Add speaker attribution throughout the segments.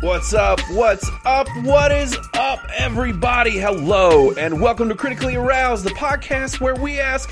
Speaker 1: What's up? What's up? What is up, everybody? Hello, and welcome to Critically Aroused, the podcast where we ask,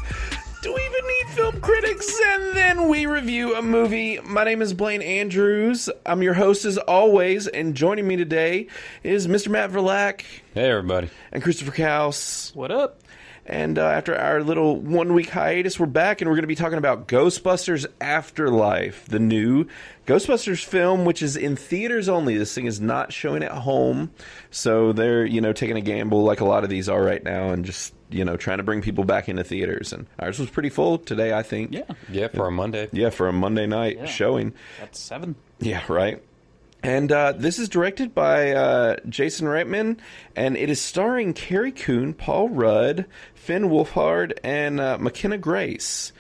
Speaker 1: do we even need film critics? And then we review a movie. My name is Blaine Andrews. I'm your host as always, and joining me today is Mr. Matt Verlack
Speaker 2: Hey, everybody.
Speaker 1: and Christopher Kaus.
Speaker 3: What up?
Speaker 1: And uh, after our little one week hiatus, we're back and we're going to be talking about Ghostbusters Afterlife, the new Ghostbusters film, which is in theaters only. This thing is not showing at home. So they're, you know, taking a gamble like a lot of these are right now and just, you know, trying to bring people back into theaters. And ours was pretty full today, I think.
Speaker 3: Yeah,
Speaker 2: Yeah, for a Monday.
Speaker 1: Yeah, for a Monday night
Speaker 3: Yeah.
Speaker 1: showing.
Speaker 3: that's seven.
Speaker 1: Yeah, right. And uh, this is directed by uh, Jason Reitman, and it is starring Carrie Coon, Paul Rudd, Finn Wolfhard, and uh, McKenna Grace.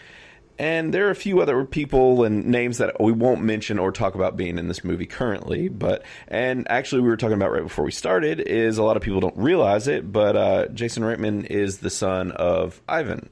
Speaker 1: And there are a few other people and names that we won't mention or talk about being in this movie currently. But and actually, we were talking about right before we started is a lot of people don't realize it, but uh, Jason Reitman is the son of Ivan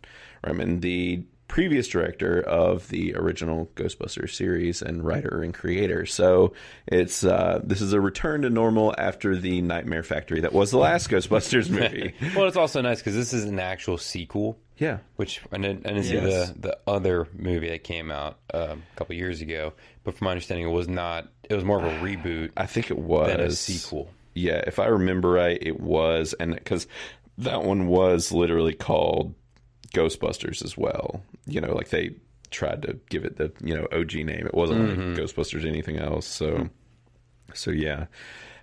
Speaker 1: Reitman, the previous director of the original Ghostbusters series and writer and creator. So it's uh, this is a return to normal after the Nightmare Factory that was the last Ghostbusters movie.
Speaker 2: Well, it's also nice because this is an actual sequel,
Speaker 1: Yeah.
Speaker 2: which and it, and it's
Speaker 1: Yes.
Speaker 2: the the other movie that came out um, a couple years ago. But from my understanding, it was not. It was more of a reboot
Speaker 1: I think it was
Speaker 2: than a sequel.
Speaker 1: Yeah, if I remember right, it was, and because that one was literally called Ghostbusters as well. You know, like they tried to give it the you know OG name. It wasn't like Ghostbusters or anything else. So, so yeah,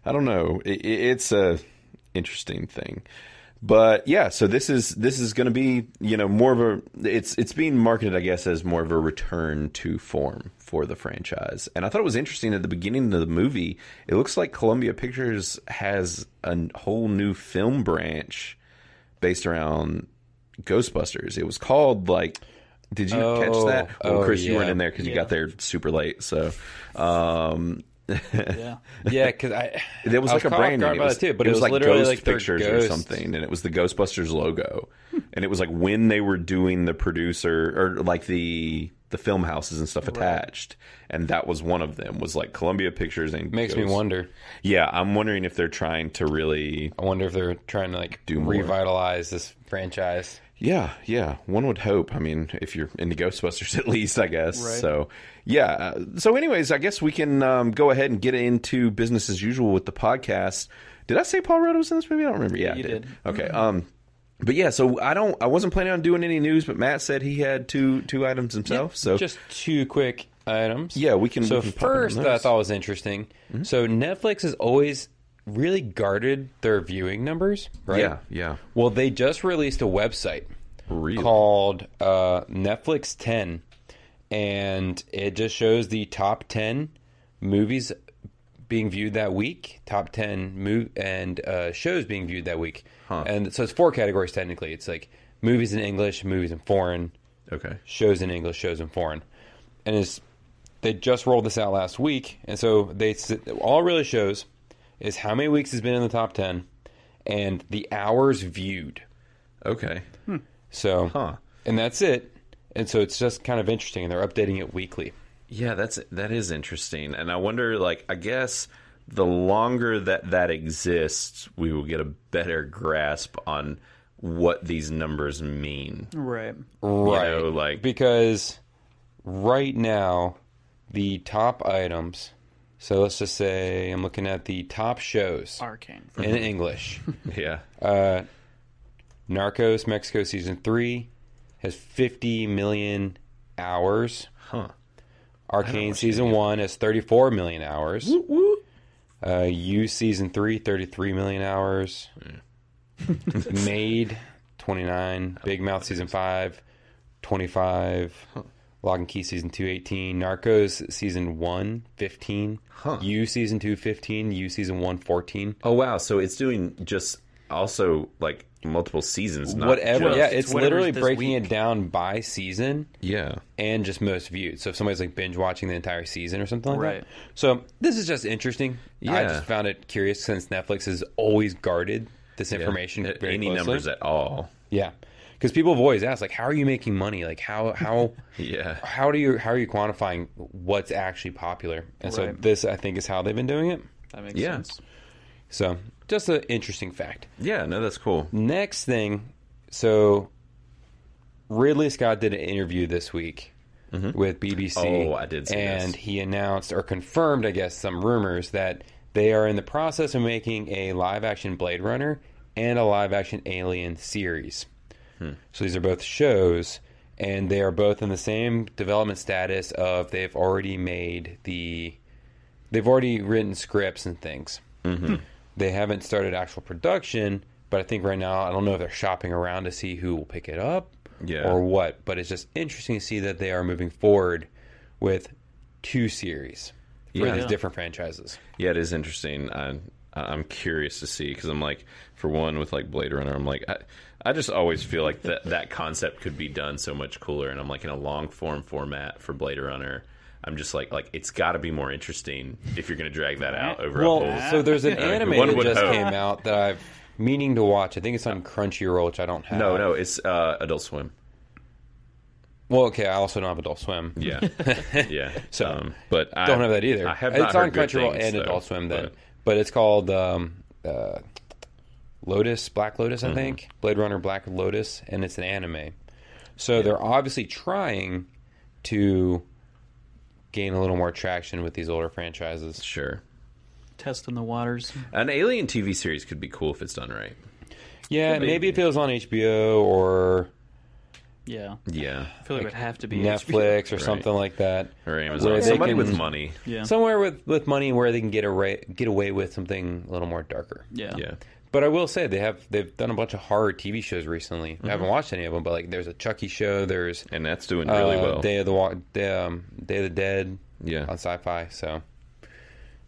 Speaker 1: I don't know. It, it, it's a interesting thing. But yeah, so this is this is going to be you know more of a it's it's being marketed I guess as more of a return to form for the franchise, and I thought it was interesting at the beginning of the movie. It looks like Columbia Pictures has a n- whole new film branch based around Ghostbusters. It was called like. Did you catch
Speaker 2: Oh,
Speaker 1: that? Well,
Speaker 2: oh,
Speaker 1: Chris, you weren't
Speaker 2: yeah.
Speaker 1: in there because you
Speaker 3: Yeah.
Speaker 1: got there super late. So, um,
Speaker 3: Yeah,
Speaker 2: Yeah, because I
Speaker 1: there was
Speaker 2: I
Speaker 1: like a
Speaker 2: caught off
Speaker 1: brand
Speaker 2: guard
Speaker 1: name.
Speaker 2: by that too, but
Speaker 1: it
Speaker 2: it was,
Speaker 1: like
Speaker 2: literally
Speaker 1: Ghost
Speaker 2: like their
Speaker 1: Pictures or
Speaker 2: ghost-
Speaker 1: something, and it was the Ghostbusters logo, and it was like when they were doing the producer or like the the film houses and stuff attached, and that was one of them was like Columbia Pictures and
Speaker 2: Makes me
Speaker 1: Ghost-
Speaker 2: wonder.
Speaker 1: Yeah, I'm wondering if they're trying to really.
Speaker 2: I wonder if they're trying to like
Speaker 1: Do more.
Speaker 2: revitalize this franchise.
Speaker 1: Yeah, yeah. One would hope. I mean, if you're into Ghostbusters, at least, I guess.
Speaker 3: Right.
Speaker 1: So, yeah. uh, So, anyways, I guess we can um, go ahead and get into business as usual with the podcast. Did I say Paul Rudd was in this movie? I don't remember. Yeah,
Speaker 3: you
Speaker 1: I did.
Speaker 3: did. Mm-hmm.
Speaker 1: Okay. Um, but yeah, so I don't. I wasn't planning on doing any news, but Matt said he had two two items himself. so
Speaker 2: just two quick items.
Speaker 1: Yeah, we can-
Speaker 2: So
Speaker 1: we can pop in on
Speaker 2: first, that I
Speaker 1: those. Mm-hmm.
Speaker 2: thought was interesting. So Netflix has always really guarded their viewing numbers, right?
Speaker 1: Yeah, yeah.
Speaker 2: Well, they just released a website
Speaker 1: Really?
Speaker 2: called uh, Netflix Ten, and it just shows the top ten movies being viewed that week, top ten move and uh, shows being viewed that week, and so it's four categories technically. It's like movies in English, movies in foreign,
Speaker 1: okay.
Speaker 2: shows in English, shows in foreign, and it's they just rolled this out last week, and so they s- all it really shows is how many weeks it's been in the top ten, and the hours viewed.
Speaker 1: Okay.
Speaker 2: So,
Speaker 1: Huh.
Speaker 2: and that's it. And so it's just kind of interesting, and they're updating it weekly.
Speaker 1: Yeah, that's that is interesting, and I wonder. Like, I guess the longer that that exists, we will get a better grasp on what these numbers mean.
Speaker 3: right.
Speaker 2: Right.
Speaker 1: know, oh, like-
Speaker 2: because right now the top items. So let's just say I'm looking at the top shows
Speaker 3: Arcane.
Speaker 2: in English.
Speaker 1: Yeah,
Speaker 2: Narcos Mexico season three has 50 million hours.
Speaker 1: huh?
Speaker 2: Arcane season one has 34 million hours. Uh, you season three, 33 million hours.
Speaker 1: Hmm.
Speaker 2: Made 29. Big Mouth season five, 25. Lock and Key season two, 18. Narcos season one, 15.
Speaker 1: Huh.
Speaker 2: You season two, 15. You season one, 14.
Speaker 1: Oh wow! So it's doing just also like multiple seasons, not
Speaker 2: Whatever.
Speaker 1: just-
Speaker 2: yeah, it's
Speaker 3: whatever's
Speaker 2: literally
Speaker 3: this
Speaker 2: breaking
Speaker 3: week.
Speaker 2: it down by season.
Speaker 1: yeah,
Speaker 2: and just most viewed. So if somebody's like binge watching the entire season or something like
Speaker 3: Right.
Speaker 2: that. So this is just interesting. I
Speaker 1: Yeah.
Speaker 2: just found it curious since Netflix has always guarded this information
Speaker 1: Uh,
Speaker 2: very
Speaker 1: any
Speaker 2: closely.
Speaker 1: numbers at all.
Speaker 2: yeah. Because people have always asked, like, how are you making money? Like, how how
Speaker 1: Yeah.
Speaker 2: how do you how are you quantifying what's actually popular? And so
Speaker 3: Right.
Speaker 2: this, I think, is how they've been doing it.
Speaker 3: That makes
Speaker 1: Yeah.
Speaker 3: sense.
Speaker 2: So just an interesting fact.
Speaker 1: Yeah, no, that's cool.
Speaker 2: Next thing, so Ridley Scott did an interview this week with BBC.
Speaker 1: Mm-hmm. Oh, I did see
Speaker 2: and
Speaker 1: this.
Speaker 2: he announced or confirmed, I guess, some rumors that they are in the process of making a live-action Blade Runner and a live-action Alien series.
Speaker 1: Hmm.
Speaker 2: So these are both shows, and they are both in the same development status of they've already made the, they've already written scripts and things. They haven't started actual production, but I think right now I don't know if they're shopping around to see who will pick it up
Speaker 1: Yeah.
Speaker 2: or what. But it's just interesting to see that they are moving forward with two series for
Speaker 1: Yeah.
Speaker 2: these different franchises.
Speaker 1: Yeah, it is interesting. I, I'm curious to see because I'm like, for one, with like Blade Runner, I'm like, I, I just always feel like that that concept could be done so much cooler. And I'm like in a long form format for Blade Runner. I'm just like, like it's got to be more interesting if you're going to drag that out over
Speaker 2: Well,
Speaker 1: a whole.
Speaker 2: so there's an anime
Speaker 1: One
Speaker 2: that
Speaker 1: would
Speaker 2: just
Speaker 1: hope.
Speaker 2: came out that I've meaning to watch. I think it's on Crunchyroll, which I don't have.
Speaker 1: No, no, it's uh, Adult Swim.
Speaker 2: Well, okay, I also don't have Adult Swim.
Speaker 1: Yeah, yeah. So, um, but I
Speaker 2: don't have that either.
Speaker 1: I have
Speaker 2: it's
Speaker 1: not
Speaker 2: on
Speaker 1: heard good
Speaker 2: Crunchyroll
Speaker 1: things,
Speaker 2: and
Speaker 1: though,
Speaker 2: Adult Swim then,
Speaker 1: but-
Speaker 2: but, it's called um, uh, Lotus, Black Lotus, I
Speaker 1: Mm-hmm.
Speaker 2: think, Blade Runner Black Lotus, and it's an anime. So they're obviously trying to gain a little more traction with these older franchises.
Speaker 1: Sure,
Speaker 3: Testing the waters.
Speaker 1: an Alien TV series could be cool if it's done right.
Speaker 2: Yeah, maybe if it was on HBO or
Speaker 3: Yeah.
Speaker 1: Yeah,
Speaker 3: I feel like, it would have to be
Speaker 2: Netflix or something like that,
Speaker 1: or Amazon,
Speaker 2: Where they
Speaker 1: somebody
Speaker 2: can-
Speaker 1: with money.
Speaker 3: Yeah.
Speaker 2: somewhere with, with money where they can get away get away with something a little more darker.
Speaker 3: yeah.
Speaker 1: Yeah,
Speaker 2: But I will say they have they've done a bunch of horror TV shows recently. I
Speaker 1: Mm-hmm.
Speaker 2: haven't watched any of them, but like there's a Chucky show, there's
Speaker 1: and that's doing really
Speaker 2: uh,
Speaker 1: well.
Speaker 2: Day of the Walk, Day, um, Day of the Dead
Speaker 1: Yeah.
Speaker 2: on Sci-Fi. So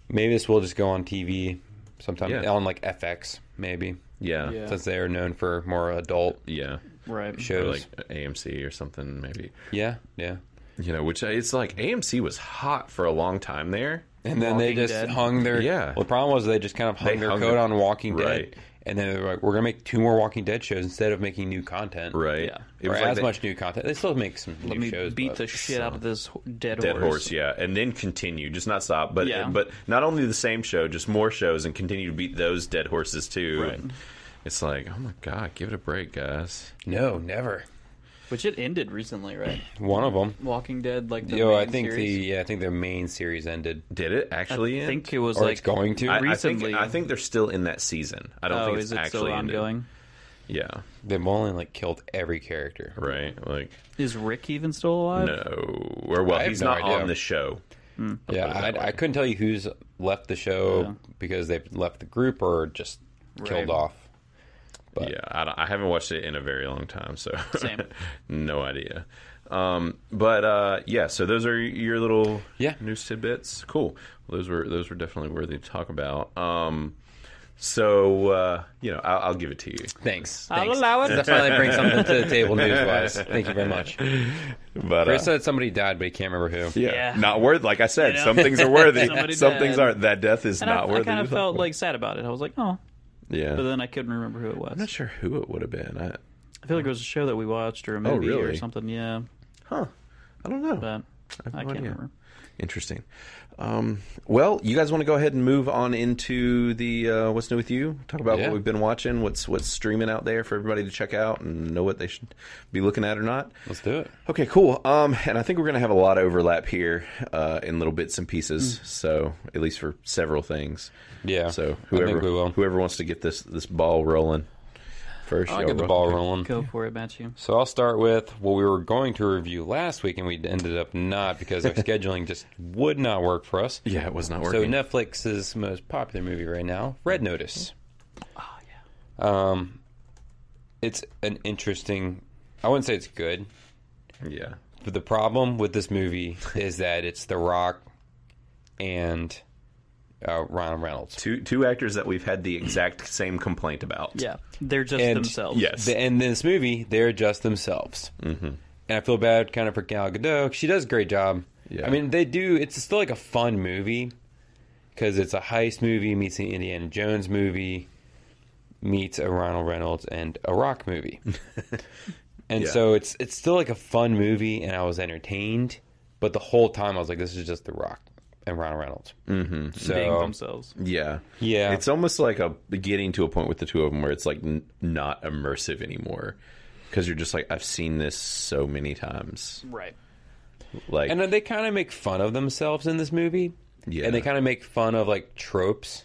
Speaker 2: maybe this will just go on TV sometime
Speaker 1: Yeah.
Speaker 2: on like FX maybe
Speaker 1: Yeah.
Speaker 3: Yeah.
Speaker 2: since they are known for more adult
Speaker 1: Yeah.
Speaker 3: Right.
Speaker 1: Or
Speaker 2: shows.
Speaker 1: like AMC or something, maybe.
Speaker 2: yeah, yeah.
Speaker 1: You know, which it's like AMC was hot for a long time there.
Speaker 2: And then they
Speaker 3: Walking
Speaker 2: just
Speaker 3: Dead.
Speaker 2: hung their
Speaker 1: Yeah.
Speaker 2: Well, the problem was they just kind of hung
Speaker 1: They
Speaker 2: their
Speaker 1: hung
Speaker 2: coat
Speaker 1: their-
Speaker 2: on Walking
Speaker 1: Right.
Speaker 2: Dead, and then they were like, we're gonna make two more Walking Dead shows instead of making new content.
Speaker 1: Right.
Speaker 3: Yeah.
Speaker 1: It
Speaker 2: or
Speaker 1: was like
Speaker 2: as
Speaker 1: they-
Speaker 2: much new content. They still make some
Speaker 3: Let
Speaker 2: new
Speaker 3: me
Speaker 2: shows.
Speaker 3: beat
Speaker 2: but-
Speaker 3: the shit out of this dead,
Speaker 1: Dead
Speaker 3: horse.
Speaker 1: horse, yeah, and then continue, just not stop, but
Speaker 3: Yeah.
Speaker 1: but not only the same show, just more shows, and continue to beat those dead horses too.
Speaker 3: Right.
Speaker 1: It's like, oh my god, give it a break, guys.
Speaker 2: No, never.
Speaker 3: Which it ended recently, right?
Speaker 2: One of them.
Speaker 3: Walking Dead, like the
Speaker 2: Yo, I
Speaker 3: main
Speaker 2: think
Speaker 3: series?
Speaker 2: the yeah, I think their main series ended.
Speaker 1: Did it actually?
Speaker 3: I
Speaker 1: end?
Speaker 3: think it was
Speaker 2: Or
Speaker 3: like
Speaker 2: it's going to.
Speaker 1: I, I
Speaker 3: recently-
Speaker 1: think I think they're still in that season. I don't
Speaker 3: Oh,
Speaker 1: think it's
Speaker 3: is it
Speaker 1: actually
Speaker 3: still
Speaker 1: ended.
Speaker 3: ongoing?
Speaker 1: Yeah,
Speaker 2: They've only like killed every character.
Speaker 1: right. Like
Speaker 3: Is Rick even still alive?
Speaker 1: no, or well,
Speaker 2: I have
Speaker 1: he's
Speaker 2: no
Speaker 1: not
Speaker 2: idea.
Speaker 1: on the show.
Speaker 2: Yeah,
Speaker 1: put it that
Speaker 2: I,
Speaker 1: way.
Speaker 2: I couldn't tell you who's left the show
Speaker 3: Yeah.
Speaker 2: because they've left the group or just
Speaker 3: Right.
Speaker 2: killed off. But-
Speaker 1: yeah, I, don't- I haven't watched it in a very long time, so
Speaker 3: Same.
Speaker 1: no idea. Um, but uh, yeah, so those are your little
Speaker 2: Yeah.
Speaker 1: news tidbits. Cool. Those were those were definitely worthy to talk about. Um, so uh, you know, I'll, I'll give it to you.
Speaker 2: Thanks.
Speaker 3: I'll
Speaker 2: Thanks.
Speaker 3: allow it.
Speaker 2: I finally bring something to the table news wise. Thank you very much.
Speaker 1: But uh,
Speaker 2: Chris said somebody died, but he can't remember who.
Speaker 1: yeah,
Speaker 3: Yeah.
Speaker 1: not worth. Like I said,
Speaker 3: You know?
Speaker 1: some things are worthy.
Speaker 3: Somebody
Speaker 1: some
Speaker 3: dead.
Speaker 1: things aren't. That death is
Speaker 3: And
Speaker 1: not
Speaker 3: I, I
Speaker 1: worthy.
Speaker 3: kind
Speaker 1: to
Speaker 3: of
Speaker 1: talk
Speaker 3: felt
Speaker 1: about.
Speaker 3: like sad about it. I was like, oh,
Speaker 1: yeah.
Speaker 3: but then I couldn't remember who it was.
Speaker 1: I'm not sure who it would have been. I,
Speaker 3: I feel like it was a show that we watched or a movie or
Speaker 1: Oh, really?
Speaker 3: something. Yeah,
Speaker 1: huh? I don't know.
Speaker 3: but
Speaker 1: no
Speaker 3: I, can't
Speaker 1: idea.
Speaker 3: remember.
Speaker 1: Interesting. Um, well, you guys want to go ahead and move on into the uh, what's new with you? Talk about
Speaker 2: Yeah.
Speaker 1: what we've been watching, what's what's streaming out there for everybody to check out and know what they should be looking at or not.
Speaker 2: Let's do it.
Speaker 1: Okay, cool. Um, and I think we're going to have a lot of overlap here uh, in little bits and pieces. So at least for several things.
Speaker 2: Mm. Yeah.
Speaker 1: So
Speaker 2: I
Speaker 1: whoever
Speaker 2: think we will.
Speaker 1: whoever wants to get this this ball rolling first,
Speaker 2: I'll
Speaker 1: y'all
Speaker 2: get the
Speaker 1: roll.
Speaker 2: ball rolling.
Speaker 3: Go for it, Matthew.
Speaker 2: So I'll start with what we were going to review last week, and we ended up not because our scheduling just would not work for us.
Speaker 1: Yeah, it was not
Speaker 2: So
Speaker 1: working.
Speaker 2: Netflix's most popular movie right now, Red Notice.
Speaker 3: Oh yeah.
Speaker 2: Um, it's an interesting. I wouldn't say it's good,
Speaker 1: yeah,
Speaker 2: but the problem with this movie is that it's The Rock and uh, Ryan Reynolds.
Speaker 1: two two actors that we've had the exact same complaint about.
Speaker 3: Yeah, they're just
Speaker 2: And-
Speaker 3: themselves.
Speaker 1: Yeah.
Speaker 2: The, in this movie, they're just themselves. Mm-hmm. And I feel bad kind of for Gal Gadot. 'cause She does a great job.
Speaker 1: Yeah.
Speaker 2: I mean, they do. It's still like a fun movie because it's a heist movie meets an Indiana Jones movie meets a Ronald Reynolds and a rock movie. and
Speaker 1: Yeah.
Speaker 2: so it's it's still like a fun movie, and I was entertained. But the whole time, I was like, this is just the rock. and Ryan Reynolds.
Speaker 1: Mm-hmm.
Speaker 2: So
Speaker 3: being themselves.
Speaker 1: Yeah.
Speaker 2: yeah,
Speaker 1: It's almost like a getting to a point with the two of them where it's like n- not immersive anymore because you're just like I've seen this so many times.
Speaker 3: Right.
Speaker 1: Like
Speaker 2: and uh, then they kind of make fun of themselves in this movie.
Speaker 1: Yeah.
Speaker 2: and they kind of make fun of like tropes.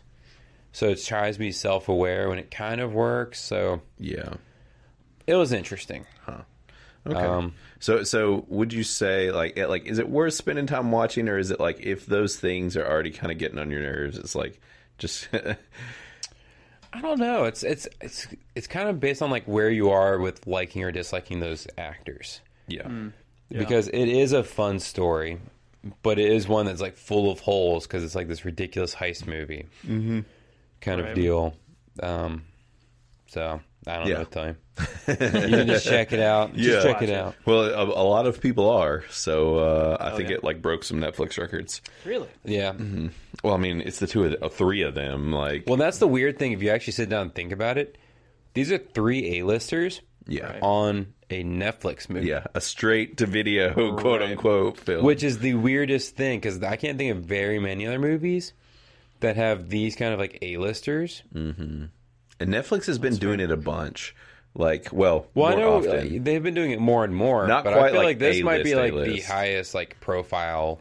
Speaker 2: So it tries to be self aware when it kind of works. So
Speaker 1: yeah.
Speaker 2: it was interesting.
Speaker 1: Okay.
Speaker 2: Um,
Speaker 1: so so would you say like it- like is it worth spending time watching or is it like if those things are already kind of getting on your nerves it's like just
Speaker 2: I don't know. It's it's it's it's kind of based on like where you are with liking or disliking those actors.
Speaker 1: yeah.
Speaker 2: Hmm.
Speaker 3: Yeah.
Speaker 2: Because it is a fun story, but it is one that's like full of holes because it's like this ridiculous heist movie
Speaker 1: Mm-hmm.
Speaker 2: kind
Speaker 3: Right.
Speaker 2: of deal. Um, so I don't
Speaker 1: Yeah.
Speaker 2: know what to tell you. you can just check it out. Just
Speaker 1: Yeah.
Speaker 2: check it out.
Speaker 1: Well, a, a lot of people are. So uh, I
Speaker 2: Oh,
Speaker 1: think
Speaker 3: yeah.
Speaker 1: it like broke some Netflix records.
Speaker 3: Really?
Speaker 2: Yeah.
Speaker 1: Mm-hmm. Well, I mean, it's the two of the, uh, three of them like
Speaker 2: Well, that's the weird thing. If you actually sit down and think about it, these are three A-listers
Speaker 1: yeah.
Speaker 3: Right.
Speaker 2: on a Netflix movie.
Speaker 1: Yeah, a straight to video quote unquote film.
Speaker 2: Which is the weirdest thing because I can't think of very many other movies that have these kind of like A-listers.
Speaker 1: and Netflix has been doing it a bunch. Like, well,
Speaker 2: Well,
Speaker 1: more
Speaker 2: I know uh,
Speaker 1: often.
Speaker 2: they've been doing it more and more,
Speaker 1: Not
Speaker 2: but
Speaker 1: quite
Speaker 2: I feel
Speaker 1: like
Speaker 2: like, this might be
Speaker 1: A-list,
Speaker 2: like the
Speaker 1: A-list.
Speaker 2: highest like profile,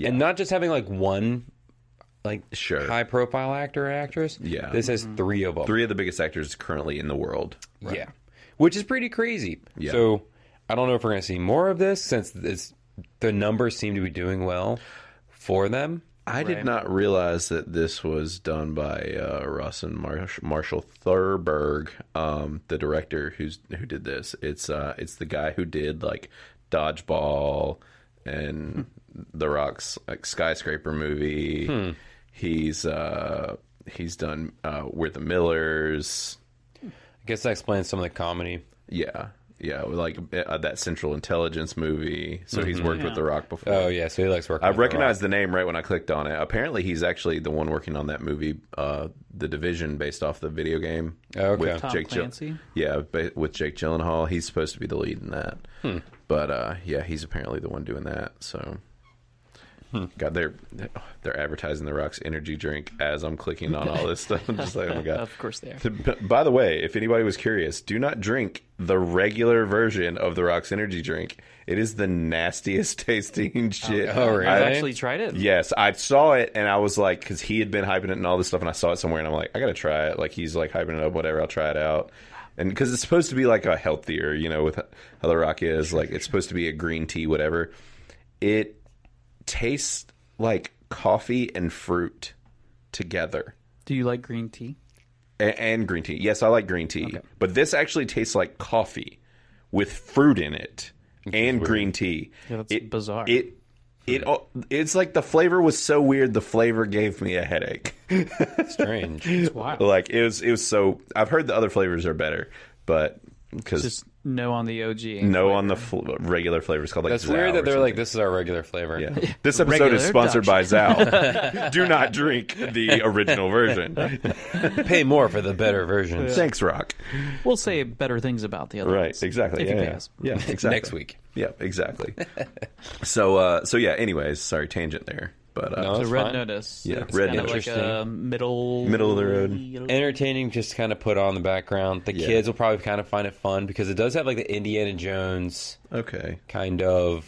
Speaker 2: and not just having like one like
Speaker 1: Sure.
Speaker 2: high profile actor or actress.
Speaker 1: Yeah.
Speaker 2: this has three of them.
Speaker 1: Three of the biggest actors currently in the world.
Speaker 2: Yeah, which is pretty crazy.
Speaker 1: Yeah.
Speaker 2: So I don't know if we're gonna see more of this since it's the numbers seem to be doing well for them.
Speaker 1: I did
Speaker 3: Right.
Speaker 1: not realize that this was done by uh, Russ and Marsh, Marshall Thurberg, um, the director who's who did this. It's uh, it's the guy who did like Dodgeball and
Speaker 2: Hmm.
Speaker 1: The Rock's like skyscraper movie. He's uh, he's done uh, We're the Millers.
Speaker 2: I guess that explains some of the comedy.
Speaker 1: Yeah, yeah, like uh, that Central Intelligence movie. So he's worked with
Speaker 3: Mm-hmm. Yeah.
Speaker 1: The Rock before.
Speaker 2: Oh yeah, so he likes working.
Speaker 1: I
Speaker 2: with The Rock.
Speaker 1: recognized the name right when I clicked on it. Apparently, he's actually the one working on that movie, uh, The Division, based off the video game
Speaker 2: Oh, Okay.
Speaker 1: with
Speaker 3: Tom
Speaker 1: Jake Gyllenhaal.
Speaker 3: Clancy?
Speaker 1: Yeah, ba- with Jake Gyllenhaal, he's supposed to be the lead in that.
Speaker 3: Hmm.
Speaker 1: But uh, yeah, he's apparently the one doing that. So,
Speaker 3: Hmm.
Speaker 1: God, they're they're advertising the Rock's energy drink as I'm clicking on all this stuff. I'm just like, oh my God.
Speaker 3: Of course they are.
Speaker 1: The- b- By the way, if anybody was curious, do not drink the regular version of the Rock's energy drink. It is the nastiest tasting shit.
Speaker 2: Oh, really?
Speaker 1: I-
Speaker 3: I've
Speaker 2: Right?
Speaker 3: actually tried it.
Speaker 1: Yes, I saw it and I was like, because he had been hyping it and all this stuff, and I saw it somewhere, and I'm like, I gotta try it. Like he's like hyping it up, whatever. I'll try it out, and because it's supposed to be like a healthier, you know, with how the rock is, like it's supposed to be a green tea, whatever. It tastes like coffee and fruit together,
Speaker 3: Do you like green tea?
Speaker 1: A- and green tea. Yes, I like green tea, but this actually tastes like coffee with fruit in it and green tea.
Speaker 3: Yeah, that's
Speaker 1: It-
Speaker 3: bizarre.
Speaker 1: it it oh, it's like the flavor was so weird. The flavor gave me a headache.
Speaker 2: strange.
Speaker 3: it's wild.
Speaker 1: like it was it was so. I've heard the other flavors are better, but because
Speaker 3: Just no on the OG.
Speaker 1: no on the fl- regular flavors called like
Speaker 2: That's
Speaker 1: Zao
Speaker 2: weird that
Speaker 1: or
Speaker 2: they're like
Speaker 1: something.
Speaker 2: this is our regular flavor.
Speaker 1: Yeah. This episode is
Speaker 3: Regular
Speaker 1: sponsored by Zao. Do not drink the original version.
Speaker 2: Pay more for the better version
Speaker 1: Thanks, Rock.
Speaker 3: We'll say better things about the other.
Speaker 1: Right,
Speaker 3: ones.
Speaker 1: exactly.
Speaker 3: If
Speaker 1: yeah,
Speaker 3: you
Speaker 1: yeah.
Speaker 3: pass.
Speaker 1: yeah, exactly.
Speaker 2: next week.
Speaker 1: Yeah, exactly. so, uh, so yeah. Anyways, sorry, tangent there, but uh,
Speaker 2: No,
Speaker 3: The
Speaker 2: That's
Speaker 3: Red
Speaker 2: fine.
Speaker 3: Notice.
Speaker 1: Yeah,
Speaker 3: It's
Speaker 1: Red
Speaker 3: kind
Speaker 1: Notice.
Speaker 3: Of like a middle
Speaker 1: Middle of the road.
Speaker 2: Entertaining, just to kind of put on the background. The
Speaker 1: Yeah.
Speaker 2: kids will probably kind of find it fun because it does have like the Indiana Jones
Speaker 1: okay,
Speaker 2: kind of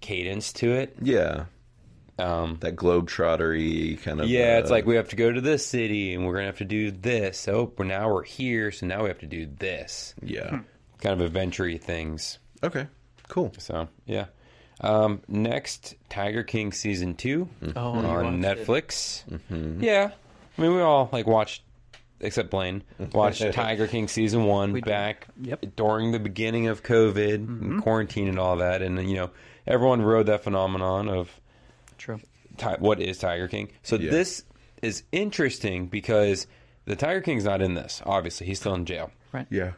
Speaker 2: cadence to it.
Speaker 1: yeah,
Speaker 2: Um,
Speaker 1: that globetrottery kind of.
Speaker 2: yeah, it's
Speaker 1: uh,
Speaker 2: like we have to go to this city and we're gonna have to do this. Oh, we're now we're here, so now we have to do this
Speaker 1: yeah.
Speaker 2: kind of adventure things.
Speaker 1: Okay. Cool.
Speaker 2: So yeah. Um, next, Tiger King season two
Speaker 3: Oh, you
Speaker 2: on
Speaker 3: watched it.
Speaker 2: Netflix. Yeah, I mean we all like watched, except Blaine watched Tiger King season one
Speaker 3: We did.
Speaker 2: back
Speaker 3: Yep. Mm-hmm.
Speaker 2: during the beginning of COVID and quarantine and all that, and you know everyone rode that phenomenon of
Speaker 3: True.
Speaker 2: ti- what is Tiger King. So
Speaker 1: Yeah.
Speaker 2: this is interesting because the Tiger King's not in this. Obviously, he's still in jail.
Speaker 1: Yeah.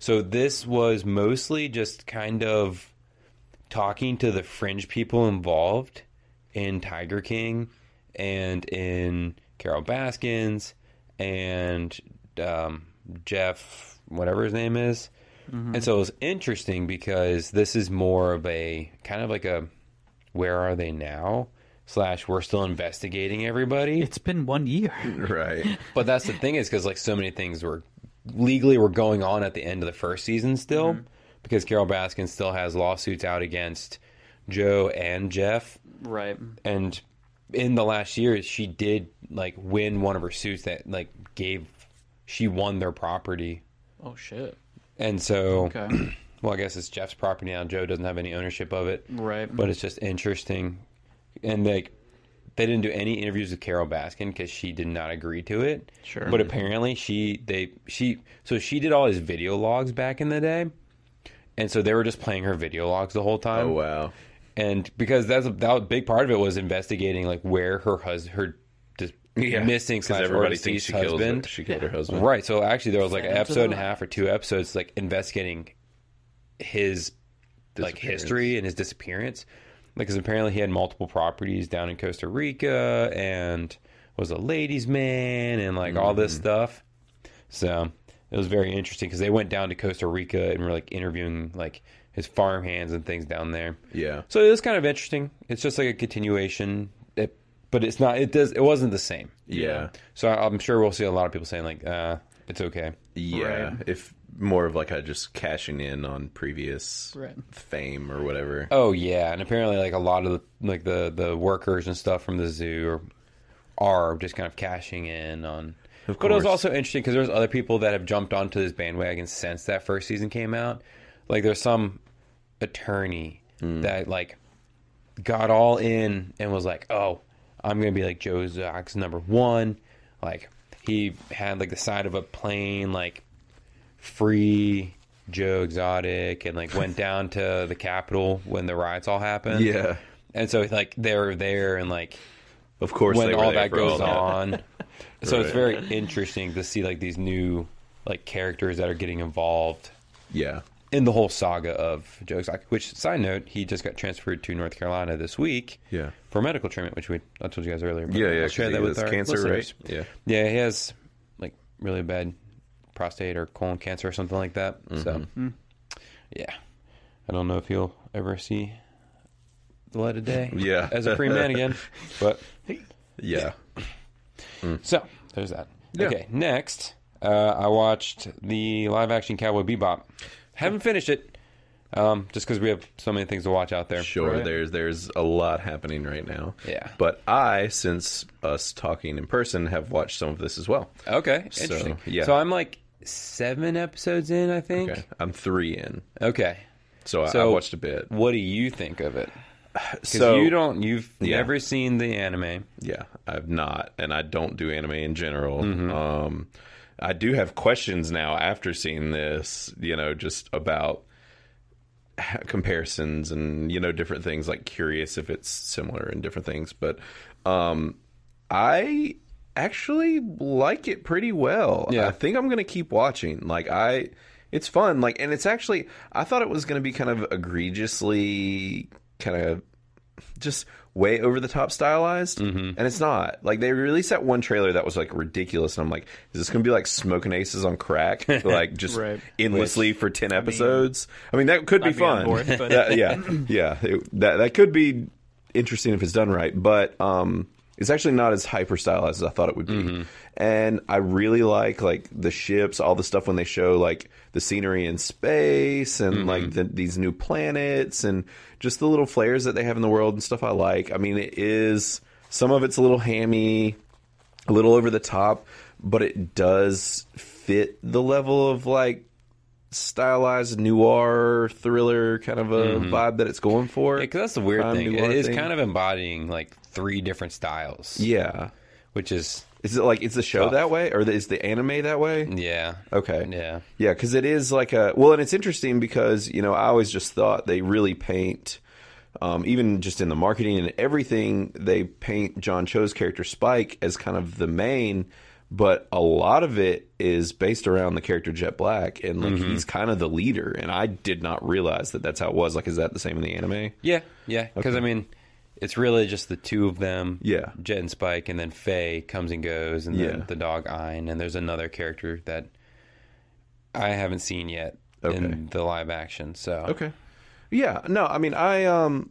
Speaker 2: So this was mostly just kind of talking to the fringe people involved in Tiger King and in Carol Baskins and um, Jeff, whatever his name is. And so it was interesting because this is more of a kind of like a where are they now slash we're still investigating everybody.
Speaker 3: It's been one year.
Speaker 1: Right.
Speaker 2: But that's the thing is because like so many things were legally were going on at the end of the first season still because Carol Baskin still has lawsuits out against Joe and Jeff
Speaker 3: Right.
Speaker 2: and in the last years she did like win one of her suits that like gave she won their property
Speaker 3: Oh shit.
Speaker 2: and so
Speaker 3: Okay.
Speaker 2: well I guess it's Jeff's property now Joe doesn't have any ownership of it
Speaker 3: right.
Speaker 2: but it's just interesting and like they didn't do any interviews with Carol Baskin because she did not agree to it.
Speaker 3: Sure.
Speaker 2: But apparently she they she so she did all his video logs back in the day, and so they were just playing her video logs the whole time.
Speaker 1: Oh wow.
Speaker 2: And because that's a, that was- big part of it was investigating like where her hus her dis- missing
Speaker 1: because
Speaker 2: slash
Speaker 1: everybody
Speaker 2: everybody
Speaker 1: thinks she killed
Speaker 2: husband.
Speaker 1: Her, she killed her husband.
Speaker 2: Right. So actually, there was like an
Speaker 3: Phantoms of
Speaker 2: episode and
Speaker 3: the
Speaker 2: a half or two episodes like investigating his like
Speaker 1: Disappearance.
Speaker 2: history and his disappearance. Because apparently he had multiple properties down in Costa Rica and was a ladies' man and like all this stuff. So it was very interesting because they went down to Costa Rica and were like interviewing like his farm hands and things down there.
Speaker 1: Yeah.
Speaker 2: So it was kind of interesting. It's just like a continuation, it, but it's not. It does. It wasn't the same.
Speaker 1: Yeah.
Speaker 2: So I- I'm sure we'll see a lot of people saying like, uh, "It's okay."
Speaker 1: Yeah. If more of like I just cashing in on previous
Speaker 3: Right.
Speaker 1: fame or whatever.
Speaker 2: Oh yeah, and apparently like a lot of the, like the the workers and stuff from the zoo are, are just kind of cashing in on.
Speaker 1: Of
Speaker 2: But it was
Speaker 1: course.
Speaker 2: also interesting because there's other people that have jumped onto this bandwagon since that first season came out. Like there's some attorney
Speaker 1: Hmm.
Speaker 2: that like got all in and was like, "Oh, I'm gonna be like Joe Zox number one." Like he had like the side of a plane, like free Joe Exotic, and like went down to the Capitol when the riots all happened.
Speaker 1: Yeah.
Speaker 2: and so like they were there, and like
Speaker 1: Of course,
Speaker 2: when
Speaker 1: they were
Speaker 2: all
Speaker 1: there
Speaker 2: that
Speaker 1: for
Speaker 2: goes on. so it's
Speaker 1: Right.
Speaker 2: very interesting to see like these new like characters that are getting involved
Speaker 1: Yeah.
Speaker 2: in the whole saga of Joe Exotic. Which side note, he just got transferred to North Carolina this week.
Speaker 1: Yeah.
Speaker 2: for medical treatment, which we I told you guys earlier. but
Speaker 1: Yeah. Yeah.
Speaker 2: I'll share that with our
Speaker 1: cancer,
Speaker 2: listeners.
Speaker 1: right? Yeah.
Speaker 2: Yeah, he has like really bad prostate or colon cancer or something like that. So,
Speaker 1: Mm-hmm.
Speaker 2: yeah, I don't know if he'll ever see the light of day.
Speaker 1: Yeah.
Speaker 2: as a free man again. But
Speaker 1: Yeah.
Speaker 2: so there's that.
Speaker 1: Yeah.
Speaker 2: Okay, next uh, I watched the live action Cowboy Bebop. Haven't finished it, um, just because we have so many things to watch out there.
Speaker 1: Sure,
Speaker 3: Right.
Speaker 1: there's there's a lot happening right now.
Speaker 2: Yeah.
Speaker 1: But I, since us talking in person, have watched some of this as well.
Speaker 2: Okay,
Speaker 1: So,
Speaker 2: interesting.
Speaker 1: yeah.
Speaker 2: So I'm like seven episodes in, I think.
Speaker 1: Okay. I'm three in.
Speaker 2: okay.
Speaker 1: So, I, I
Speaker 2: So-
Speaker 1: watched a bit.
Speaker 2: What do you think of it? Because
Speaker 1: So
Speaker 2: you don't, you've
Speaker 1: Yeah.
Speaker 2: never seen the anime.
Speaker 1: Yeah, I've not, and I don't do anime in general.
Speaker 2: Mm-hmm.
Speaker 1: Um, I do have questions now after seeing this, you know, just about h- comparisons and you know different things. Like curious if it's similar and different things, but um, I actually like it pretty well.
Speaker 2: Yeah.
Speaker 1: I think I'm gonna keep watching. Like I, it's fun. Like, and it's actually I thought it was gonna be kind of egregiously kind of just way over the top stylized and it's not like they released that one trailer that was like ridiculous and i'm like is this gonna be like smoking aces on crack like just
Speaker 3: Right.
Speaker 1: endlessly for 10 episodes i mean that could be
Speaker 3: I'd be on
Speaker 1: fun
Speaker 3: board, but-
Speaker 1: That- yeah yeah it, that, that could be interesting if it's done right but um it's actually not as hyper stylized as i thought it would be
Speaker 3: Mm-hmm.
Speaker 1: and i really like like the ships all the stuff when they show like the scenery in space and
Speaker 3: Mm-hmm.
Speaker 1: like the, these new planets and just the little flares that they have in the world and stuff i like i mean it is some of it's a little hammy a little over the top, but it does fit the level of like stylized noir thriller kind of a vibe that it's going for.
Speaker 2: Yeah, 'cause that's the weird
Speaker 1: Crime
Speaker 2: thing.
Speaker 1: noir
Speaker 2: It is
Speaker 1: thing.
Speaker 2: kind of embodying like three different styles,
Speaker 1: yeah.
Speaker 2: which is
Speaker 1: Is it like is the show that way or is the anime that way?
Speaker 2: yeah,
Speaker 1: Okay.
Speaker 2: yeah,
Speaker 1: Yeah, because it is like a well, and it's interesting because you know I always just thought they really paint, um, even just in the marketing and everything, they paint John Cho's character Spike as kind of the main, but a lot of it is based around the character Jet Black, and like he's kind of the leader. And I did not realize that that's how it was. Like, is that the same in the anime?
Speaker 2: yeah, yeah. Because I mean, it's really just the two of them.
Speaker 1: Yeah.
Speaker 2: Jet and Spike, and then Faye comes and goes, and
Speaker 1: Yeah.
Speaker 2: then the dog Ein, and there's another character that I haven't seen yet
Speaker 1: Okay.
Speaker 2: in the live action. So
Speaker 1: Okay. Yeah. No, I mean, I um,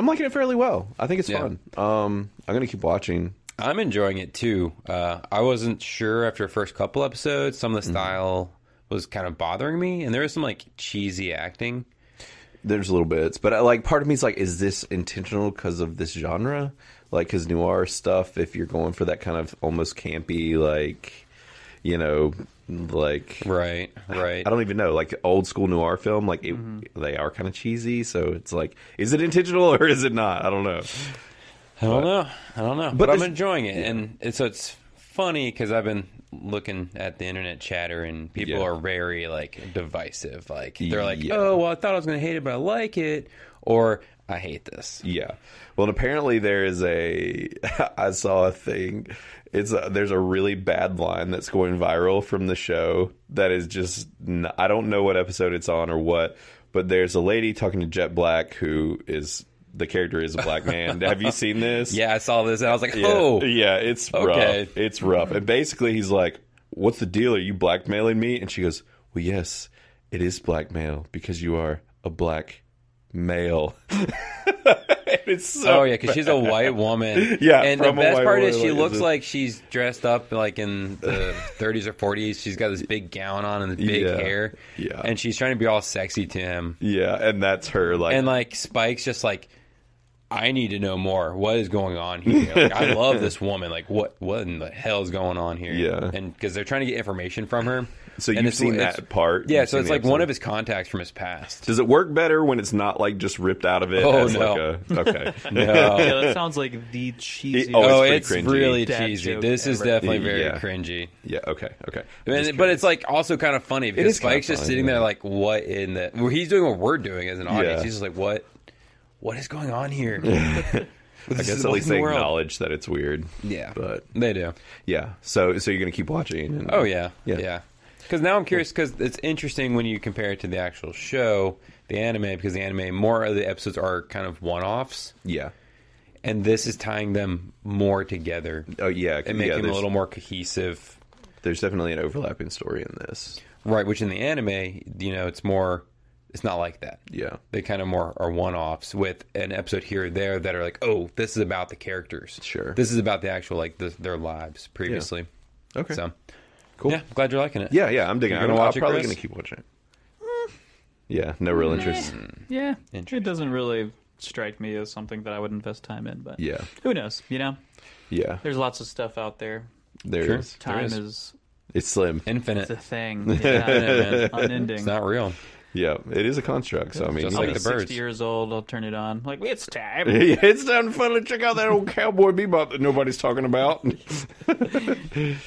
Speaker 1: I'm liking it fairly well. I think it's
Speaker 2: Yeah.
Speaker 1: fun. Um, I'm gonna keep watching.
Speaker 2: I'm enjoying it too. Uh, I wasn't sure after the first couple episodes. Some of
Speaker 1: Mm-hmm.
Speaker 2: the style was kind of bothering me, and there was some like cheesy acting.
Speaker 1: There's little bits, but I, like part of me's like, is this intentional because of this genre? Like, because noir stuff, if you're going for that kind of almost campy, like, you know, like
Speaker 2: Right, right.
Speaker 1: I don't even know, like old school noir film, like it, they are kind of cheesy. So it's like, is it intentional or is it not? I don't know.
Speaker 2: I don't know. I don't know. But, I'm
Speaker 1: this-
Speaker 2: enjoying it, and it's so it's funny because I've been looking at the internet chatter, and people
Speaker 1: Yeah.
Speaker 2: are very like divisive. Like they're like,
Speaker 1: Yeah.
Speaker 2: "Oh, well, I thought I was going to hate it, but I like it," or "I hate this."
Speaker 1: Yeah. Well, and apparently there is a. I saw a thing. It's a, there's a really bad line that's going viral from the show that is just. n- I don't know what episode it's on or what, but there's a lady talking to Jet Black who is the character is a black man. Have you seen this?
Speaker 2: Yeah, I saw this, and I was like,
Speaker 1: Yeah.
Speaker 2: "Oh,
Speaker 1: yeah. It's
Speaker 2: Okay.
Speaker 1: rough. It's rough. And basically, he's like, "What's the deal? Are you blackmailing me?" And she goes, "Well, yes, it is blackmail because you are a black male." And it's so
Speaker 2: Oh yeah, because she's a white woman.
Speaker 1: Yeah,
Speaker 2: and the
Speaker 1: from a
Speaker 2: best
Speaker 1: white
Speaker 2: part is
Speaker 1: woman,
Speaker 2: she
Speaker 1: like,
Speaker 2: looks
Speaker 1: is it-
Speaker 2: like she's dressed up like in the 30s or 40s. She's got this big gown on and this big
Speaker 1: Yeah,
Speaker 2: hair.
Speaker 1: yeah.
Speaker 2: and she's trying to be all sexy to him.
Speaker 1: Yeah, and that's her. Like,
Speaker 2: And like Spike's just like, I need to know more. What is going on here? Like, I love this woman. Like what? What in the hell is going on here?
Speaker 1: Yeah.
Speaker 2: and because they're trying to get information from her.
Speaker 1: so
Speaker 2: And
Speaker 1: you've
Speaker 2: it's-
Speaker 1: seen
Speaker 2: it's-
Speaker 1: that part.
Speaker 2: Yeah,
Speaker 1: You've
Speaker 2: so
Speaker 1: seen
Speaker 2: it's
Speaker 1: the
Speaker 2: like one
Speaker 1: episode.
Speaker 2: of his contacts from his past.
Speaker 1: Does it work better when it's not like just ripped out of it?
Speaker 2: Oh,
Speaker 1: as,
Speaker 2: no.
Speaker 1: Like a, okay.
Speaker 3: yeah,
Speaker 1: uh,
Speaker 3: that sounds like the cheesy.
Speaker 1: oh,
Speaker 2: oh,
Speaker 1: it's
Speaker 2: it's,
Speaker 1: pretty cringy.
Speaker 2: really
Speaker 3: Dad
Speaker 2: cheesy.
Speaker 3: joke
Speaker 2: This is
Speaker 3: ever.
Speaker 2: definitely very
Speaker 1: Yeah.
Speaker 2: cringy.
Speaker 1: yeah. Okay. Okay.
Speaker 2: And-
Speaker 1: Just
Speaker 2: but it's like also kind of funny because
Speaker 1: is kinda
Speaker 2: Spike's just
Speaker 1: funny,
Speaker 2: sitting
Speaker 1: yeah.
Speaker 2: there like, what in the? Well, he's doing what we're doing as an audience.
Speaker 1: Yeah.
Speaker 2: He's just like, what? What is going on here?
Speaker 1: curious. I guess
Speaker 2: is
Speaker 1: at
Speaker 2: what
Speaker 1: least
Speaker 2: in the
Speaker 1: they
Speaker 2: world.
Speaker 1: acknowledge that it's weird.
Speaker 2: yeah,
Speaker 1: But
Speaker 2: they do.
Speaker 1: yeah. So so you're gonna keep watching. And,
Speaker 2: Oh yeah,
Speaker 1: Yeah.
Speaker 2: yeah. Because now I'm curious because it's interesting when you compare it to the actual show, the anime, because the anime more of the episodes are kind of one-offs,
Speaker 1: Yeah.
Speaker 2: and this is tying them more together
Speaker 1: Oh yeah.
Speaker 2: and
Speaker 1: yeah,
Speaker 2: making them
Speaker 1: there's,
Speaker 2: a little more cohesive.
Speaker 1: there's definitely an overlapping story in this.
Speaker 2: Right, which in the anime, you know, it's more. It's not like that.
Speaker 1: Yeah.
Speaker 2: they kind of more are one-offs with an episode here or there that are like oh this is about the characters
Speaker 1: Sure.
Speaker 2: this is about the actual like the, their lives previously
Speaker 1: Okay.
Speaker 2: so
Speaker 1: Cool.
Speaker 2: yeah glad you're liking it
Speaker 1: yeah. Yeah. I'm digging.
Speaker 2: You're gonna
Speaker 1: I'm, I'm
Speaker 2: watch it,
Speaker 1: probably
Speaker 2: Chris? Mm.
Speaker 1: gonna keep watching. it. Yeah. No real interest.
Speaker 3: Yeah,
Speaker 2: Interesting.
Speaker 3: it doesn't really strike me as something that I would invest time in. But
Speaker 1: Yeah.
Speaker 3: who knows? You know,
Speaker 1: Yeah.
Speaker 3: there's lots of stuff out there.
Speaker 1: There it
Speaker 2: Sure.
Speaker 1: is.
Speaker 3: Time
Speaker 2: is.
Speaker 3: is.
Speaker 1: It's slim.
Speaker 2: infinite
Speaker 3: the thing. Yeah,
Speaker 2: man.
Speaker 3: unending.
Speaker 2: it's not real
Speaker 1: Yeah, it is a construct. So I mean,
Speaker 2: Just
Speaker 1: you
Speaker 2: like
Speaker 1: know.
Speaker 2: the bird. birds.
Speaker 3: 60 years old, I'll turn it on. Like it's time.
Speaker 1: Yeah, it's time to finally check out that old cowboy bebop that nobody's talking about.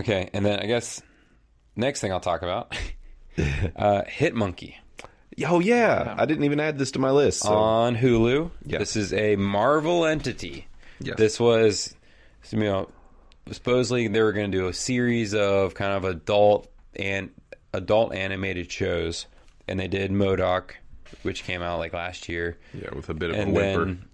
Speaker 2: okay and then i guess next thing i'll talk about uh, hit monkey
Speaker 1: oh yeah, I didn't even add this to my list. So.
Speaker 2: on hulu
Speaker 1: Yeah.
Speaker 2: this is a marvel entity
Speaker 1: Yes.
Speaker 2: this was you know supposedly they were going to do a series of kind of adult and adult animated shows and they did modoc which came out like last year
Speaker 1: yeah, with a bit of
Speaker 2: and then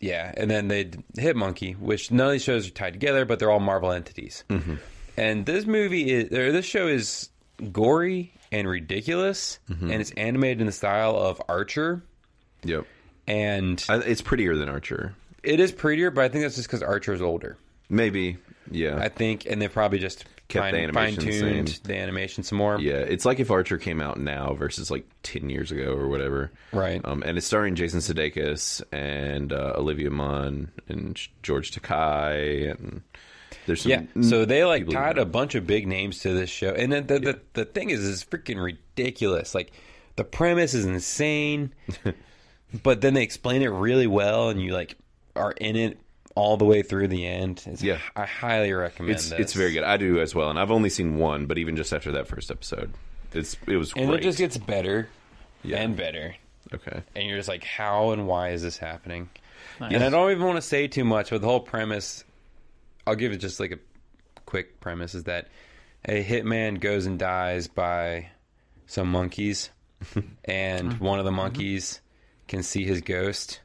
Speaker 2: yeah and then they hit monkey which none of these shows are tied together but they're all marvel entities
Speaker 1: Mm-hmm.
Speaker 2: and this movie is or this show is gory and ridiculous
Speaker 1: Mm-hmm.
Speaker 2: and it's animated in the style of archer
Speaker 1: Yep,
Speaker 2: and
Speaker 1: I, it's prettier than Archer.
Speaker 2: it is prettier but i think that's just because archer is older
Speaker 1: Maybe. Yeah.
Speaker 2: I think, and they probably just
Speaker 1: Kept the
Speaker 2: fine,
Speaker 1: animation the
Speaker 2: tuned
Speaker 1: same.
Speaker 2: the animation some more.
Speaker 1: yeah, it's like if Archer came out now versus like ten years ago or whatever,
Speaker 2: Right.
Speaker 1: Um, and it's starring Jason Sudeikis and uh, Olivia Munn and George Takai and there's some
Speaker 2: Yeah, so they like
Speaker 1: Mm-hmm. people you
Speaker 2: tied
Speaker 1: know.
Speaker 2: a bunch of big names to this show, and then the the, the thing is, is freaking ridiculous. Like the premise is insane, but then they explain it really well, and you like are in it all the way through the end. It's-
Speaker 1: Yeah.
Speaker 2: I highly recommend.
Speaker 1: It's
Speaker 2: this.
Speaker 1: it's very good. I do as well, and I've only seen one, but even just after that first episode, it's it was
Speaker 2: and
Speaker 1: great.
Speaker 2: it just gets better
Speaker 1: Yeah.
Speaker 2: and better.
Speaker 1: okay,
Speaker 2: and you're just like, how and why is this happening? And I don't even want to say too much, but the whole premise, I'll give it just like a quick premise, is that a hitman goes and dies by
Speaker 1: Mm-hmm.
Speaker 2: some monkeys, and one of the monkeys can see his ghost,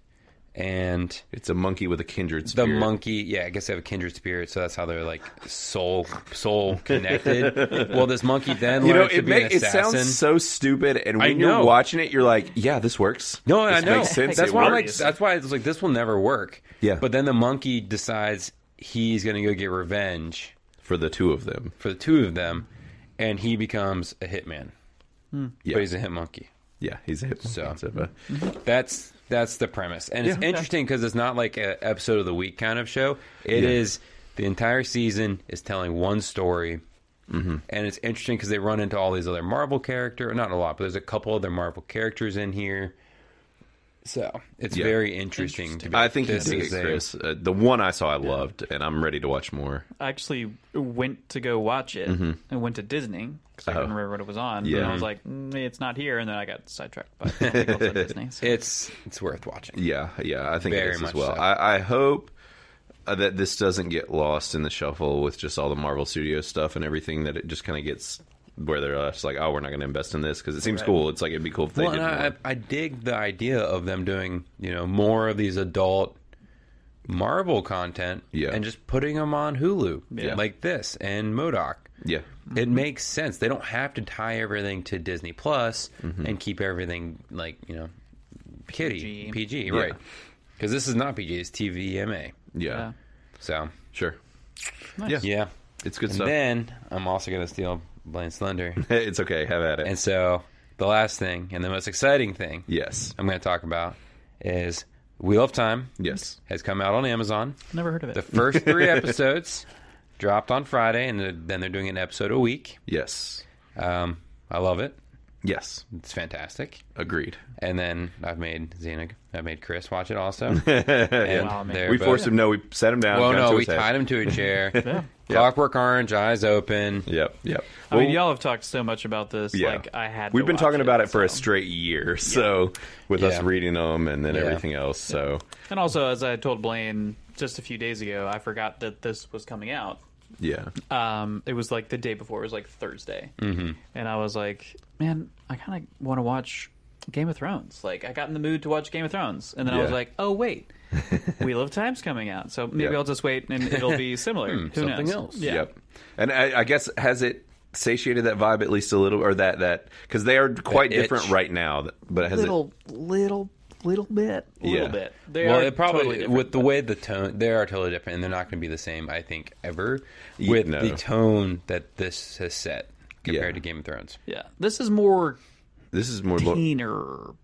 Speaker 2: and
Speaker 1: It's a monkey with a kindred
Speaker 2: the
Speaker 1: spirit.
Speaker 2: monkey yeah i guess they have a kindred spirit so that's how they're like soul soul connected well this monkey then
Speaker 1: You know,
Speaker 2: learns to
Speaker 1: it
Speaker 2: be
Speaker 1: make,
Speaker 2: an
Speaker 1: it
Speaker 2: assassin
Speaker 1: sounds so stupid, and
Speaker 2: I
Speaker 1: when you're
Speaker 2: know.
Speaker 1: watching it, you're like, "Yeah, this works."
Speaker 2: no
Speaker 1: this
Speaker 2: i know
Speaker 1: Makes sense.
Speaker 2: that's
Speaker 1: it
Speaker 2: why I'm like
Speaker 1: works.
Speaker 2: that's why it's like this will never work
Speaker 1: Yeah.
Speaker 2: but then the monkey decides he's gonna go get revenge
Speaker 1: for the two of them.
Speaker 2: for the two of them and he becomes a hitman
Speaker 1: Yeah.
Speaker 2: but he's a hit monkey
Speaker 1: Yeah, he's a hip.
Speaker 2: So-
Speaker 1: instead of a-
Speaker 2: That's that's the premise, and it's
Speaker 1: Yeah.
Speaker 2: interesting because it's not like a episode of the week kind of show. It is
Speaker 1: Yeah.
Speaker 2: the entire season is telling one story,
Speaker 1: Mm-hmm.
Speaker 2: and it's interesting because they run into all these other Marvel character, not a lot, but there's a couple other Marvel characters in here. So it's
Speaker 1: Yeah.
Speaker 2: very interesting. To be
Speaker 1: I think you
Speaker 2: this
Speaker 1: dig it,
Speaker 2: is a-
Speaker 1: Chris. Uh, the one I saw, I loved, and I'm ready to watch more.
Speaker 3: I actually went to go watch it and went to Disney because I
Speaker 1: Mm-hmm. Oh.
Speaker 3: couldn't remember what it was on.
Speaker 1: Yeah.
Speaker 3: And I was like, mm, it's not here. And then I got sidetracked by something else on Disney. So.
Speaker 2: It's it's worth watching.
Speaker 1: Yeah, yeah, I think
Speaker 2: Very
Speaker 1: it is
Speaker 2: much
Speaker 1: as well.
Speaker 2: so.
Speaker 1: I, I hope uh, that this doesn't get lost in the shuffle with just all the Marvel Studios stuff and everything. That it just kind of gets where they're just like, "Oh, we're not going to invest in this because it seems
Speaker 3: Right.
Speaker 1: cool." It's like it'd be cool if they
Speaker 2: well,
Speaker 1: did
Speaker 2: and I,
Speaker 1: more.
Speaker 2: I I dig the idea of them doing you know more of these adult Marvel content,
Speaker 1: Yeah.
Speaker 2: and just putting them on Hulu
Speaker 1: Yeah. Mm-hmm.
Speaker 2: like this and Modoc.
Speaker 1: yeah,
Speaker 2: It makes sense. They don't have to tie everything to Disney Plus
Speaker 1: Mm-hmm.
Speaker 2: and keep everything like you know, kitty
Speaker 3: PG.
Speaker 2: PG, right? Because this is not PG; it's TVMA.
Speaker 1: yeah,
Speaker 3: yeah.
Speaker 2: So
Speaker 1: sure,
Speaker 3: Nice.
Speaker 1: yeah,
Speaker 2: yeah,
Speaker 1: it's good
Speaker 2: and
Speaker 1: stuff.
Speaker 2: then I'm also gonna steal Blaine Slender,
Speaker 1: it's okay, have at it.
Speaker 2: and so the last thing and the most exciting thing
Speaker 1: yes,
Speaker 2: I'm going to talk about is Wheel of Time
Speaker 1: yes,
Speaker 2: has come out on Amazon.
Speaker 3: Never heard of it.
Speaker 2: The first three episodes dropped on Friday, and they're- then they're doing an episode a week.
Speaker 1: yes,
Speaker 2: Um, I love it.
Speaker 1: yes.
Speaker 2: It's fantastic.
Speaker 1: Agreed.
Speaker 2: And then I've made Xena, I've made Chris watch it also. And
Speaker 3: Wow, man.
Speaker 2: they're
Speaker 1: we
Speaker 2: both-
Speaker 1: forced him. No, we sat him down.
Speaker 2: Well,
Speaker 1: got
Speaker 2: no,
Speaker 1: to
Speaker 2: we
Speaker 1: his head.
Speaker 2: tied him to a chair. Clockwork Orange, eyes open.
Speaker 1: Yep, yep.
Speaker 3: I mean,
Speaker 1: Well,
Speaker 3: y'all have talked so much about this.
Speaker 1: Yeah.
Speaker 3: Like, I had.
Speaker 1: We've
Speaker 3: to
Speaker 1: been
Speaker 3: watch
Speaker 1: talking about it for a
Speaker 3: so.
Speaker 1: straight year, so with us
Speaker 2: Yeah.
Speaker 1: reading them and then
Speaker 2: Yeah.
Speaker 1: everything else. So
Speaker 3: And also, as I told Blaine just a few days ago, I forgot that this was coming out.
Speaker 1: yeah,
Speaker 3: Um, it was like the day before. It was like Thursday, mm-hmm. and I was like, "Man, I kind of want to watch Game of Thrones." Like, I got in the mood to watch Game of Thrones, and then I was
Speaker 1: Yeah.
Speaker 3: like, "Oh wait, Wheel of Time's coming out, so maybe
Speaker 1: Yeah.
Speaker 3: I'll just wait and it'll be similar." Who
Speaker 2: Hmm, something
Speaker 3: knows?
Speaker 2: else.
Speaker 3: Yeah.
Speaker 1: yep. And I, I guess has it satiated that vibe at least a little, or that that because they are quite
Speaker 2: itch.
Speaker 1: different right now. But has it?
Speaker 3: Little, little, little bit, little
Speaker 1: Yeah.
Speaker 3: bit. They
Speaker 2: well,
Speaker 3: are
Speaker 2: it probably
Speaker 3: totally different,
Speaker 2: with the way the tone they are totally different, and they're not going to be the same. I think ever with
Speaker 1: no.
Speaker 2: the tone that this has set compared
Speaker 1: Yeah.
Speaker 2: to Game of Thrones.
Speaker 3: but- yeah. This is more
Speaker 1: This is more.
Speaker 3: teener,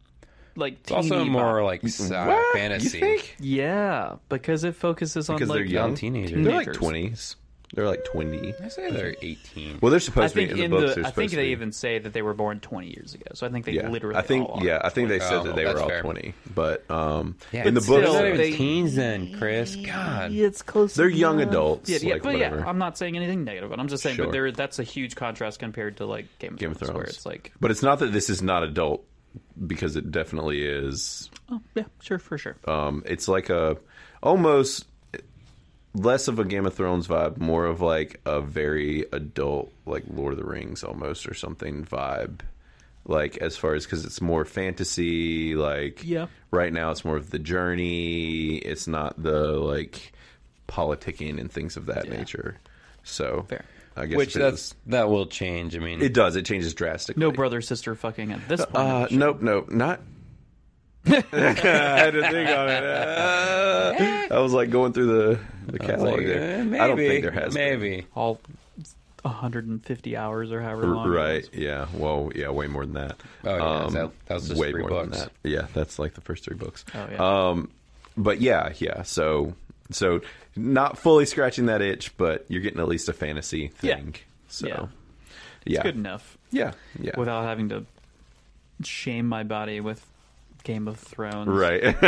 Speaker 3: like
Speaker 2: It's also
Speaker 3: teeny
Speaker 2: more
Speaker 3: pop.
Speaker 2: like sci-
Speaker 1: What?
Speaker 2: fantasy.
Speaker 1: You think?
Speaker 3: yeah, because it focuses on
Speaker 1: Because
Speaker 3: like
Speaker 1: they're young
Speaker 2: teenagers.
Speaker 1: They're like
Speaker 3: teenagers.
Speaker 1: twenties. They're like twenty.
Speaker 2: I say they're eighteen.
Speaker 1: Well, they're
Speaker 3: I
Speaker 1: supposed to be
Speaker 3: think
Speaker 1: in the
Speaker 3: in
Speaker 1: books.
Speaker 3: the,
Speaker 1: they're
Speaker 3: I think
Speaker 1: supposed to
Speaker 3: they
Speaker 1: be.
Speaker 3: even say that they were born 20 years ago. So I think they
Speaker 1: Yeah,
Speaker 3: literally.
Speaker 1: I think
Speaker 3: all are.
Speaker 1: yeah, I think they said
Speaker 2: Oh,
Speaker 1: that they were
Speaker 2: that's
Speaker 1: all
Speaker 2: fair.
Speaker 1: twenty, but um,
Speaker 2: yeah,
Speaker 1: in the books,
Speaker 2: but still, they're not even
Speaker 3: they-
Speaker 2: teens then, Chris. God,
Speaker 3: it's close.
Speaker 1: They're young adults,
Speaker 3: Yeah, yeah,
Speaker 1: like,
Speaker 3: but
Speaker 1: whatever.
Speaker 3: yeah, I'm not saying anything negative. But I'm just saying,
Speaker 1: Sure.
Speaker 3: but there, that's a huge contrast compared to like Game of,
Speaker 1: Game of
Speaker 3: Thrones, where
Speaker 1: Thrones.
Speaker 3: it's like,
Speaker 1: But it's not that this is not adult because it definitely is.
Speaker 3: oh yeah, sure, for sure.
Speaker 1: Um, it's like a almost less of a Game of Thrones vibe, more of like a very adult, like Lord of the Rings almost or something vibe. Like as far as because it's more fantasy. Like
Speaker 3: Yeah.
Speaker 1: right now it's more of the journey. It's not the like politicking and things of that nature. So
Speaker 3: Fair.
Speaker 1: I guess
Speaker 2: which
Speaker 1: if it
Speaker 2: that's
Speaker 1: was-
Speaker 2: that will change. I mean,
Speaker 1: it does. It changes drastically.
Speaker 3: no brother sister fucking at this point.
Speaker 1: Uh, nope, nope, not. I had to think on it. Uh, I was like going through the the
Speaker 2: I was
Speaker 1: catalog
Speaker 2: like,
Speaker 1: there.
Speaker 2: eh, maybe,
Speaker 1: I don't think there has been.
Speaker 2: maybe.
Speaker 3: all 150 hours or however long.
Speaker 1: R-
Speaker 3: it
Speaker 1: Right?
Speaker 3: is.
Speaker 1: Yeah. Well, yeah, way more than that. Um,
Speaker 2: Oh, yeah, that- that was just
Speaker 1: way
Speaker 2: three
Speaker 1: more
Speaker 2: books.
Speaker 1: than that. Yeah, that's like the first three books.
Speaker 3: Oh yeah.
Speaker 1: Um, but yeah, yeah. So, so not fully scratching that itch, but you're getting at least a fantasy
Speaker 3: Yeah.
Speaker 1: thing. So,
Speaker 3: Yeah.
Speaker 1: yeah,
Speaker 3: it's
Speaker 1: yeah,
Speaker 3: good enough.
Speaker 1: yeah, yeah.
Speaker 3: without having to shame my body with Game of Thrones.
Speaker 1: right.
Speaker 2: Dude,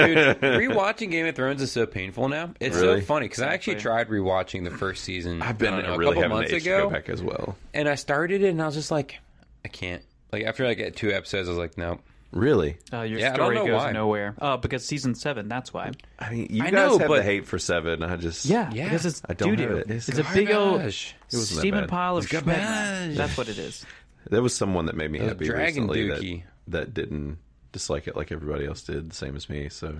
Speaker 2: rewatching Game of Thrones is so painful now. It's
Speaker 1: Really?
Speaker 2: so funny because I actually
Speaker 3: Exactly.
Speaker 2: tried rewatching the first season.
Speaker 1: I've been
Speaker 2: I don't know,
Speaker 1: really
Speaker 2: a couple
Speaker 1: having
Speaker 2: months
Speaker 1: the itch to
Speaker 2: ago,
Speaker 1: go back as well.
Speaker 2: and I started it, and I was just like, I can't. Like after like at two episodes, I was like, nope.
Speaker 1: Really?
Speaker 3: Uh, your
Speaker 2: Yeah, I don't
Speaker 3: story
Speaker 2: know
Speaker 3: goes
Speaker 2: why.
Speaker 3: nowhere. Uh, because season seven, that's why.
Speaker 1: I mean, you
Speaker 2: I
Speaker 1: guys
Speaker 2: know,
Speaker 1: have
Speaker 2: but-
Speaker 1: the hate for seven. I just
Speaker 3: Yeah,
Speaker 2: Yeah.
Speaker 3: because it's
Speaker 1: I don't
Speaker 3: doo-doo.
Speaker 1: have it. It's
Speaker 3: It's, a big old
Speaker 2: garbage. It
Speaker 1: wasn't that
Speaker 3: steaming
Speaker 1: bad.
Speaker 3: pile of shit.
Speaker 2: garbage.
Speaker 3: That's what it is.
Speaker 1: There was someone that made me happy
Speaker 2: Dragon
Speaker 1: recently
Speaker 2: Dookie.
Speaker 1: that that didn't dislike it like everybody else did, the same as me. So,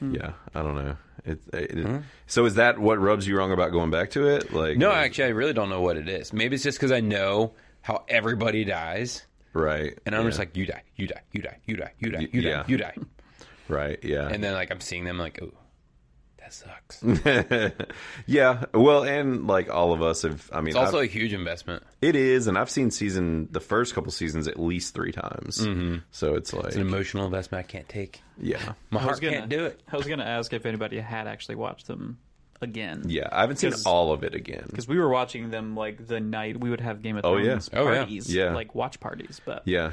Speaker 2: Hmm.
Speaker 1: yeah, I don't know. It, it, it- So is that what rubs you wrong about going back to it? Like
Speaker 2: No, actually, I really don't know what it is. Maybe it's just because I know how everybody dies,
Speaker 1: right?
Speaker 2: and I'm
Speaker 1: yeah,
Speaker 2: just like, you die, you die, you die, you die, you die,
Speaker 1: Y-
Speaker 2: you
Speaker 1: yeah.
Speaker 2: die, you die.
Speaker 1: right, yeah,
Speaker 2: And then like I'm seeing them like, oh, that sucks.
Speaker 1: yeah. Well, and like all of us have. I mean,
Speaker 2: It's also
Speaker 1: I've-
Speaker 2: a huge investment.
Speaker 1: it is, and I've seen season the first couple seasons at least three times. So it's like,
Speaker 2: Mm-hmm. It's an emotional investment I can't take.
Speaker 1: yeah,
Speaker 2: My
Speaker 3: I was
Speaker 2: heart
Speaker 3: gonna
Speaker 2: can't do it.
Speaker 3: I was gonna ask if anybody had actually watched them again.
Speaker 1: yeah. I haven't seen
Speaker 3: 'Cause-
Speaker 1: all of it again.
Speaker 3: Because we were watching them like the night we would have Game of
Speaker 1: Oh,
Speaker 3: Thrones
Speaker 1: yeah.
Speaker 2: Oh, yeah.
Speaker 3: parties,
Speaker 1: Yeah.
Speaker 3: like watch parties. But yeah.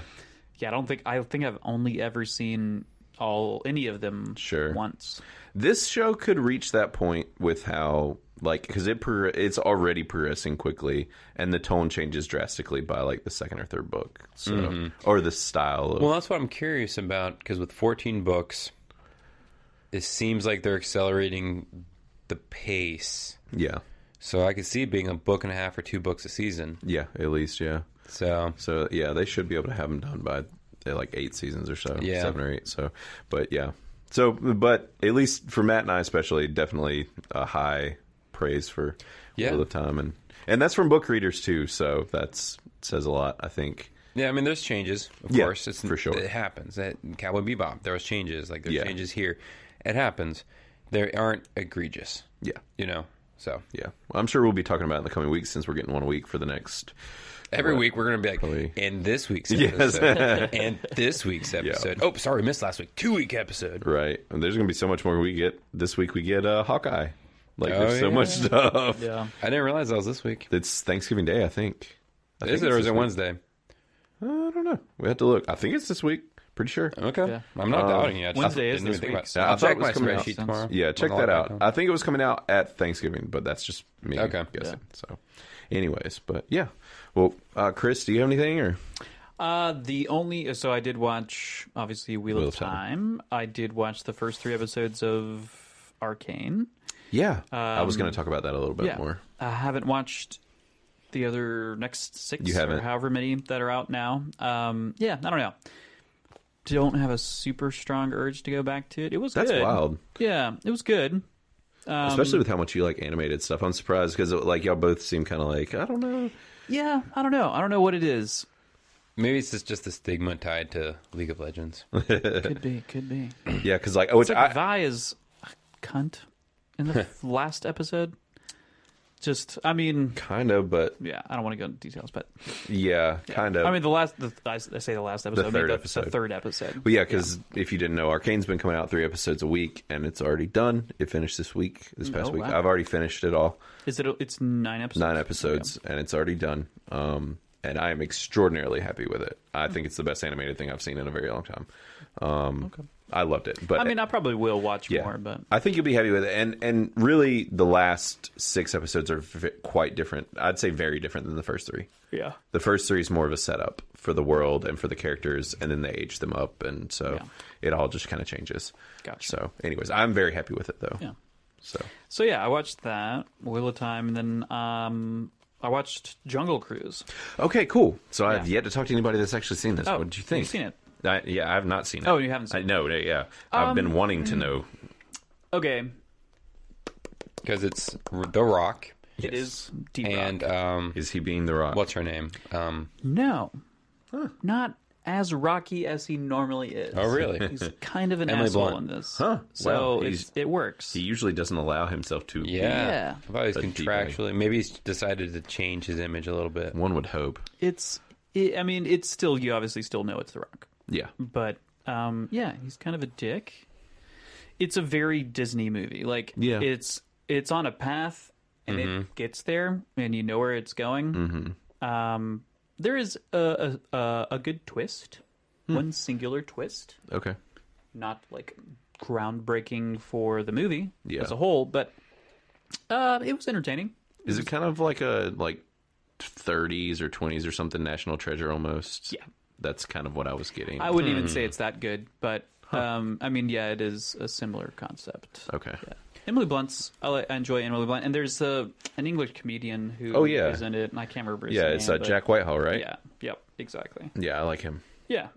Speaker 1: Yeah,
Speaker 3: I don't think I think I've only ever seen all any of them
Speaker 1: Sure.
Speaker 3: once.
Speaker 1: this show could reach that point with how like because it prog- it's already progressing quickly and the tone changes drastically by like the second or third book so or the style of
Speaker 2: Mm-hmm. Well, that's what I'm curious about because with 14 books, it seems like they're accelerating the pace.
Speaker 1: yeah
Speaker 2: So I could see it being a book and a half or two books a season.
Speaker 1: yeah at least yeah
Speaker 2: So
Speaker 1: so yeah they should be able to have them done by uh, like eight seasons or so
Speaker 2: Yeah.
Speaker 1: seven or eight so but yeah so but at least for matt and i especially definitely a high praise for
Speaker 2: Yeah.
Speaker 1: Wheel of time and and that's from book readers too so that's says a lot i think
Speaker 2: yeah, I mean, there's changes, of
Speaker 1: Yeah,
Speaker 2: course. It's,
Speaker 1: for sure.
Speaker 2: it happens. That Cowboy Bebop, there was changes. Like there's
Speaker 1: Yeah.
Speaker 2: changes here. It happens. They aren't egregious,
Speaker 1: yeah
Speaker 2: you know. So
Speaker 1: Yeah, I'm sure we'll be talking about it in the coming weeks since we're getting one a week for the next.
Speaker 2: every week we're gonna be like,
Speaker 1: Probably-
Speaker 2: and this week's
Speaker 1: Yes.
Speaker 2: episode, and this week's episode. Oh, sorry, missed last week. Two week episode.
Speaker 1: Right, and there's going to be so much more we get this week. We get uh, Hawkeye. Like
Speaker 2: Oh,
Speaker 1: there's so
Speaker 2: yeah.
Speaker 1: much stuff.
Speaker 3: Yeah.
Speaker 2: I didn't realize that was this week.
Speaker 1: It's Thanksgiving Day, I think. I
Speaker 2: Is
Speaker 1: think
Speaker 2: it or
Speaker 1: it's
Speaker 2: is
Speaker 1: this
Speaker 2: it
Speaker 1: week.
Speaker 2: Wednesday?
Speaker 1: I don't know. We have to look. I think it's this week. Pretty sure.
Speaker 2: Okay.
Speaker 3: Yeah.
Speaker 2: I'm not
Speaker 1: Um,
Speaker 2: doubting you. I just
Speaker 3: Wednesday
Speaker 2: didn't
Speaker 3: is
Speaker 2: even
Speaker 3: this
Speaker 2: think
Speaker 3: week.
Speaker 2: about it.
Speaker 1: Yeah, I
Speaker 2: I'll
Speaker 1: thought it
Speaker 2: check
Speaker 1: was
Speaker 2: my
Speaker 1: coming out
Speaker 2: spreadsheet
Speaker 3: since-
Speaker 2: tomorrow.
Speaker 1: Yeah, check
Speaker 2: When I
Speaker 1: that
Speaker 2: log back
Speaker 1: out.
Speaker 2: on.
Speaker 1: I think it was coming out at Thanksgiving, but that's just me
Speaker 2: Okay.
Speaker 1: guessing. So, anyways, but yeah. Well, uh, Chris, do you have anything or
Speaker 3: Uh, the only so I did watch obviously Wheel,
Speaker 1: Wheel of
Speaker 3: of
Speaker 1: Time.
Speaker 3: Time. I did watch the first three episodes of Arcane.
Speaker 1: yeah? I was going to talk about that a little bit
Speaker 3: Um, yeah,
Speaker 1: more.
Speaker 3: I haven't watched the other next six
Speaker 1: You
Speaker 3: or
Speaker 1: haven't?
Speaker 3: however many that are out now. Um, yeah, I don't know. Don't have a super strong urge to go back to it. It was
Speaker 1: That's
Speaker 3: good.
Speaker 1: wild.
Speaker 3: Yeah, it was good. Um,
Speaker 1: especially with how much you like animated stuff. I'm surprised because like y'all both seem kind of like I don't know.
Speaker 3: yeah, I don't know. I don't know what it is.
Speaker 2: Maybe it's just, just the stigma tied to League of Legends.
Speaker 3: Could be. Could be.
Speaker 1: Yeah, because like oh, which
Speaker 3: It's like
Speaker 1: I,
Speaker 3: Vi is a cunt in the last episode. Just, I mean,
Speaker 1: kind of, but
Speaker 3: yeah, I don't want to go into details, but
Speaker 1: yeah, kind of.
Speaker 3: I mean, the last, the, I s- I say the last episode, I mean,
Speaker 1: third
Speaker 3: the,
Speaker 1: episode.
Speaker 3: the third episode.
Speaker 1: but yeah, because if you didn't know, Arcane's been coming out three episodes a week, and it's already done. It finished this week, this past
Speaker 3: Oh,
Speaker 1: week.
Speaker 3: wow.
Speaker 1: I've already finished it all,
Speaker 3: Is it? a- It's nine episodes.
Speaker 1: nine episodes, and it's already done. Um, and I am extraordinarily happy with it. I
Speaker 3: Hmm.
Speaker 1: think it's the best animated thing I've seen in a very long time. Um, I loved it, but
Speaker 3: I mean, I probably will watch
Speaker 1: Yeah.
Speaker 3: more, but
Speaker 1: I think you'll be happy with it. And and really, the last six episodes are v- quite different. I'd say very different than the first three.
Speaker 3: yeah,
Speaker 1: The first three is more of a setup for the world and for the characters, and then they age them up, and so
Speaker 3: Yeah.
Speaker 1: it all just kind of changes.
Speaker 3: Gotcha.
Speaker 1: So, anyways, I'm very happy with it though.
Speaker 3: yeah.
Speaker 1: So
Speaker 3: So yeah, I watched that Wheel of Time, and then um, I watched Jungle Cruise.
Speaker 1: okay, cool. So I've
Speaker 3: Yeah.
Speaker 1: yet to talk to anybody that's actually seen this.
Speaker 3: Oh,
Speaker 1: what do you think?
Speaker 3: you've seen it.
Speaker 1: I, yeah, I have not seen it.
Speaker 3: Oh, you haven't seen Um, mm.
Speaker 1: I, No, yeah, I've been wanting to know.
Speaker 3: Okay,
Speaker 2: Because it's R- The Rock
Speaker 3: it is Deep Rock.
Speaker 2: and um,
Speaker 1: Is he being the rock?
Speaker 2: what's her name? Um,
Speaker 3: no, not as rocky as he normally is.
Speaker 2: oh, really?
Speaker 3: He's kind of an
Speaker 2: Emily
Speaker 3: asshole
Speaker 2: Blunt.
Speaker 3: in this.
Speaker 1: Huh.
Speaker 3: So
Speaker 1: Wow.
Speaker 3: it's, it works.
Speaker 1: he usually doesn't allow himself to. be-
Speaker 2: Yeah.
Speaker 3: Yeah.
Speaker 2: I thought he was
Speaker 1: But deep red.
Speaker 2: contractually. Maybe he's decided to change his image a little bit.
Speaker 1: one would hope.
Speaker 3: It's. It, I mean, it's still you obviously still know it's The Rock,
Speaker 1: Yeah,
Speaker 3: but um, yeah, he's kind of a dick. It's a very Disney movie. Like
Speaker 1: Yeah. Mm-hmm.
Speaker 3: it's it's on a path and it gets there and you know where it's going. Um, there is a a- a, a good twist,
Speaker 1: Hmm.
Speaker 3: one singular twist.
Speaker 1: okay.
Speaker 3: not like groundbreaking for the movie
Speaker 1: Yeah.
Speaker 3: as a whole, but uh, it was entertaining.
Speaker 1: Is it kind of like a like 30s or 20s or something National Treasure almost?
Speaker 3: Yeah.
Speaker 1: that's kind of what I was getting.
Speaker 3: I wouldn't even
Speaker 1: Hmm.
Speaker 3: say it's that good, but um, I mean, yeah, it is a similar concept.
Speaker 1: okay.
Speaker 3: Emily Blunt's I, li- I enjoy Emily Blunt, and there's uh, an English comedian who
Speaker 1: Oh, yeah.
Speaker 3: is in it, and I can't remember. His
Speaker 1: Yeah,
Speaker 3: name,
Speaker 1: it's uh,
Speaker 3: but-
Speaker 1: Jack Whitehall, right?
Speaker 3: Yeah, yep, exactly.
Speaker 1: Yeah, I like him.
Speaker 3: Yeah,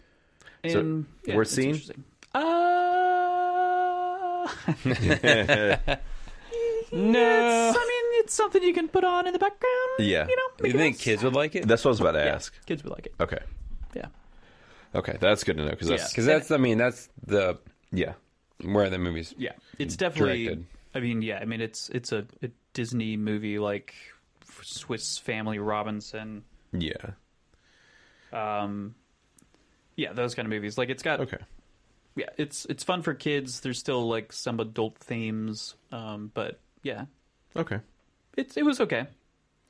Speaker 1: So,
Speaker 3: And yeah,
Speaker 1: worth
Speaker 3: it's
Speaker 1: seeing?
Speaker 3: interesting. Uh,
Speaker 2: No.
Speaker 3: it's, I mean, it's something you can put on in the background.
Speaker 1: Yeah.
Speaker 3: you know,
Speaker 2: You
Speaker 3: make it
Speaker 2: think
Speaker 3: nice.
Speaker 2: kids would like it?
Speaker 1: That's what I was about to
Speaker 3: Yeah,
Speaker 1: ask.
Speaker 3: kids would like it.
Speaker 1: Okay.
Speaker 3: Yeah,
Speaker 1: Okay, that's good to know because that's
Speaker 2: Because that's, I mean, that's the
Speaker 1: yeah.
Speaker 2: where the movies.
Speaker 3: yeah, it's definitely.
Speaker 2: Directed.
Speaker 3: I mean, yeah, I mean, it's it's a, a Disney movie like Swiss Family Robinson.
Speaker 1: yeah,
Speaker 3: Um, yeah, those kind of movies. Like it's got
Speaker 1: Okay,
Speaker 3: yeah, it's it's fun for kids. There's still like some adult themes, um, but yeah,
Speaker 1: okay,
Speaker 3: it's it was okay.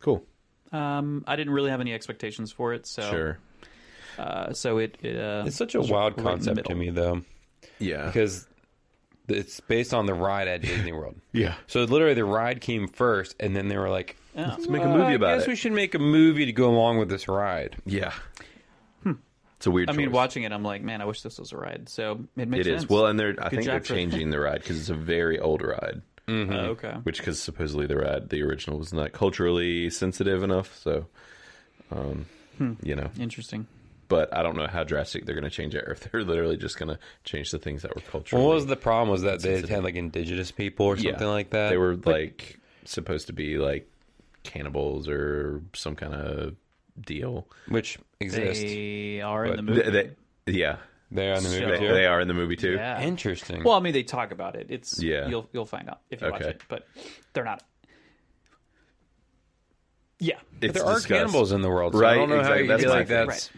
Speaker 1: cool,
Speaker 3: Um, I didn't really have any expectations for it, so
Speaker 1: sure,
Speaker 3: uh, so it, it uh,
Speaker 2: It's such a wild
Speaker 3: right in the
Speaker 2: concept to
Speaker 3: middle.
Speaker 2: me, though,
Speaker 1: yeah,
Speaker 2: because it's based on the ride at Disney World.
Speaker 1: yeah,
Speaker 2: So literally, the ride came first, and then they were like,
Speaker 3: yeah.
Speaker 1: let's make a movie
Speaker 2: Uh, I
Speaker 1: about
Speaker 2: guess
Speaker 1: it.
Speaker 2: we should make a movie to go along with this ride.
Speaker 1: Yeah, it's a weird.
Speaker 3: Hmm. I mean,
Speaker 1: choice.
Speaker 3: watching it, I'm like, man, I wish this was a ride. So it makes
Speaker 1: It
Speaker 3: sense.
Speaker 1: is well, and they're I
Speaker 3: Good
Speaker 1: think they're
Speaker 3: job for-
Speaker 1: changing the ride because it's a very old ride,
Speaker 3: Uh, okay.
Speaker 1: which because supposedly the ride the original was not culturally sensitive enough, so um, you know.
Speaker 3: Interesting.
Speaker 1: But I don't know how drastic they're going to change it, or if they're literally just going to change the things that were culturally.
Speaker 2: What was the problem? Was that they had like indigenous people or something like that?
Speaker 1: They were like supposed to be like cannibals or some kind of deal.
Speaker 2: which exist. They,
Speaker 3: They are in
Speaker 2: But
Speaker 3: the
Speaker 1: They,
Speaker 3: movie.
Speaker 1: they- yeah,
Speaker 2: are in the movie
Speaker 1: they,
Speaker 2: too.
Speaker 1: they are in the movie too.
Speaker 3: yeah.
Speaker 2: Interesting.
Speaker 3: Well, I mean, they talk about it. It's
Speaker 1: Yeah.
Speaker 3: You'll you'll find out if you watch
Speaker 1: Okay.
Speaker 3: it, but they're not. Yeah.
Speaker 1: It's
Speaker 2: there are
Speaker 1: discussed.
Speaker 2: cannibals in the world, so I
Speaker 1: Right,
Speaker 2: don't know
Speaker 1: exactly.
Speaker 2: how you
Speaker 1: That's
Speaker 2: feel
Speaker 1: my
Speaker 2: like
Speaker 1: thing.
Speaker 2: that's.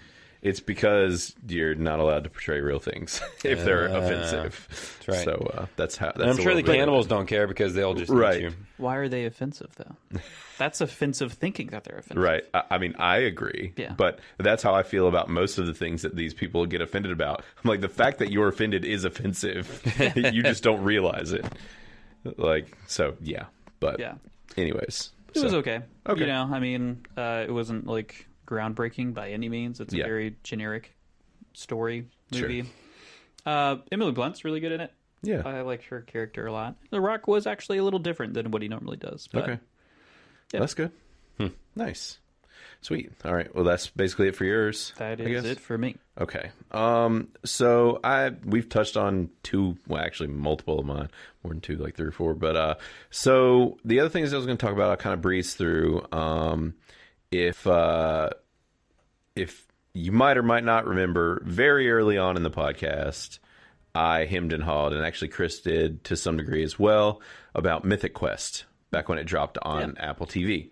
Speaker 1: It's because you're not allowed to portray real things if they're
Speaker 2: Ah,
Speaker 1: offensive.
Speaker 2: that's right.
Speaker 1: So uh, that's how. That's
Speaker 2: And I'm sure
Speaker 1: world
Speaker 2: the
Speaker 1: we live
Speaker 2: cannibals don't care because they'll just eat
Speaker 1: Right.
Speaker 2: you.
Speaker 3: Why are they offensive though? That's offensive thinking that they're
Speaker 1: in.
Speaker 3: offensive.
Speaker 1: Right. I, I mean, I agree.
Speaker 3: Yeah.
Speaker 1: But that's how I feel about most of the things that these people get offended about. I'm like, the fact that you're offended is offensive. you just don't realize it. Like, so yeah. But
Speaker 3: Yeah.
Speaker 1: anyways.
Speaker 3: It was
Speaker 1: so-
Speaker 3: okay.
Speaker 1: Okay.
Speaker 3: You know, I mean, uh, it wasn't like groundbreaking by any means. It's a
Speaker 1: Yeah.
Speaker 3: very generic story
Speaker 1: Sure.
Speaker 3: movie. Uh, Emily Blunt's really good in it.
Speaker 1: Yeah.
Speaker 3: I liked her character a lot. The Rock was actually a little different than what he normally does. But
Speaker 1: Okay.
Speaker 3: Yeah.
Speaker 1: That's good. Hmm. Nice. Sweet. All right. Well, that's basically it for yours.
Speaker 3: that
Speaker 1: I
Speaker 3: is
Speaker 1: guess.
Speaker 3: it for me.
Speaker 1: Okay. Um. So I we've touched on two, well, actually multiple of mine, more than two, like three or four. But uh, so the other things I was going to talk about, I will kind of breeze through. Um, if uh, if you might or might not remember, very early on in the podcast, I hemmed and hawed, and actually Chris did to some degree as well about Mythic Quest back when it dropped on Apple TV.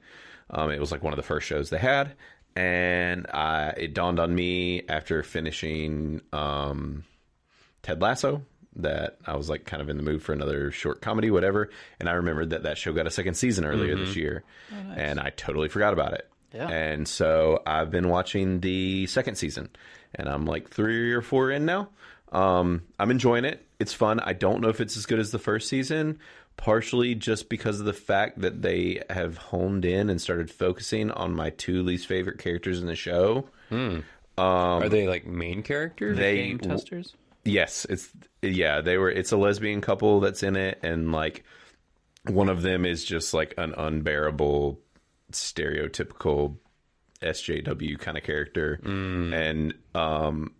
Speaker 1: Um, it was like one of the first shows they had, and I, it dawned on me after finishing um, Ted Lasso that I was like kind of in the mood for another short comedy, whatever. And I remembered that that show got a second season earlier this year, and I totally forgot about it.
Speaker 3: Yeah.
Speaker 1: And so I've been watching the second season, and I'm like three or four in now. Um, I'm enjoying it. It's fun. I don't know if it's as good as the first season, partially just because of the fact that they have honed in and started focusing on my two least favorite characters in the show. Um,
Speaker 2: are they like main characters?
Speaker 1: They
Speaker 3: Game testers.
Speaker 1: Yes, it's yeah, they were it's a lesbian couple that's in it and like one of them is just like an unbearable stereotypical SJW kind of character and um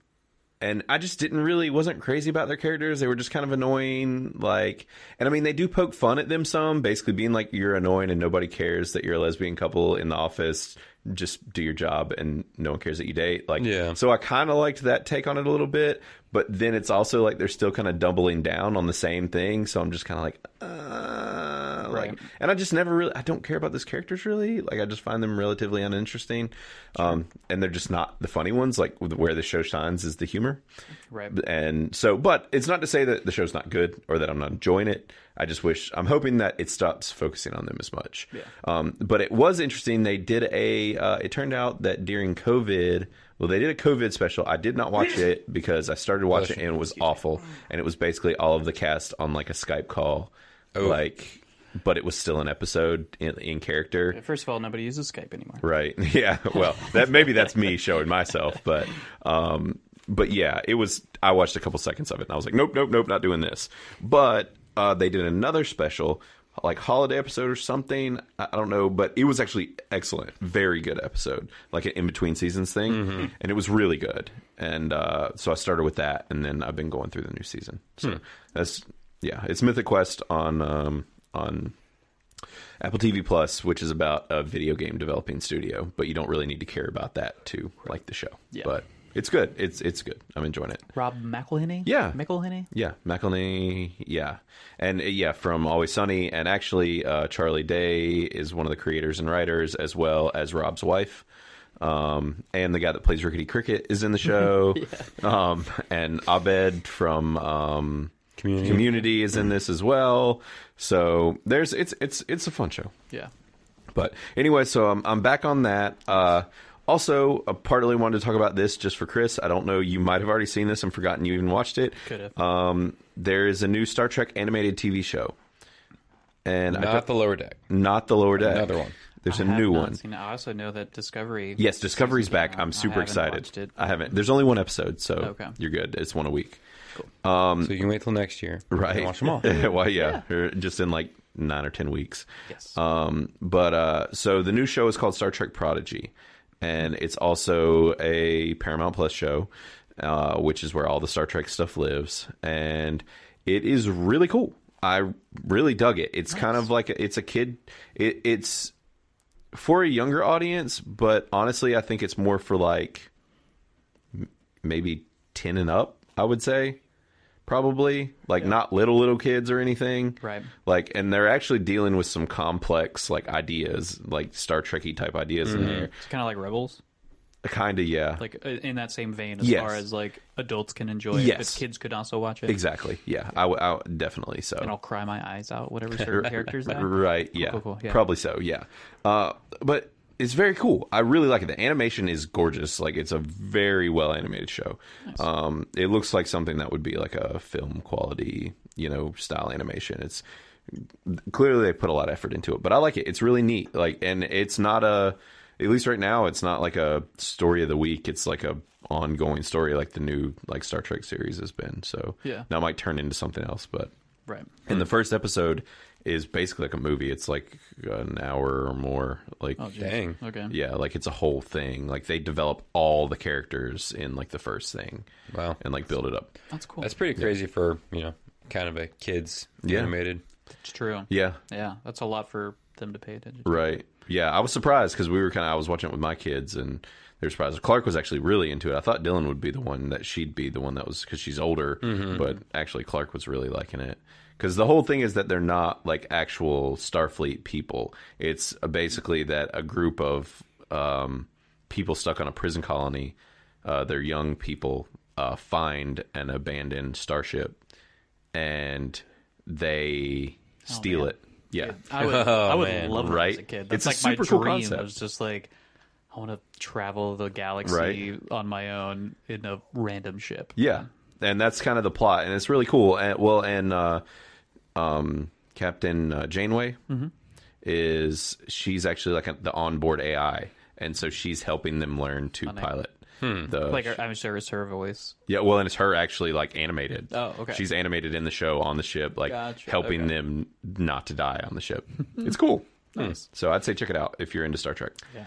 Speaker 1: and I just didn't really wasn't crazy about their characters. They were just kind of annoying like and I mean they do poke fun at them some, basically being like you're annoying and nobody cares that you're a lesbian couple in the office. Just do your job and no one cares that you date. Like
Speaker 2: Yeah.
Speaker 1: so I kind of liked that take on it a little bit, but then it's also like they're still kind of doubling down on the same thing. So I'm just kind of like, uh,
Speaker 3: Right.
Speaker 1: like, and I just never really, I don't care about those characters really. Like I just find them relatively uninteresting, um, and they're just not the funny ones. Like with- where the show shines is the humor,
Speaker 3: Right.
Speaker 1: and so, but it's not to say that the show's not good or that I'm not enjoying it. I just wish I'm hoping that it stops focusing on them as much.
Speaker 3: Yeah.
Speaker 1: Um, but it was interesting. They did a. Uh, it turned out that during COVID, well, they did a COVID special. I did not watch it because I started watching it and it was awful. And it was basically all of the cast on like a Skype call, like, but it was still an episode in, in character.
Speaker 3: First of all, nobody uses Skype anymore.
Speaker 1: Right. Yeah. Well, that maybe that's me showing myself, but um but yeah, it was I watched a couple seconds of it and I was like, nope, nope, nope, not doing this. But uh they did another special like holiday episode or something. I I don't know, but it was actually excellent, very good episode, like an in between seasons thing, and it was really good. And uh, so I started with that, and then I've been going through the new season. So that's yeah, it's Mythic Quest on um, on Apple TV Plus, which is about a video game developing studio, but you don't really need to care about that to like the show.
Speaker 3: Yeah.
Speaker 1: But it's good. It's it's good. I'm enjoying it.
Speaker 3: Rob McElhenney?
Speaker 1: Yeah.
Speaker 3: McElhenney?
Speaker 1: Yeah, McElhenney. Yeah, and uh, yeah, from Always Sunny, and actually, uh, Charlie Day is one of the creators and writers, as well as Rob's wife, um, and the guy that plays Rickety Cricket is in the show, um, and Abed from um,
Speaker 2: Community.
Speaker 1: is in this as well. So there's it's it's it's a fun show.
Speaker 3: Yeah.
Speaker 1: But anyway, so I'm, I'm back on that. Uh, also, I partly wanted to talk about this just for Chris. I don't know. You might have already seen this and forgotten you even watched it.
Speaker 3: Could have.
Speaker 1: Um, there is a new Star Trek animated TV show, and I
Speaker 2: Not the lower deck.
Speaker 1: don't- not the lower deck.
Speaker 2: Another one.
Speaker 1: There's
Speaker 3: I
Speaker 1: a
Speaker 3: have
Speaker 1: new
Speaker 3: not
Speaker 1: one.
Speaker 3: seen it. I also know that Discovery.
Speaker 1: Yes, Discovery's
Speaker 3: season came
Speaker 1: back.
Speaker 3: out.
Speaker 1: I'm
Speaker 3: I
Speaker 1: super
Speaker 3: haven't watched
Speaker 1: excited.
Speaker 3: it.
Speaker 1: I haven't. There's only one episode, so
Speaker 3: Okay.
Speaker 1: you're good. It's one a week,
Speaker 2: so you can wait till next year.
Speaker 1: um, right?
Speaker 2: And watch them all.
Speaker 1: well, yeah, or just in like nine or ten weeks.
Speaker 3: Yes.
Speaker 1: Um, but uh, so the new show is called Star Trek Prodigy, and it's also a Paramount Plus show, uh, which is where all the Star Trek stuff lives, and it is really cool. I really dug it. It's kind of like a, it's a kid. It, it's for a younger audience, but honestly, I think it's more for like m- maybe ten and up. I would say probably like not little little kids or anything
Speaker 3: Right.
Speaker 1: like and they're actually dealing with some complex like ideas like star trekky type ideas in there
Speaker 3: it's kind of like Rebels,
Speaker 1: kind of yeah
Speaker 3: Mm-hmm. like uh, in that same vein as
Speaker 1: Yes.
Speaker 3: far as like adults can enjoy it, but
Speaker 1: Yes.
Speaker 3: kids could also watch it.
Speaker 1: exactly yeah I, w- I w- definitely so
Speaker 3: And I'll cry my eyes out, whatever certain characters that.
Speaker 1: Right. Yeah.
Speaker 3: cool, cool, yeah.
Speaker 1: Probably so. Yeah. Uh, but it's very cool. I really like it. The animation is gorgeous. Like it's a very well animated show. Um, it looks like something that would be like a film quality, you know, style animation. It's clearly they put a lot of effort into it, but I like it. It's really neat. Like, and it's not a, at least right now, it's not like a story of the week. It's like a ongoing story, like the new like Star Trek series has been. So
Speaker 3: Yeah.
Speaker 1: that might turn into something else, but
Speaker 3: Right.
Speaker 1: and the first episode is basically like a movie. It's like an hour or more. Like,
Speaker 3: Oh, geez.
Speaker 2: Dang.
Speaker 3: Okay.
Speaker 1: yeah, like it's a whole thing. Like they develop all the characters in like the first thing.
Speaker 2: Wow.
Speaker 1: And like build it up.
Speaker 3: That's cool.
Speaker 2: That's pretty crazy for, you know, kind of a kids
Speaker 1: Yeah.
Speaker 2: animated.
Speaker 3: That's true.
Speaker 1: Yeah.
Speaker 3: Yeah, that's a lot for them to pay attention. to.
Speaker 1: Right. Yeah. I was surprised because we were kind of, I was watching it with my kids and they were surprised. Clark was actually really into it. I thought Dylan would be the one that she'd be the one that was because she's older, but actually Clark was really liking it. Because the whole thing is that they're not like actual Starfleet people. It's uh, basically that a group of um, people stuck on a prison colony, uh, they're young people, uh, find an abandoned starship and they steal
Speaker 3: man.
Speaker 1: it. Yeah.
Speaker 3: I would, I would
Speaker 2: man.
Speaker 3: love that
Speaker 1: Oh, Right?
Speaker 3: as a kid.
Speaker 1: It's
Speaker 3: That's
Speaker 1: a
Speaker 3: like
Speaker 1: super
Speaker 3: my
Speaker 1: cool
Speaker 3: dream.
Speaker 1: concept.
Speaker 3: I was just like, I want to travel the galaxy
Speaker 1: Right.
Speaker 3: on my own in a random ship.
Speaker 1: Yeah, and that's kind of the plot, and it's really cool. And well, and uh, um, Captain uh, Janeway is she's actually like a, the onboard AI, and so she's helping them learn to pilot. The,
Speaker 3: Hmm. Like I'm sure it's her voice.
Speaker 1: yeah, well, and it's her actually like animated.
Speaker 3: Oh, okay.
Speaker 1: She's animated in the show on the ship, like
Speaker 3: Gotcha,
Speaker 1: helping
Speaker 3: okay.
Speaker 1: them not to die on the ship. it's cool.
Speaker 3: Nice.
Speaker 1: So I'd say check it out if you're into Star Trek.
Speaker 3: Yeah.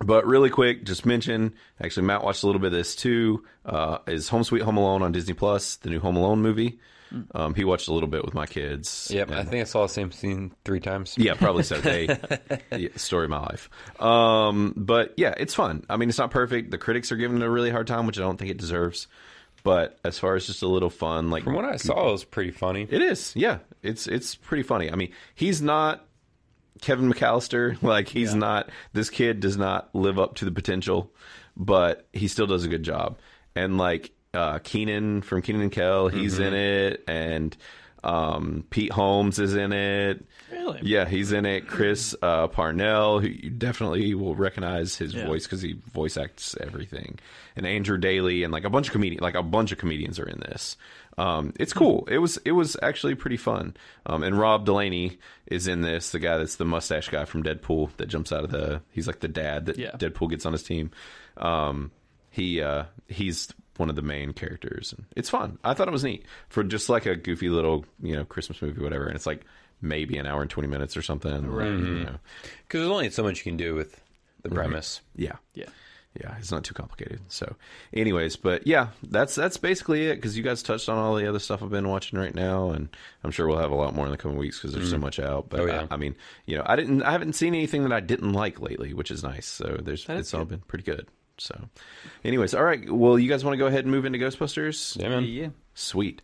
Speaker 1: But really quick, just mention actually Matt watched a little bit of this too. Uh, is Home Sweet Home Alone on Disney Plus, the new Home Alone movie? Um, he watched a little bit with my kids.
Speaker 2: Yep. I
Speaker 1: And-
Speaker 2: think I saw the same scene three times.
Speaker 1: yeah, probably so. They yeah, story of my life. Um, but yeah, it's fun. I mean, it's not perfect. The critics are giving it a really hard time, which I don't think it deserves. But as far as just a little fun, like
Speaker 2: From what I saw, it was pretty funny.
Speaker 1: it is, yeah. It's it's pretty funny. I mean, he's not Kevin McAllister. Like he's not this kid does not live up to the potential, but he still does a good job. And like uh Keenan from Keenan and Kel, he's in it, and um Pete Holmes is in it.
Speaker 3: Really?
Speaker 1: Yeah, he's in it. Chris uh, Parnell, who you definitely will recognize his voice 'cause voice because he voice acts everything, and Andrew Daly, and like a bunch of comedian, like a bunch of comedians are in this. Um, it's cool. It was it was actually pretty fun. Um, and Rob Delaney is in this, the guy that's the mustache guy from Deadpool that jumps out of the. He's like the dad that
Speaker 3: Yeah.
Speaker 1: Deadpool gets on his team. Um, he uh, he's one of the main characters. And it's fun. I thought it was neat for just like a goofy little you know Christmas movie, whatever. And it's like maybe an hour and twenty minutes or something. Right. You know.
Speaker 2: Because there's only so much you can do with
Speaker 1: Mm-hmm.
Speaker 2: the premise.
Speaker 1: Yeah.
Speaker 3: Yeah.
Speaker 1: Yeah, it's not too complicated. So, anyways, but yeah, that's that's basically it because you guys touched on all the other stuff I've been watching right now, and I'm sure we'll have a lot more in the coming weeks because there's so much out. But
Speaker 2: Oh, yeah.
Speaker 1: I, I mean, you know, I didn't, I haven't seen anything that I didn't like lately, which is nice. So there's,
Speaker 3: That is
Speaker 1: it's all
Speaker 3: good.
Speaker 1: been pretty good. So, anyways, all right. Well, you guys want to go ahead and move into Ghostbusters?
Speaker 2: Yeah, man.
Speaker 3: Yeah.
Speaker 1: Sweet.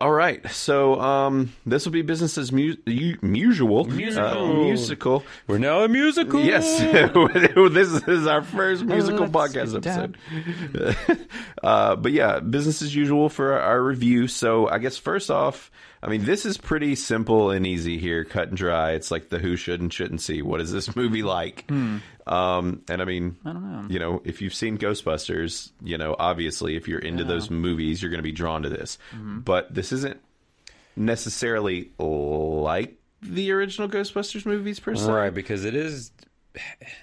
Speaker 1: All right, so um, this will be business as mu- u- usual. Musical. musical.
Speaker 2: We're now a musical.
Speaker 1: Yes, this is our first musical
Speaker 3: Oh, Let's
Speaker 1: podcast
Speaker 3: get down.
Speaker 1: episode. uh, but yeah, business as usual for our review. So I guess first off, I mean this is pretty simple and easy here, cut and dry. It's like the who should and shouldn't see. What is this movie like? Um, and I mean, I
Speaker 3: Hmm. don't know.
Speaker 1: You know, if you've seen Ghostbusters, you know obviously if you're into those movies, you're going to be drawn to this.
Speaker 3: Mm-hmm.
Speaker 1: But this isn't necessarily like the original Ghostbusters movies per se.
Speaker 2: Right, because it is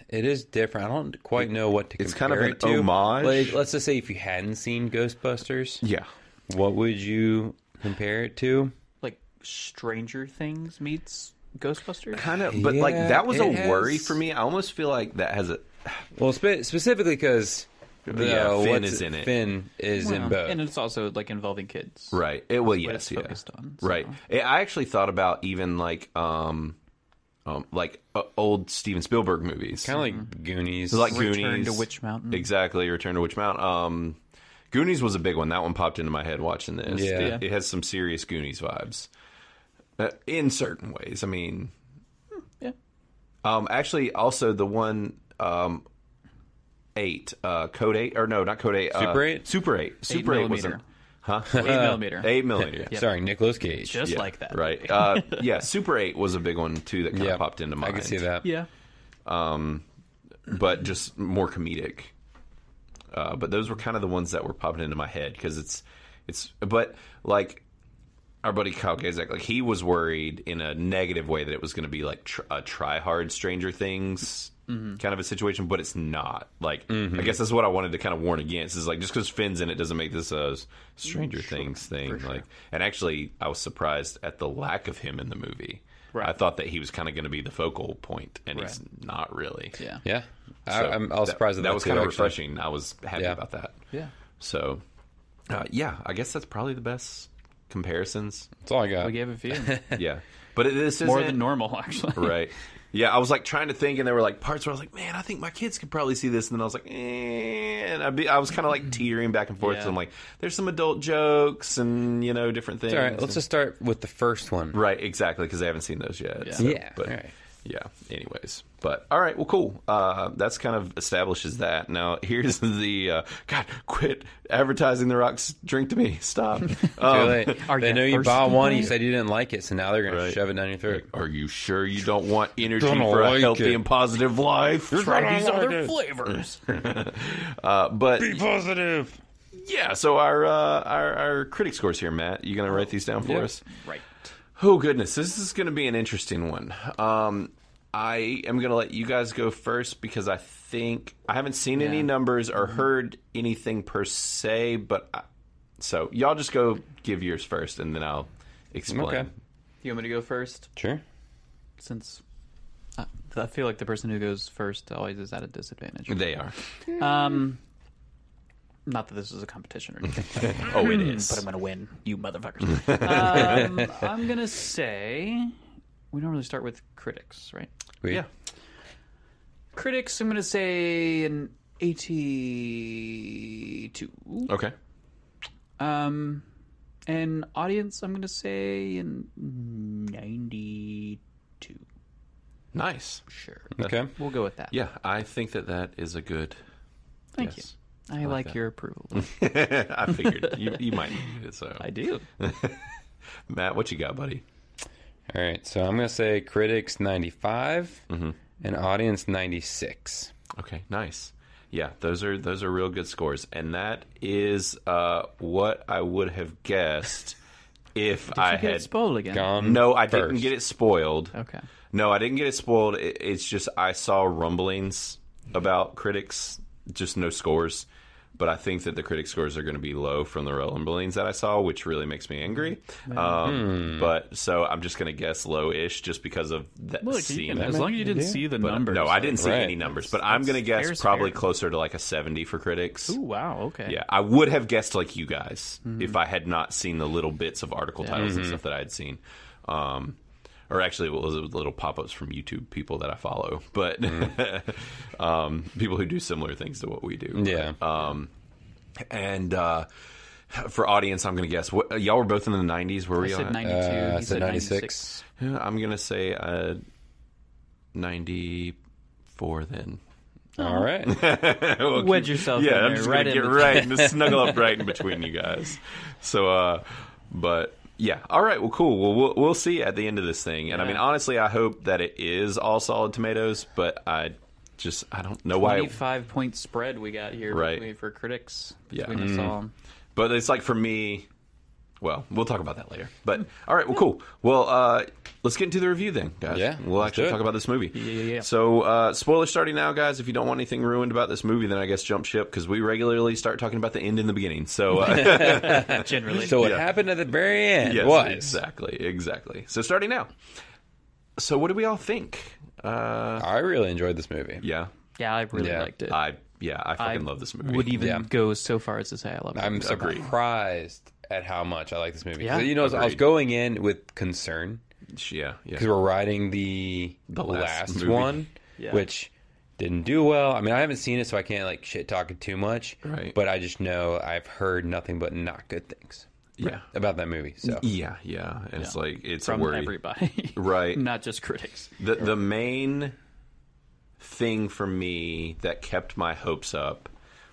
Speaker 2: it is different. I don't quite know what to
Speaker 1: It's kind
Speaker 2: compare
Speaker 1: of
Speaker 2: it to.
Speaker 1: an homage.
Speaker 2: Like, let's just say if you hadn't seen Ghostbusters,
Speaker 1: Yeah.
Speaker 2: what would you compare it to?
Speaker 3: Like Stranger Things meets Ghostbusters.
Speaker 1: kind of but like
Speaker 2: Yeah,
Speaker 1: that was a
Speaker 2: it has-
Speaker 1: worry for me i almost feel like that has a
Speaker 2: Well, spe- specifically because
Speaker 1: Yeah, Finn is in it.
Speaker 2: Finn is in
Speaker 3: Well,
Speaker 2: both.
Speaker 3: And it's also like involving kids.
Speaker 1: right it well yes
Speaker 3: it's
Speaker 1: yeah.
Speaker 3: focused on,
Speaker 1: right I- i actually thought about even like um um like uh, old steven spielberg movies
Speaker 2: kind of like Goonies.
Speaker 1: like
Speaker 3: Return
Speaker 1: goonies
Speaker 3: to Witch Mountain.
Speaker 1: exactly return to witch mountain um goonies was a big one that one popped into my head watching this
Speaker 2: Yeah.
Speaker 1: it, it has some serious goonies vibes uh, in certain ways i mean Uh,
Speaker 3: Yeah.
Speaker 1: Um, actually, also the one um, eight uh, code eight or no, not code eight. uh,
Speaker 2: Super eight?
Speaker 1: Super eight. Super eight, was a
Speaker 3: millimeter.
Speaker 1: huh?
Speaker 3: Eight millimeter.
Speaker 1: eight millimeter.
Speaker 2: Sorry, Nicolas Cage.
Speaker 3: Just
Speaker 1: Yeah,
Speaker 3: like that.
Speaker 1: Right. Uh, yeah. Super eight was a big one too that kind
Speaker 2: yeah,
Speaker 1: of popped into mind.
Speaker 2: I can see that.
Speaker 3: Yeah.
Speaker 1: but just more comedic. Uh, but those were kind of the ones that were popping into my head because it's it's but like our buddy Kyle Gazak, like he was worried in a negative way that it was going to be like tr- a try hard Stranger Things
Speaker 3: Mm-hmm.
Speaker 1: kind of a situation, but it's not. Like I guess that's what I wanted to kind of warn against is like just because Finn's in it doesn't make this a Stranger Things thing. Like, and actually, I was surprised at the lack of him in the movie.
Speaker 3: Right.
Speaker 1: I thought that he was kind of going to be the focal point, and he's not really.
Speaker 3: Yeah.
Speaker 2: Yeah,
Speaker 1: So
Speaker 2: I, I'm. I was
Speaker 1: that-
Speaker 2: surprised
Speaker 1: that,
Speaker 2: at that
Speaker 1: was
Speaker 2: too,
Speaker 1: kind of
Speaker 2: actually.
Speaker 1: refreshing. I was happy
Speaker 2: Yeah.
Speaker 1: about that.
Speaker 3: Yeah.
Speaker 1: So, uh, yeah, I guess that's probably the best comparisons.
Speaker 2: That's all I got.
Speaker 3: We gave a few.
Speaker 1: yeah, but it, this
Speaker 3: More
Speaker 1: isn't-
Speaker 3: than normal, actually.
Speaker 1: right. Yeah, I was like trying to think, and there were like parts where I was like, "Man, I think my kids could probably see this," and then I was like, eh, and I'd be, I was kind of
Speaker 2: Mm.
Speaker 1: like teetering back and forth.
Speaker 3: Yeah.
Speaker 1: So I'm like, "There's some adult jokes and you know different things."
Speaker 2: All right, let's just start with the first one.
Speaker 1: Right, exactly, because I haven't seen those yet.
Speaker 3: Yeah.
Speaker 2: Yeah,
Speaker 1: But,
Speaker 2: alright.
Speaker 1: Yeah. Anyways, but all right. Well, cool. Uh, that's kind of establishes that. Now here's the uh, God. Quit advertising the rocks. Drink to me. Stop.
Speaker 2: Too
Speaker 1: Um,
Speaker 2: late.
Speaker 3: Are
Speaker 2: they
Speaker 3: you
Speaker 2: know you bought
Speaker 3: thirsty?
Speaker 2: one. You said you didn't like it, so now they're gonna
Speaker 1: Right.
Speaker 2: shove it down your throat.
Speaker 1: are you sure you don't want energy
Speaker 2: Don't
Speaker 1: for a
Speaker 2: like
Speaker 1: healthy
Speaker 2: it.
Speaker 1: and positive life?
Speaker 2: I
Speaker 3: Try these
Speaker 2: like
Speaker 3: other
Speaker 2: it.
Speaker 3: flavors.
Speaker 1: Uh, but
Speaker 2: Positive.
Speaker 1: yeah. So our uh, our our critic scores here, Matt. You gonna write these down for
Speaker 2: Yep.
Speaker 1: us?
Speaker 3: right.
Speaker 1: Oh goodness, this is going to be an interesting one. Um, I am going to let you guys go first because I think I haven't seen any
Speaker 3: Yeah.
Speaker 1: numbers or heard anything per se. But I, so y'all just go give yours first, and then I'll explain.
Speaker 2: Okay.
Speaker 3: You want me to go first?
Speaker 2: Sure.
Speaker 3: Since I, I feel like the person who goes first always is at a disadvantage.
Speaker 1: They are.
Speaker 3: Um, not that this is a competition or anything,
Speaker 1: Oh, it
Speaker 3: but I'm
Speaker 1: is.
Speaker 3: gonna win, you motherfuckers. Hmm. um, I'm gonna say we don't really start with critics, right?
Speaker 2: We-
Speaker 1: Yeah.
Speaker 3: Critics, I'm gonna say an 82.
Speaker 1: Okay.
Speaker 3: Um, and audience, I'm gonna say an 92.
Speaker 1: Nice.
Speaker 3: Sure,
Speaker 2: Okay.
Speaker 3: we'll go with that.
Speaker 1: Yeah, I think that that is a good.
Speaker 3: Thank
Speaker 1: yes.
Speaker 3: you. I, like,
Speaker 1: that.
Speaker 3: your approval.
Speaker 1: I figured you, you might need it. So,
Speaker 3: I do.
Speaker 1: Matt, what you got, buddy?
Speaker 2: All right. So I'm gonna say critics 95
Speaker 1: Mm-hmm.
Speaker 2: and audience 96.
Speaker 1: Okay, nice. Yeah, those are those are real good scores, and that is uh, what I would have guessed if I
Speaker 3: You get
Speaker 1: had.
Speaker 3: it spoiled again.
Speaker 2: Gone.
Speaker 1: no, I did
Speaker 2: first.
Speaker 1: didn't get it spoiled.
Speaker 3: Okay.
Speaker 1: No, I didn't get it spoiled.
Speaker 3: Mm-hmm.
Speaker 1: It, it's just I saw rumblings about critics, just no scores. But I think that the critic scores are going to be low from the Roland Bellines that I saw, which really makes me angry.
Speaker 3: Mm-hmm.
Speaker 1: Um, But so I'm just going to guess low-ish, just because of that
Speaker 3: Look, you
Speaker 1: scene.
Speaker 3: can, as long as you didn't see the
Speaker 1: But, uh,
Speaker 3: numbers.
Speaker 1: No, I didn't see
Speaker 2: Right.
Speaker 1: any numbers, but I'm going to guess
Speaker 3: fair's
Speaker 1: probably
Speaker 3: fair.
Speaker 1: closer to like a 70 for critics.
Speaker 3: Ooh, Mm-hmm. wow. Okay.
Speaker 1: Yeah, I would have guessed like you guys if I had not seen the little bits of article titles
Speaker 3: Mm-hmm.
Speaker 1: and stuff that I had seen. Um, or actually, what was it? Little pop ups from YouTube people that I follow, but
Speaker 3: Mm.
Speaker 1: um, people who do similar things to what we do.
Speaker 2: Yeah.
Speaker 1: And uh, for audience, I'm going to guess what y'all were both in the 90s. Were
Speaker 3: I
Speaker 1: we
Speaker 3: said
Speaker 1: on?
Speaker 3: 92.
Speaker 2: Uh, I
Speaker 3: he
Speaker 2: said
Speaker 3: said
Speaker 2: 96.
Speaker 3: 96.
Speaker 1: Yeah, I'm going to say uh, 94 then.
Speaker 2: All right.
Speaker 1: Well,
Speaker 3: Wedge
Speaker 1: keep-
Speaker 3: yourself
Speaker 1: Yeah,
Speaker 3: in
Speaker 1: I'm
Speaker 3: there,
Speaker 1: just
Speaker 3: right
Speaker 1: gonna
Speaker 3: in
Speaker 1: get
Speaker 3: between.
Speaker 1: right and just snuggle up right in between you guys. So, uh, but yeah, all right. Well, cool. Well, we'll we'll see at the end of this thing. And I mean,
Speaker 3: Yeah.
Speaker 1: honestly, I hope that it is all solid tomatoes, but I just I don't know why. It,
Speaker 3: 25 point spread we got here
Speaker 1: Right.
Speaker 3: between, for critics
Speaker 1: Yeah.
Speaker 3: between
Speaker 2: Mm-hmm.
Speaker 3: us all.
Speaker 1: but it's like for me. Well, we'll talk about that later. But
Speaker 3: Hmm.
Speaker 1: all right. Well, cool. Well, uh, let's get into the review then, guys.
Speaker 2: Yeah,
Speaker 1: we'll
Speaker 2: let's
Speaker 1: actually
Speaker 2: do it.
Speaker 1: talk about this movie.
Speaker 3: Yeah, yeah, yeah.
Speaker 1: So, uh, spoiler starting now, guys. If you don't want anything ruined about this movie, then I guess jump ship because we regularly start talking about the end and the beginning. So. Uh,
Speaker 3: Generally.
Speaker 2: So what
Speaker 1: Yeah.
Speaker 2: happened at the very end
Speaker 1: Yes,
Speaker 2: was
Speaker 1: exactly, exactly. So starting now. So what do we all think? Uh,
Speaker 2: I really enjoyed this movie.
Speaker 1: yeah,
Speaker 3: yeah, I really
Speaker 2: Yeah.
Speaker 3: liked it.
Speaker 1: I yeah, I fucking
Speaker 3: I
Speaker 1: love this movie.
Speaker 3: Would even
Speaker 2: Yeah.
Speaker 3: go so far as to say I love it.
Speaker 2: I'm
Speaker 1: Agreed.
Speaker 2: surprised at how much I like this movie. 'Cause,
Speaker 3: Yeah.
Speaker 2: you know, I was
Speaker 1: Agreed.
Speaker 2: going in with concern
Speaker 1: yeah, yeah.
Speaker 2: because we're riding the the
Speaker 1: last
Speaker 2: last,
Speaker 1: movie.
Speaker 2: one,
Speaker 3: Yeah.
Speaker 2: which didn't do well. I mean, I haven't seen it, so I can't like shit talk it too much.
Speaker 1: Right.
Speaker 2: But I just know I've heard nothing but not good things
Speaker 1: Yeah.
Speaker 2: about that movie. So
Speaker 1: Yeah, yeah. And it's like it's
Speaker 3: from
Speaker 1: a worry.
Speaker 3: everybody.
Speaker 1: Right.
Speaker 3: Not just critics.
Speaker 1: The the main thing for me that kept my hopes up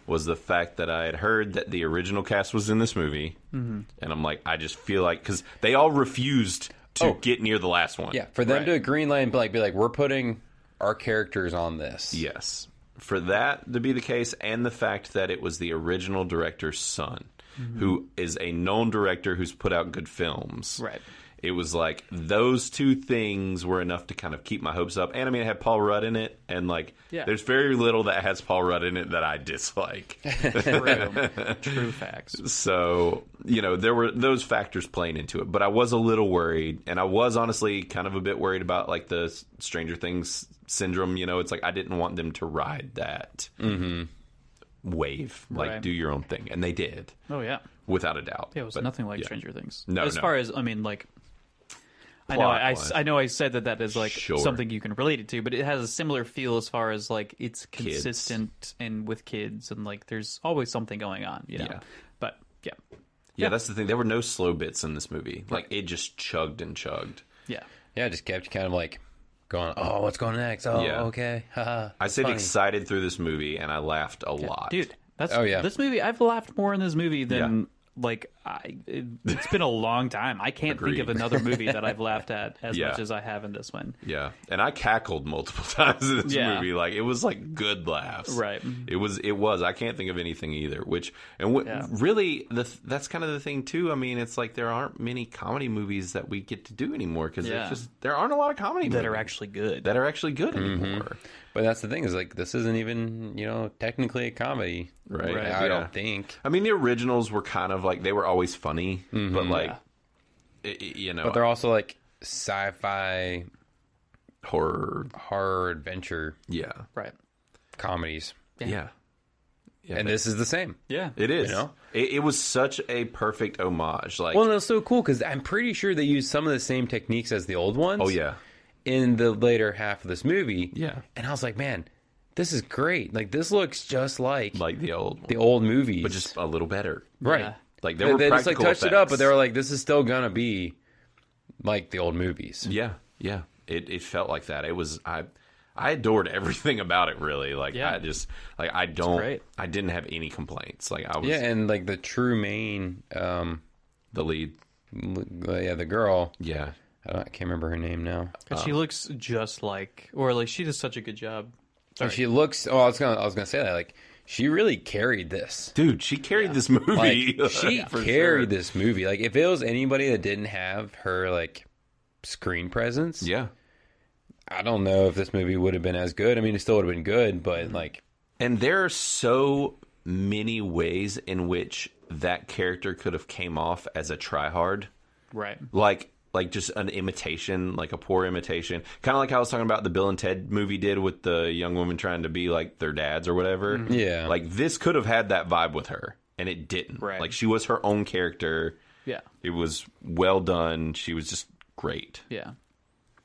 Speaker 1: was the fact that I had heard that the original cast was in this movie,
Speaker 3: Mm-hmm.
Speaker 1: and I'm like, I just feel like because they all refused to
Speaker 3: Oh.
Speaker 1: get near the last one.
Speaker 2: yeah, for them to green light and be like, be like, we're putting our characters on this.
Speaker 1: Yes. For that to be the case, and the fact that it was the original director's son,
Speaker 3: Mm-hmm.
Speaker 1: who is a known director who's put out good films.
Speaker 3: Right.
Speaker 1: It was like those two things were enough to kind of keep my hopes up. And I mean, it had Paul Rudd in it, and like,
Speaker 3: Yeah.
Speaker 1: there's very little that has Paul Rudd in it that I dislike.
Speaker 3: True. True facts.
Speaker 1: So, you know, there were those factors playing into it, but I was a little worried and I was honestly kind of a bit worried about like the S- Stranger Things syndrome, you know, it's like I didn't want them to ride that wave, like
Speaker 3: Mm-hmm. Right.
Speaker 1: do your own thing. And they did
Speaker 3: Oh yeah.
Speaker 1: without a doubt.
Speaker 3: Yeah, it was
Speaker 1: But,
Speaker 3: nothing like
Speaker 1: yeah.
Speaker 3: Stranger Things.
Speaker 1: No,
Speaker 3: as
Speaker 1: no.
Speaker 3: far as I mean, like I know I, I s-
Speaker 1: Plot-wise.
Speaker 3: I know I said that that is like
Speaker 1: Sure.
Speaker 3: something you can relate it to, but it has a similar feel as far as like it's consistent and with kids and like there's always something going on, you know.
Speaker 1: Yeah.
Speaker 3: But yeah,
Speaker 1: Yeah, that's the thing. There were no slow bits in this movie. Like it just chugged and chugged.
Speaker 3: yeah,
Speaker 2: Yeah, I just kept kind of like going, oh, what's going next? Oh,
Speaker 1: Yeah.
Speaker 2: okay. Haha.
Speaker 1: I stayed
Speaker 2: Funny.
Speaker 1: excited through this movie and I laughed a lot.
Speaker 3: dude. That's
Speaker 2: Oh, yeah.
Speaker 3: This movie, I've laughed more in this movie than like I. It, it's been a long time. I can't think
Speaker 1: Agreed.
Speaker 3: of another movie that I've laughed at as
Speaker 1: Yeah.
Speaker 3: much as I have in this one.
Speaker 1: Yeah, and I cackled multiple times in this
Speaker 3: Yeah.
Speaker 1: movie. Like it was like good laughs.
Speaker 3: Right.
Speaker 1: It was. It was. I can't think of anything either. Which and what
Speaker 3: Yeah.
Speaker 1: really the th- that's kind of the thing too. I mean, it's like there aren't many comedy movies that we get to do anymore because
Speaker 3: Yeah.
Speaker 1: just there aren't a lot of comedy
Speaker 3: That are
Speaker 1: movies
Speaker 3: actually good.
Speaker 1: that are actually good
Speaker 2: Mm-hmm.
Speaker 1: anymore.
Speaker 2: But that's the thing is like this isn't even you know technically a comedy,
Speaker 1: Right.
Speaker 2: I
Speaker 1: Yeah.
Speaker 2: don't think.
Speaker 1: I mean, the originals were kind of like they were always funny, but like i- i- you know,
Speaker 2: Mm-hmm. But they're also like sci-fi
Speaker 1: horror.
Speaker 2: horror adventure
Speaker 1: Yeah.
Speaker 3: right.
Speaker 2: comedies,
Speaker 1: Yeah. Yeah,
Speaker 2: and this is the same.
Speaker 3: Yeah.
Speaker 1: it is.
Speaker 2: know?
Speaker 1: It, it was such a perfect homage. Like,
Speaker 2: Well, and it's so cool because I'm pretty sure they use some of the same techniques as the old ones.
Speaker 1: oh yeah,
Speaker 2: in the later half of this movie.
Speaker 1: Yeah.
Speaker 2: and I was like, man, this is great. Like this looks just like,
Speaker 1: like the old one.
Speaker 2: the old movies,
Speaker 1: but just a little better.
Speaker 2: right.
Speaker 3: Yeah.
Speaker 1: Like there
Speaker 2: They,
Speaker 1: were
Speaker 2: they just like
Speaker 1: practical
Speaker 2: touched it up,
Speaker 1: effects.
Speaker 2: but they were like, this is still gonna be like the old movies.
Speaker 1: yeah, yeah. It it felt like that. It was I I adored everything about it. Really, like
Speaker 3: Yeah.
Speaker 1: I just like I don't
Speaker 3: great.
Speaker 1: I didn't have any complaints. Like I was
Speaker 2: Yeah, and like the true main, um,
Speaker 1: the lead.
Speaker 2: l- yeah, the girl.
Speaker 1: Yeah,
Speaker 2: I, don't, I can't remember her name now.
Speaker 3: And she looks just like, or like she does such a good job.
Speaker 2: And she looks. Oh, I was gonna. I was gonna say that. Like she really carried this.
Speaker 1: dude, she carried this movie.
Speaker 2: Like she carried
Speaker 1: this.
Speaker 2: this movie. Like if it was anybody that didn't have her like screen presence,
Speaker 1: Yeah,
Speaker 2: I don't
Speaker 1: Mm-hmm.
Speaker 2: know if this movie would have been as good. I mean, it still would have been good, but like
Speaker 1: and there are so many ways in which that character could have came off as a tryhard
Speaker 3: Right.
Speaker 1: like like just an imitation, like a poor imitation, kind of like I was talking about the Bill and Ted movie did with the young woman trying to be like their dads or whatever.
Speaker 3: Mm-hmm.
Speaker 2: Yeah.
Speaker 1: like this could have had that vibe with her, and it didn't.
Speaker 3: Right.
Speaker 1: like she was her own character.
Speaker 3: Yeah.
Speaker 1: It was well done. She was just great.
Speaker 3: Yeah.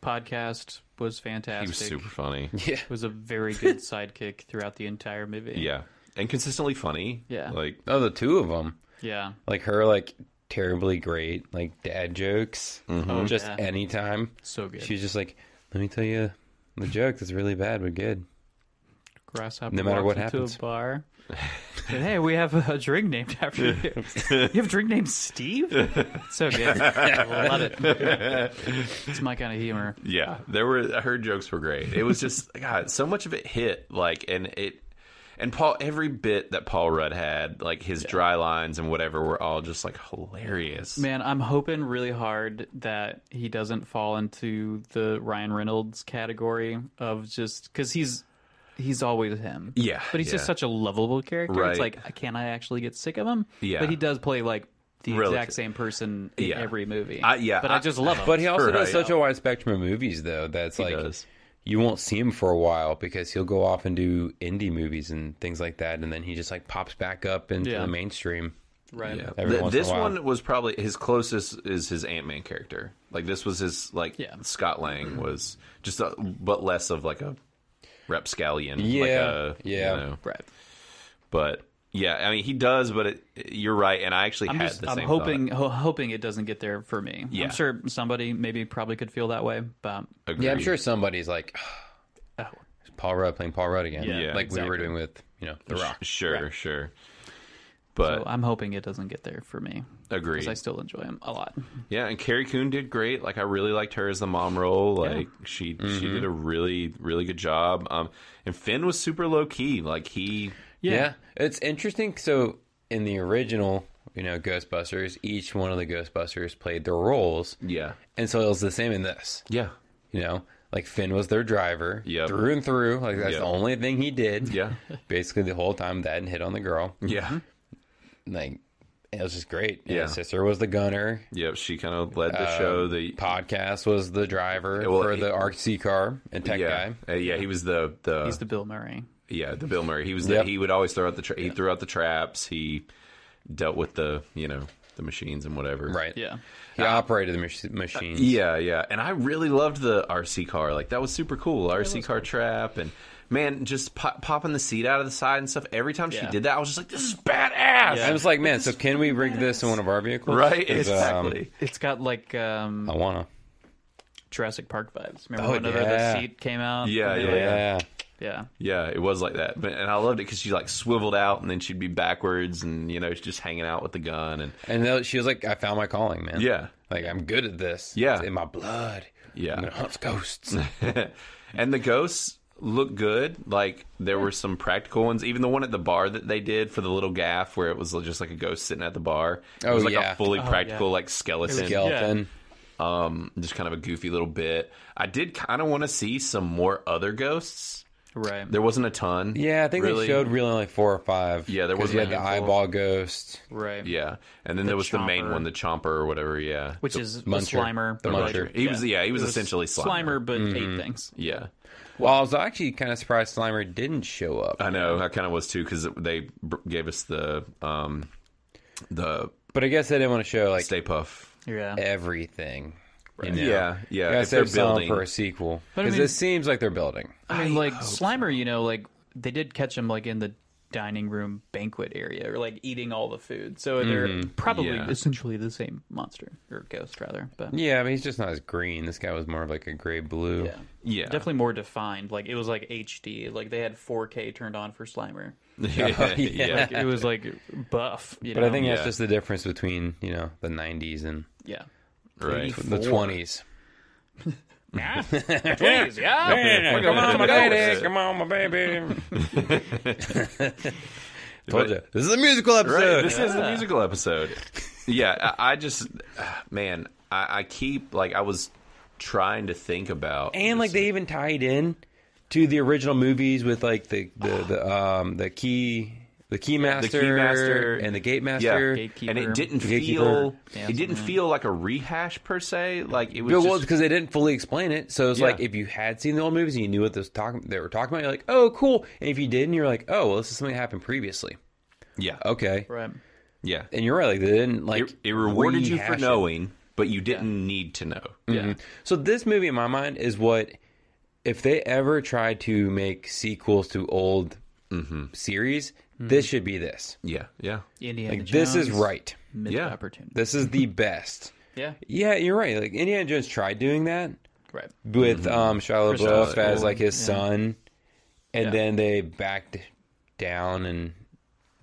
Speaker 3: Podcast was fantastic.
Speaker 1: He was super funny.
Speaker 2: Yeah.
Speaker 3: was a very good sidekick throughout the entire movie.
Speaker 1: Yeah, and consistently funny.
Speaker 3: Yeah.
Speaker 1: like
Speaker 2: Oh, the two of them.
Speaker 3: Yeah.
Speaker 2: Like her, like terribly great, like dad jokes.
Speaker 1: Mm-hmm.
Speaker 3: Oh,
Speaker 2: Just
Speaker 3: yeah.
Speaker 2: anytime.
Speaker 3: so good.
Speaker 2: She's just like, let me tell you the joke that's really bad but good.
Speaker 3: Grasshopper
Speaker 2: no matter
Speaker 3: walks
Speaker 2: what
Speaker 3: into
Speaker 2: happens.
Speaker 3: a bar. and, hey, we have a drink named after you. You have a drink named Steve? so good. I love it. It's my kind of humor.
Speaker 1: Yeah, there were her jokes were great. It was just God, so much of it hit like, and it, and Paul every bit that Paul Rudd had, like his dry lines and whatever, were all just like hilarious.
Speaker 3: Man, I'm hoping really hard that he doesn't fall into the Ryan Reynolds category of just because he's he's always him.
Speaker 1: Yeah,
Speaker 3: but he's
Speaker 1: yeah.
Speaker 3: just such a lovable character.
Speaker 1: Right.
Speaker 3: It's like, can I actually get sick of him?
Speaker 1: Yeah.
Speaker 3: but he does play like the
Speaker 1: Relative-
Speaker 3: exact same person in
Speaker 1: Yeah.
Speaker 3: every movie.
Speaker 1: I- yeah,
Speaker 3: but I,
Speaker 1: I-
Speaker 3: just love him.
Speaker 2: But he also
Speaker 1: Right.
Speaker 2: does such a wide spectrum of movies, though. That's like
Speaker 1: does.
Speaker 2: you won't see him for a while because he'll go off and do indie movies and things like that, and then he just like pops back up into
Speaker 3: Yeah.
Speaker 2: the mainstream.
Speaker 3: right.
Speaker 1: Yeah.
Speaker 2: Every
Speaker 1: Th-
Speaker 2: once in a
Speaker 1: this
Speaker 2: while.
Speaker 1: one was probably his closest is his Ant Man character. Like this was his like
Speaker 3: Yeah.
Speaker 1: Scott Lang was just, a, but less of like a rapscallion.
Speaker 2: Yeah,
Speaker 1: like a,
Speaker 2: yeah.
Speaker 1: You know,
Speaker 3: Right.
Speaker 1: but yeah, I mean he does, but it, you're right. And I actually
Speaker 3: I'm
Speaker 1: had
Speaker 3: just
Speaker 1: the
Speaker 3: I'm
Speaker 1: same
Speaker 3: hoping ho- hoping it doesn't get there for me.
Speaker 1: Yeah.
Speaker 3: I'm sure somebody maybe probably could feel that way, but
Speaker 1: thought.
Speaker 2: Yeah, I'm
Speaker 1: Agreed.
Speaker 2: sure somebody's like,
Speaker 3: oh,
Speaker 2: "It's Paul Rudd playing Paul Rudd again,
Speaker 3: Yeah,
Speaker 2: like we were
Speaker 3: exactly.
Speaker 2: doing with you know The Rock.
Speaker 1: Sure, sure. But
Speaker 3: so I'm hoping it doesn't get there for me
Speaker 1: Agreed.
Speaker 3: because I still enjoy him a lot.
Speaker 1: Yeah, and Carrie Coon did great. Like I really liked her as the mom role. Like she she did a really really good job. Um, and Finn was super low key. Like he
Speaker 2: Yeah. it's interesting. So in the original, you know, Ghostbusters, each one of the Ghostbusters played their roles,
Speaker 1: yeah
Speaker 2: and so it was the same in this.
Speaker 1: yeah
Speaker 2: You know, like Finn was their driver,
Speaker 1: Yep.
Speaker 2: through and through. Like that's
Speaker 1: Yep.
Speaker 2: the only thing he did.
Speaker 1: yeah
Speaker 2: basically the whole time that hit on the girl.
Speaker 1: yeah
Speaker 2: Like it was just great. And
Speaker 1: Yeah.
Speaker 2: His sister was the gunner.
Speaker 1: yep. She kind of led the show. The
Speaker 2: Podcast was the driver
Speaker 1: well,
Speaker 2: for
Speaker 1: he-
Speaker 2: the RC car and tech
Speaker 1: yeah
Speaker 2: guy.
Speaker 1: Uh, yeah he was the the,
Speaker 3: He's the Bill Murray.
Speaker 1: yeah the Bill Murray. He was the
Speaker 2: Yep.
Speaker 1: he would always throw out the tra- he threw out the traps. He dealt with the you know the machines and whatever.
Speaker 2: Right.
Speaker 3: Yeah.
Speaker 2: He operated the mach- machine.
Speaker 1: Uh, Yeah, yeah. And I really loved the RC car. Like that was super cool. RC car trap and man, just pop, popping the seat out of the side and stuff. Every time she
Speaker 3: Yeah.
Speaker 1: did that, I was just like, this is badass.
Speaker 2: I
Speaker 3: Yeah.
Speaker 2: was like, man, so can we rig this in one of our vehicles?
Speaker 1: Right?
Speaker 2: 'Cause, um,
Speaker 1: Exactly.
Speaker 3: It's got like um,
Speaker 2: I wanna.
Speaker 3: Jurassic Park vibes. Remember
Speaker 2: Oh,
Speaker 3: whenever
Speaker 2: yeah.
Speaker 3: the seat came out?
Speaker 1: Yeah,
Speaker 3: And they
Speaker 1: yeah,
Speaker 3: were-
Speaker 1: yeah.
Speaker 2: Yeah.
Speaker 3: yeah.
Speaker 1: yeah, it was like that. But and I loved it cuz she like swiveled out and then she'd be backwards and you know, just hanging out with the gun and
Speaker 2: And then she was like, I found my calling, man.
Speaker 1: yeah.
Speaker 2: Like I'm good at this.
Speaker 1: Yeah.
Speaker 2: It's in my blood.
Speaker 1: Yeah.
Speaker 2: I'm gonna hunt ghosts.
Speaker 1: and the ghosts look good. Like there were some practical ones. Even the one at the bar that they did for the little gaff, where it was just like a ghost sitting at the bar. It
Speaker 2: Oh,
Speaker 1: was like
Speaker 2: yeah.
Speaker 1: a fully practical
Speaker 3: yeah.
Speaker 1: like skeleton,
Speaker 2: Skeleton.
Speaker 1: um, just kind of a goofy little bit. I did kind of want to see some more other ghosts.
Speaker 3: Right.
Speaker 1: There wasn't a ton.
Speaker 2: Yeah, I think
Speaker 1: really.
Speaker 2: they showed really like four or five.
Speaker 1: Yeah, there
Speaker 2: 'Cause you
Speaker 1: wasn't a
Speaker 2: had the
Speaker 1: handful.
Speaker 2: eyeball ghost.
Speaker 3: right.
Speaker 1: Yeah, and then there was the main
Speaker 3: Chomper.
Speaker 1: one, the Chomper or whatever. Yeah,
Speaker 3: Which is the
Speaker 2: Muncher.
Speaker 3: Slimer.
Speaker 2: The
Speaker 3: but,
Speaker 2: Muncher.
Speaker 3: like,
Speaker 1: He was- yeah, he was essentially Slimer. Mm-hmm.
Speaker 3: Slimer, but eight things.
Speaker 1: yeah.
Speaker 2: Well, I was actually kind of surprised Slimer didn't show up.
Speaker 1: I know. I kind of was too because they br- gave us the um, the
Speaker 2: But I guess they didn't want to show like
Speaker 1: Stay Puff.
Speaker 3: Yeah.
Speaker 2: everything. you know?
Speaker 1: Yeah, yeah.
Speaker 2: You gotta
Speaker 1: if they're
Speaker 2: save some
Speaker 1: building,
Speaker 2: for a sequel
Speaker 3: But I
Speaker 2: because
Speaker 3: mean-
Speaker 2: it seems like they're building.
Speaker 3: I mean, like Slimer, you know, like they did catch him like in the dining room banquet area, or like eating all the food. So they're probably
Speaker 1: Mm-hmm. Yeah.
Speaker 3: essentially the same monster or ghost, rather. But
Speaker 2: Yeah, I mean he's just not as green. This guy was more of like a gray blue.
Speaker 3: yeah,
Speaker 1: yeah,
Speaker 3: definitely more defined. Like it was like HD. Like they had 4K turned on for Slimer.
Speaker 1: yeah, yeah.
Speaker 3: Like, it was like buff. You
Speaker 2: But
Speaker 3: know?
Speaker 2: I think
Speaker 1: Yeah.
Speaker 2: that's just the difference between you know the '90s and
Speaker 3: yeah.
Speaker 1: right.
Speaker 2: the '20s.
Speaker 3: Please, yeah.
Speaker 1: We're going with the ghosts.
Speaker 2: come on, my baby. Told you. This is a musical episode.
Speaker 1: Right, this is the musical episode. Yeah, I, I just, ah, man, I, I keep like I was trying to think about
Speaker 2: and like they even tied in to the original movies with like the the, the um the key the Keymaster,
Speaker 1: Keymaster-
Speaker 2: and the Gatemaster.
Speaker 1: Yeah.
Speaker 3: Gatekeeper.
Speaker 1: and it didn't feel
Speaker 2: Gatekeeper.
Speaker 1: it didn't feel like a rehash per se. Like it was
Speaker 2: Well,
Speaker 1: just,
Speaker 2: because they didn't fully explain it, so it's
Speaker 1: Yeah.
Speaker 2: like if you had seen the old movies and you knew what they, was talking, they were talking about, you're like, "Oh, cool!" And if you didn't, you're like, "Oh, well, this is something that happened previously."
Speaker 1: yeah,
Speaker 2: Okay,
Speaker 3: Right.
Speaker 1: yeah.
Speaker 2: and you're right. Like they didn't like
Speaker 1: It, it rewarded you for
Speaker 2: rehash it.
Speaker 1: knowing, but you didn't need to know.
Speaker 3: Yeah.
Speaker 2: So this movie, in my mind, is what if they ever tried to make sequels to old
Speaker 1: Mm-hmm.
Speaker 2: series,
Speaker 3: Hmm.
Speaker 2: this should be this.
Speaker 1: Yeah, yeah,
Speaker 3: Indiana
Speaker 2: Like, this is
Speaker 3: Jones,
Speaker 2: right.
Speaker 3: Missed
Speaker 1: Yeah.
Speaker 3: opportunity.
Speaker 2: This is the best.
Speaker 3: Yeah.
Speaker 2: Yeah, you're right. Like Indiana Jones tried doing that
Speaker 3: Right.
Speaker 2: with
Speaker 1: Mm-hmm.
Speaker 2: um Shia
Speaker 3: Chris
Speaker 2: LaBeouf
Speaker 3: Rock.
Speaker 2: as like his
Speaker 3: Yeah.
Speaker 2: son, and
Speaker 3: Yeah.
Speaker 2: then they backed down and.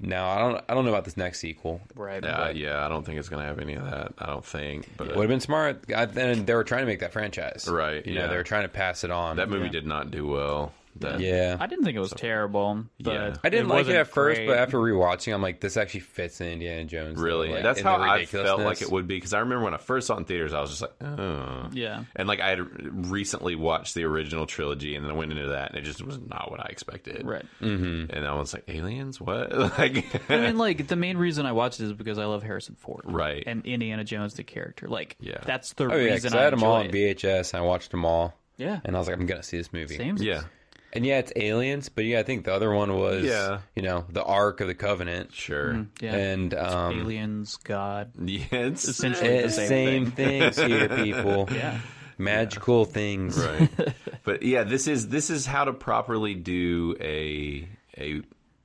Speaker 2: Now I don't I don't know about this next sequel.
Speaker 3: Right.
Speaker 1: yeah, yeah. I don't think it's gonna have any of that. I don't think. But
Speaker 2: Would have been smart. I, and they were trying to make that franchise,
Speaker 1: Right,
Speaker 2: You
Speaker 1: yeah.
Speaker 2: know, they were trying to pass it on.
Speaker 1: that movie did not do well. That,
Speaker 2: yeah,
Speaker 3: I didn't think it was terrible, but
Speaker 1: Yeah.
Speaker 2: I didn't like it
Speaker 3: wasn't
Speaker 2: at first,
Speaker 3: great.
Speaker 2: but after rewatching, I'm like, this actually fits in Indiana Jones.
Speaker 1: Really,
Speaker 2: Like,
Speaker 1: that's
Speaker 2: in the
Speaker 1: how I felt
Speaker 2: ridiculousness.
Speaker 1: like it would be because I remember when I first saw it in theaters, I was just like, oh,
Speaker 3: yeah,
Speaker 1: and like I had recently watched the original trilogy, and then I went into that, and it just was not what I expected.
Speaker 3: right.
Speaker 2: Mm-hmm.
Speaker 1: and I was like, aliens, what? like,
Speaker 3: I mean, like the main reason I watched it is because I love Harrison Ford,
Speaker 1: Right.
Speaker 3: and Indiana Jones the character. Like,
Speaker 1: Yeah.
Speaker 3: that's the
Speaker 2: Oh yeah, 'cause
Speaker 3: reason
Speaker 2: I had them
Speaker 3: enjoy
Speaker 2: all on
Speaker 3: it.
Speaker 2: VHS. And I watched them all,
Speaker 3: Yeah,
Speaker 2: and I was like, I'm gonna see this movie.
Speaker 3: same.
Speaker 1: yeah,
Speaker 2: And yeah, it's Aliens, but yeah, I think the other one was,
Speaker 1: Yeah.
Speaker 2: you know, the Ark of the Covenant,
Speaker 1: sure,
Speaker 3: yeah.
Speaker 2: and um,
Speaker 3: aliens, God,
Speaker 1: yeah, it's
Speaker 3: Mm-hmm. essentially
Speaker 2: eh,
Speaker 3: the
Speaker 2: same,
Speaker 3: same, thing.
Speaker 2: things here, people.
Speaker 3: Yeah.
Speaker 2: magical things.
Speaker 1: right. but yeah, this is this is how to properly do a a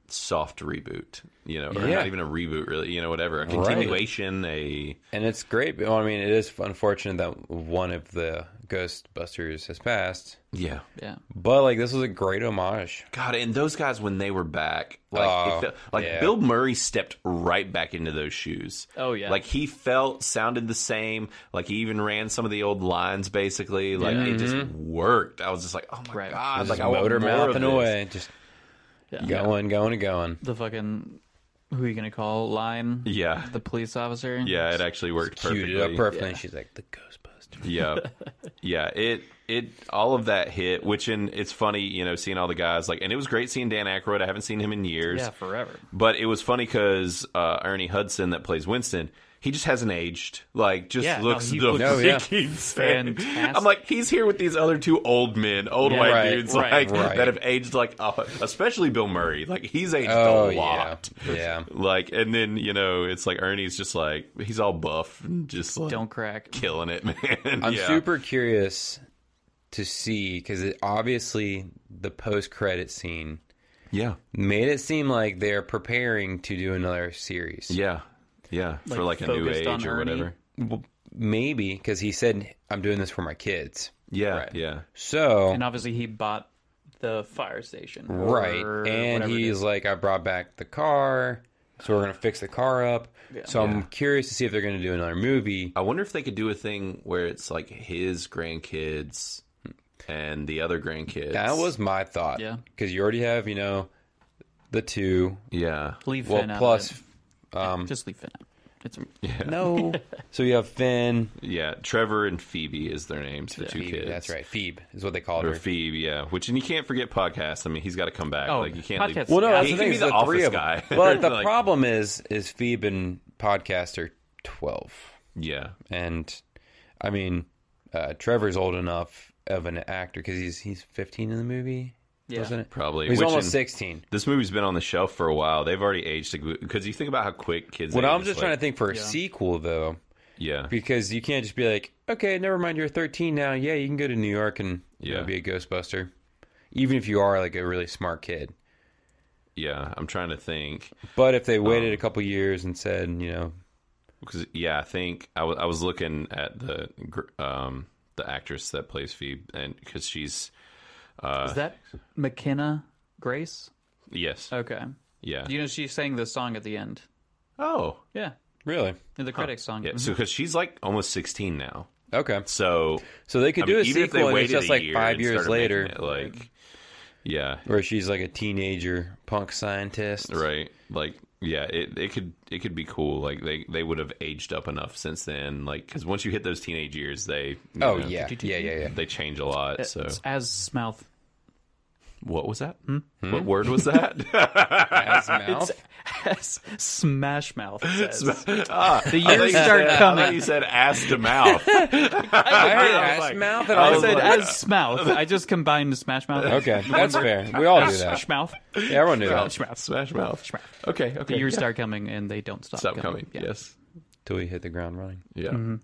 Speaker 1: soft reboot, you know, or
Speaker 2: Yeah.
Speaker 1: not even a reboot, really, you know, whatever, a
Speaker 2: Right.
Speaker 1: continuation, a
Speaker 2: And it's great. But, well, I mean, it is unfortunate that one of the Ghostbusters has passed,
Speaker 1: yeah.
Speaker 3: Yeah,
Speaker 2: but like this was a great homage.
Speaker 1: God, and those guys when they were back, like
Speaker 2: Oh,
Speaker 1: it felt, like
Speaker 2: yeah.
Speaker 1: Bill Murray stepped right back into those shoes.
Speaker 3: Oh, yeah.
Speaker 1: like he felt sounded the same. Like he even ran some of the old lines, basically. Like it just worked. I was just like, oh my
Speaker 3: Mm-hmm. Right.
Speaker 1: god, like
Speaker 2: Just
Speaker 1: I want
Speaker 2: motor
Speaker 1: more of
Speaker 2: mouthing
Speaker 1: this.
Speaker 2: away, just
Speaker 3: Yeah.
Speaker 2: going, going, and going.
Speaker 3: the fucking who are you gonna call line?
Speaker 1: Yeah,
Speaker 3: The police officer.
Speaker 1: yeah, it actually worked
Speaker 2: Cued
Speaker 1: perfectly.
Speaker 2: it up perfectly, uh, and she's like, "The Ghostbusters."
Speaker 1: yeah yeah it it all of that hit which in it's funny you know seeing all the guys like and it was great seeing dan Aykroyd. i haven't seen him in years
Speaker 3: yeah, forever.
Speaker 1: but it was funny because uh, ernie hudson that plays winston he just hasn't aged like just
Speaker 3: Yeah, no,
Speaker 1: looks
Speaker 3: he
Speaker 1: the
Speaker 3: looks
Speaker 2: No, yeah.
Speaker 1: freaking same.
Speaker 3: fantastic.
Speaker 1: i'm like he's here with these other two old men old
Speaker 3: Yeah,
Speaker 1: white
Speaker 2: right,
Speaker 1: dudes
Speaker 3: right,
Speaker 1: like
Speaker 2: right.
Speaker 1: that have aged like a, especially bill murray like he's aged
Speaker 2: Oh
Speaker 1: a
Speaker 2: yeah,
Speaker 1: lot
Speaker 2: yeah.
Speaker 1: like and then you know it's like ernie's just like he's all buff and just like
Speaker 3: Don't crack.
Speaker 1: killing it man
Speaker 2: I'm
Speaker 1: Yeah.
Speaker 2: super curious to see because obviously the post-credit scene
Speaker 1: yeah
Speaker 2: made it seem like they're preparing to do another series.
Speaker 1: Yeah. Yeah. for like a new
Speaker 3: focused on
Speaker 1: age or
Speaker 3: Ernie.
Speaker 1: whatever.
Speaker 2: Well, maybe because he said, "I'm doing this for my kids."
Speaker 1: Yeah. Yeah.
Speaker 2: So
Speaker 3: And obviously, he bought the fire station. or
Speaker 2: right, and
Speaker 3: whatever it
Speaker 2: he's
Speaker 3: is.
Speaker 2: like, "I brought back the car." So we're gonna fix the car up. So I'm curious to see if they're gonna do another movie.
Speaker 1: I wonder if they could do a thing where it's like his grandkids and the other grandkids.
Speaker 2: That was my thought.
Speaker 3: Yeah.
Speaker 2: Because you already have, you know, the two.
Speaker 1: Yeah.
Speaker 3: leave
Speaker 2: Well,
Speaker 3: Finn out of
Speaker 2: plus, um,
Speaker 3: it. just leave Finn out. It's
Speaker 2: no. so you have Finn.
Speaker 1: Yeah. Trevor and Phoebe is their names, the two
Speaker 2: Phoebe,
Speaker 1: kids.
Speaker 2: That's right. Phoebe is what they called
Speaker 1: Or
Speaker 2: her.
Speaker 1: Phoebe, yeah. Which and you can't forget podcast. I mean, he's got to come back.
Speaker 3: Oh,
Speaker 1: like you can't leave.
Speaker 3: Podcast-
Speaker 2: Well, no,
Speaker 3: Yeah,
Speaker 2: that's
Speaker 1: he can
Speaker 2: the thing.
Speaker 1: be
Speaker 2: is
Speaker 1: the
Speaker 2: the
Speaker 1: office
Speaker 2: three of
Speaker 1: guy.
Speaker 2: them. But the
Speaker 1: Like-
Speaker 2: problem is, is Phoebe and podcast are 12.
Speaker 1: Yeah.
Speaker 2: And, I mean, uh, Trevor's old enough of an actor because he's, he's 15 in the movie,
Speaker 3: Yeah.
Speaker 2: wasn't it?
Speaker 1: Probably.
Speaker 2: He's
Speaker 1: Which
Speaker 2: almost
Speaker 1: in-
Speaker 2: 16.
Speaker 1: This movie's been on the shelf for a while. They've already aged because you think about how quick kids.
Speaker 2: What
Speaker 1: age,
Speaker 2: I'm just
Speaker 1: like-
Speaker 2: trying to think for a
Speaker 3: Yeah.
Speaker 2: sequel, though,
Speaker 1: Yeah.
Speaker 2: because you can't just be like, okay, never mind, you're 13 now. Yeah, you can go to New York and you know,
Speaker 1: Yeah.
Speaker 2: be a Ghostbuster, even if you are like a really smart kid.
Speaker 1: Yeah. I'm trying to think.
Speaker 2: But if they
Speaker 1: Um,
Speaker 2: waited a couple years and said, you know,
Speaker 1: Because yeah, I think I wa- I was looking at the gr- um the actress that plays Phoebe, and because she's
Speaker 3: is that McKenna Grace?
Speaker 1: yes,
Speaker 2: Oh,
Speaker 3: Okay.
Speaker 1: yeah.
Speaker 3: You know, she sang the song at the end.
Speaker 1: oh,
Speaker 3: Yeah.
Speaker 2: really,
Speaker 3: In the credits song.
Speaker 2: Mm-hmm.
Speaker 1: yeah. So because she's like almost sixteen now,
Speaker 2: okay,
Speaker 1: so
Speaker 2: so they could
Speaker 1: I
Speaker 2: do
Speaker 1: mean,
Speaker 2: a
Speaker 1: even if they
Speaker 2: sequel and
Speaker 1: waited
Speaker 2: it's just
Speaker 1: a
Speaker 2: like
Speaker 1: year
Speaker 2: five
Speaker 1: and
Speaker 2: years
Speaker 1: started making
Speaker 2: later,
Speaker 1: it, like yeah,
Speaker 2: where she's like a teenager punk scientist,
Speaker 1: right, like yeah, it it could it could be cool. Like they they would have aged up enough since then, like because once you hit those teenage years, they you know,
Speaker 2: Oh yeah, yeah, yeah, yeah.
Speaker 1: they change a lot. So
Speaker 3: It's as Smouth.
Speaker 1: What was that? Hmm? What word was that?
Speaker 2: As mouth.
Speaker 3: As Smash Mouth says.
Speaker 1: ah,
Speaker 3: the years start
Speaker 1: I thought you
Speaker 3: coming.
Speaker 1: said ass to mouth.
Speaker 2: I heard
Speaker 1: I was
Speaker 2: ass
Speaker 1: like-
Speaker 2: mouth, and
Speaker 1: I
Speaker 2: I
Speaker 3: I
Speaker 1: was
Speaker 2: was
Speaker 3: said
Speaker 2: like,
Speaker 1: like-
Speaker 3: as Smouth. I just combined Smash Mouth. and
Speaker 2: okay, that's fair. We all do that.
Speaker 3: Smash Mouth.
Speaker 2: Yeah, everyone knew that
Speaker 3: Smash Mouth.
Speaker 1: Smash mouth.
Speaker 3: Smash.
Speaker 1: Okay, okay.
Speaker 3: The years
Speaker 1: yeah.
Speaker 3: start coming and they don't stop,
Speaker 1: Stop coming. Yes.
Speaker 2: till we hit the ground running.
Speaker 1: Yeah.
Speaker 2: Mm-hmm.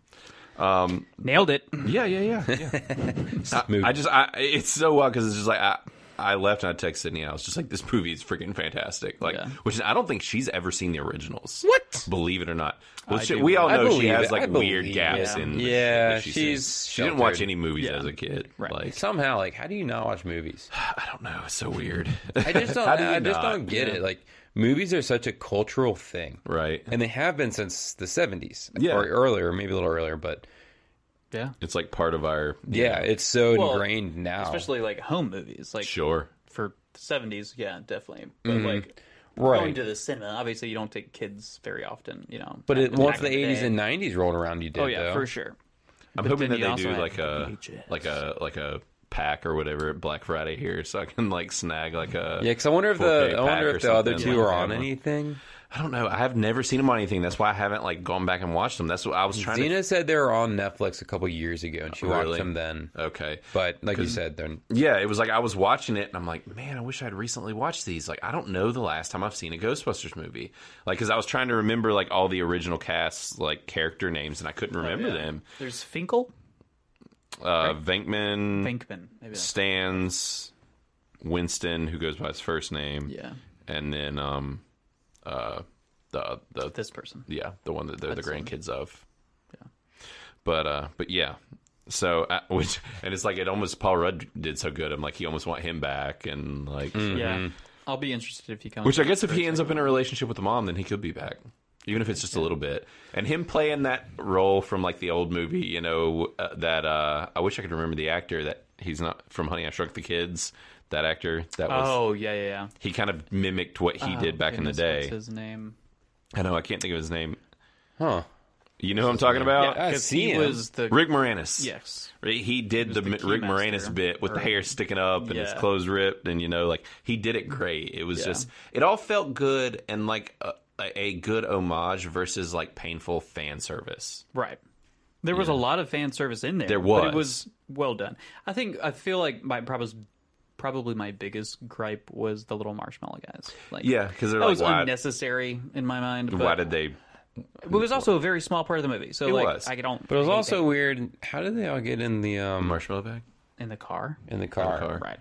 Speaker 3: Nailed it.
Speaker 1: Yeah, yeah, yeah. yeah.
Speaker 2: Smooth.
Speaker 1: I just, I, it's so wild because it's just like I, I left and I texted Sydney. I was just like, this movie is freaking fantastic. Like,
Speaker 3: Yeah.
Speaker 1: which I don't think she's ever seen the originals.
Speaker 2: What?
Speaker 1: Believe it or not. Well,
Speaker 3: I
Speaker 1: she,
Speaker 3: do.
Speaker 1: we all
Speaker 2: I
Speaker 1: know she
Speaker 2: believe
Speaker 1: has
Speaker 2: it. I
Speaker 1: like weird
Speaker 2: believe
Speaker 1: gaps
Speaker 3: it.
Speaker 1: in. the shit
Speaker 2: Yeah,
Speaker 1: that seen.
Speaker 2: she's
Speaker 1: She didn't watch
Speaker 2: sheltered.
Speaker 1: any movies as a kid.
Speaker 3: Right.
Speaker 1: Like,
Speaker 2: Somehow, like, how do you not watch movies?
Speaker 1: I don't know. It's so weird.
Speaker 2: I just don't.
Speaker 1: How do you
Speaker 2: I just
Speaker 1: not?
Speaker 2: don't get it. Like, movies are such a cultural thing,
Speaker 1: Right.
Speaker 2: and they have been since the '70s,
Speaker 1: Yeah.
Speaker 2: or earlier, maybe a little earlier. But
Speaker 3: Yeah.
Speaker 1: It's like part of our.
Speaker 2: yeah, it's so
Speaker 3: Well,
Speaker 2: ingrained now.
Speaker 3: Especially like home movies. Like
Speaker 1: Sure. Mm-hmm.
Speaker 3: for the 70s, yeah, definitely. But like going
Speaker 2: right.
Speaker 3: to the cinema, obviously you don't take kids very often, you know.
Speaker 2: but it,
Speaker 3: back-
Speaker 2: once
Speaker 3: back
Speaker 2: the
Speaker 3: in
Speaker 2: '80s
Speaker 3: day.
Speaker 2: and '90s rolled around, you did.
Speaker 3: Oh yeah,
Speaker 2: though.
Speaker 3: for sure.
Speaker 1: I'm
Speaker 3: But
Speaker 1: hoping
Speaker 3: then
Speaker 1: that
Speaker 3: you
Speaker 1: they
Speaker 3: also
Speaker 1: do
Speaker 3: had
Speaker 1: like a
Speaker 3: VHS.
Speaker 1: like a like a pack or whatever at Black Friday here, so I can like snag like a.
Speaker 2: Yeah, because I wonder if
Speaker 1: 4K
Speaker 2: the I
Speaker 1: pack
Speaker 2: wonder
Speaker 1: or
Speaker 2: if the other
Speaker 1: something,
Speaker 2: two
Speaker 1: like,
Speaker 2: are
Speaker 1: I
Speaker 2: on
Speaker 1: don't know.
Speaker 2: anything.
Speaker 1: I don't know. I have never seen them on anything. That's why I haven't like gone back and watched them. That's what I was trying
Speaker 2: Zena said they were on Netflix a couple years ago, and she
Speaker 1: Really?
Speaker 2: watched them then.
Speaker 1: to. Okay.
Speaker 2: But like you said, they're
Speaker 1: Yeah, it was like I was watching it and I'm like, man, I wish I'd recently watched these. Like, I don't know the last time I've seen a Ghostbusters movie. Like, because I was trying to remember like all the original cast like character names and I
Speaker 3: Oh,
Speaker 1: couldn't remember them.
Speaker 3: There's Finkel,
Speaker 1: Uh, Venkman,
Speaker 3: Finkman, maybe. that's-
Speaker 1: Stans, Winston, who goes by his first name.
Speaker 3: Yeah.
Speaker 1: and then um uh the the
Speaker 3: This person.
Speaker 1: yeah the one that they're the grandkids of yeah but uh but yeah so uh, which and it's like it almost Paul Rudd did so good I'm like he almost want him back and like
Speaker 3: Yeah. I'll be interested if he comes.
Speaker 1: Mm-hmm. which I guess if he ends up in a relationship with the mom then he could be back even if it's just a little bit and him playing that role from like the old movie you know uh, that uh I wish I could remember the actor that he's not from Honey I Shrunk the Kids that actor that was
Speaker 3: Oh, yeah, yeah, yeah.
Speaker 1: he kind of mimicked what he did back in the
Speaker 3: Goodness, what's
Speaker 1: day
Speaker 3: his name?
Speaker 1: I know I can't think of his name.
Speaker 2: huh.
Speaker 1: You know who I'm talking about?
Speaker 2: Uh, I
Speaker 3: Because
Speaker 2: see
Speaker 3: he
Speaker 2: him.
Speaker 3: was the
Speaker 1: Rick Moranis.
Speaker 3: yes.
Speaker 1: Right, uh, He did the,
Speaker 3: the
Speaker 1: Mi-
Speaker 3: key
Speaker 1: Rick
Speaker 3: master.
Speaker 1: Moranis bit with the hair sticking up and his
Speaker 3: Yeah.
Speaker 1: clothes ripped, and you know, like he did it great. It was
Speaker 3: Yeah.
Speaker 1: just, it all felt good and like a, a good homage versus like painful fan service.
Speaker 3: Right. There was a lot of fan service in there.
Speaker 1: There was.
Speaker 3: But it was well done. I think I feel like my probably probably my biggest gripe was the little marshmallow guys. Like
Speaker 1: Yeah, because they're
Speaker 3: that
Speaker 1: like,
Speaker 3: was
Speaker 1: why,
Speaker 3: unnecessary in my mind. But
Speaker 1: why did they?
Speaker 3: it was also a very small part of the movie. So
Speaker 1: It
Speaker 3: like
Speaker 1: was.
Speaker 3: I don't
Speaker 2: But it was
Speaker 3: hate
Speaker 2: also weird. How did they all get in the um
Speaker 1: Marshmallow bag?
Speaker 3: that. in the car.
Speaker 2: in the car?
Speaker 1: car.
Speaker 3: Right.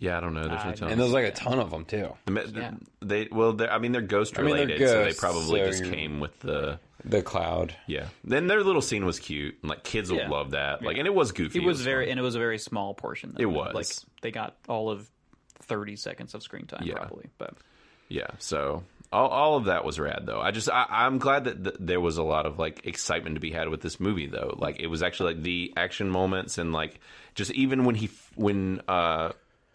Speaker 1: Yeah, I don't know. There's no
Speaker 3: I-
Speaker 1: telling.
Speaker 2: And there's like a ton of them too.
Speaker 1: The me- They well, they're, I mean, they're ghost
Speaker 2: mean, they're
Speaker 1: related, so they
Speaker 2: ghosts,
Speaker 1: probably
Speaker 2: so
Speaker 1: just
Speaker 2: you're-
Speaker 1: came with the
Speaker 2: The cloud.
Speaker 1: yeah. Then their little scene was cute, and like kids
Speaker 3: Yeah.
Speaker 1: would love that. Like, and it was goofy.
Speaker 3: It was
Speaker 1: fun.
Speaker 3: very and it was a very small portion. Though.
Speaker 1: It was.
Speaker 3: like they got all of thirty seconds of screen time
Speaker 1: Yeah.
Speaker 3: probably. But
Speaker 1: Yeah. So all, all of that was rad, though. I just I, I'm glad that th- there was a lot of like excitement to be had with this movie, though. Like it was actually like the action moments and like just even when he f- when uh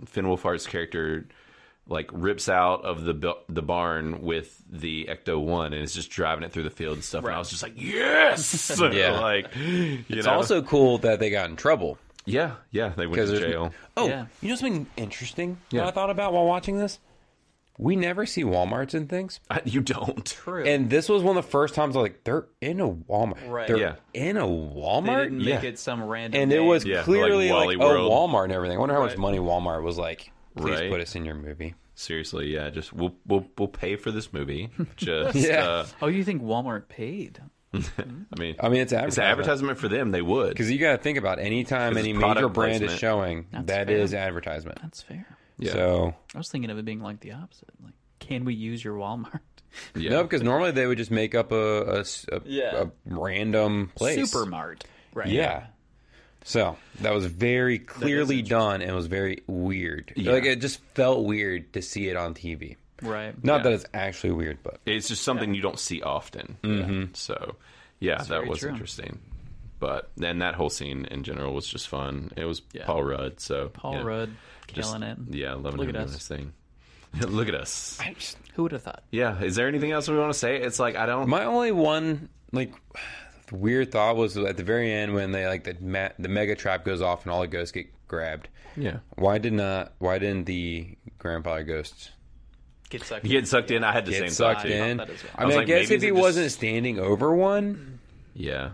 Speaker 1: Finn Wolfhard's character like rips out of the bu- the barn with the Ecto One and is just driving it through the field and stuff. And I
Speaker 3: Right.
Speaker 1: was just like, yes,
Speaker 2: Yeah.
Speaker 1: Like you
Speaker 2: It's
Speaker 1: know,
Speaker 2: also cool that they got in trouble
Speaker 1: yeah, yeah. They went
Speaker 2: because
Speaker 1: to
Speaker 2: there's
Speaker 1: jail.
Speaker 2: Oh,
Speaker 3: Yeah.
Speaker 2: you know something interesting
Speaker 1: Yeah.
Speaker 2: that I thought about while watching this. We never see WalMarts and things,
Speaker 1: I, you don't.
Speaker 3: true.
Speaker 2: and this was one of the first times I was like, "They're in a Walmart.
Speaker 3: Right.
Speaker 2: They're
Speaker 1: Yeah.
Speaker 2: in a
Speaker 3: they
Speaker 2: Walmart."
Speaker 3: didn't make
Speaker 1: Yeah.
Speaker 3: it some random
Speaker 2: and it
Speaker 3: name.
Speaker 2: was
Speaker 1: Yeah, like
Speaker 2: clearly
Speaker 1: Wally
Speaker 2: like,
Speaker 1: World.
Speaker 2: oh Walmart and everything. I wonder how much
Speaker 3: Right.
Speaker 2: money Walmart was like. Please
Speaker 1: Right.
Speaker 2: put us in your movie.
Speaker 1: Seriously, yeah. Just we'll we'll we'll pay for this movie. Just
Speaker 2: Yeah.
Speaker 1: uh,
Speaker 3: Oh, you think Walmart paid?
Speaker 1: I mean,
Speaker 2: I mean, it's
Speaker 1: It's an
Speaker 2: advertisement
Speaker 1: advertisement for them. They would.
Speaker 2: because you got to think about any time any
Speaker 1: it's
Speaker 2: major
Speaker 1: product
Speaker 2: brand is
Speaker 1: placement.
Speaker 2: showing that is
Speaker 3: fair.
Speaker 2: advertisement.
Speaker 3: That's fair.
Speaker 1: Yeah.
Speaker 2: So
Speaker 3: I was thinking of it being like the opposite. Like, can we use your Walmart?
Speaker 1: Yeah.
Speaker 2: no, because normally they would just make up a a s- a-
Speaker 3: Yeah.
Speaker 2: a random place.
Speaker 3: Supermart. Right.
Speaker 2: Yeah. So that was very clearly done and was very weird. Like it just felt weird to see it on TV.
Speaker 3: Right.
Speaker 2: Not
Speaker 1: Yeah.
Speaker 2: that it's actually weird, but
Speaker 1: It's just something you don't see often.
Speaker 2: Mm-hmm.
Speaker 1: So, yeah, that
Speaker 3: very
Speaker 1: was
Speaker 3: true.
Speaker 1: interesting. But then that whole scene in general was just fun. It was
Speaker 3: Yeah.
Speaker 1: Paul Rudd. So
Speaker 3: Paul
Speaker 1: yeah.
Speaker 3: Rudd
Speaker 1: Just-
Speaker 3: killing it.
Speaker 1: Yeah, loving
Speaker 3: Look
Speaker 1: him
Speaker 3: at
Speaker 1: doing
Speaker 3: us.
Speaker 1: this thing. Look at us.
Speaker 2: I just,
Speaker 3: Who would have thought?
Speaker 1: Yeah. Is there anything else we want to say? It's like I don't.
Speaker 2: My only one like weird thought was at the very end when they like the ma- the mega trap goes off and all the ghosts get grabbed.
Speaker 4: Yeah.
Speaker 2: Why did not? Why didn't the Grandpa Ghost
Speaker 3: Get sucked.
Speaker 1: Getting sucked in, I had the
Speaker 2: get
Speaker 1: same
Speaker 2: sucked
Speaker 1: thought. too.
Speaker 2: in? I,
Speaker 3: that as well. I
Speaker 2: mean,
Speaker 1: was
Speaker 2: I
Speaker 1: like,
Speaker 2: guess
Speaker 1: maybe
Speaker 2: if
Speaker 1: is
Speaker 2: he
Speaker 1: it just-
Speaker 2: wasn't standing over one,
Speaker 1: Yeah.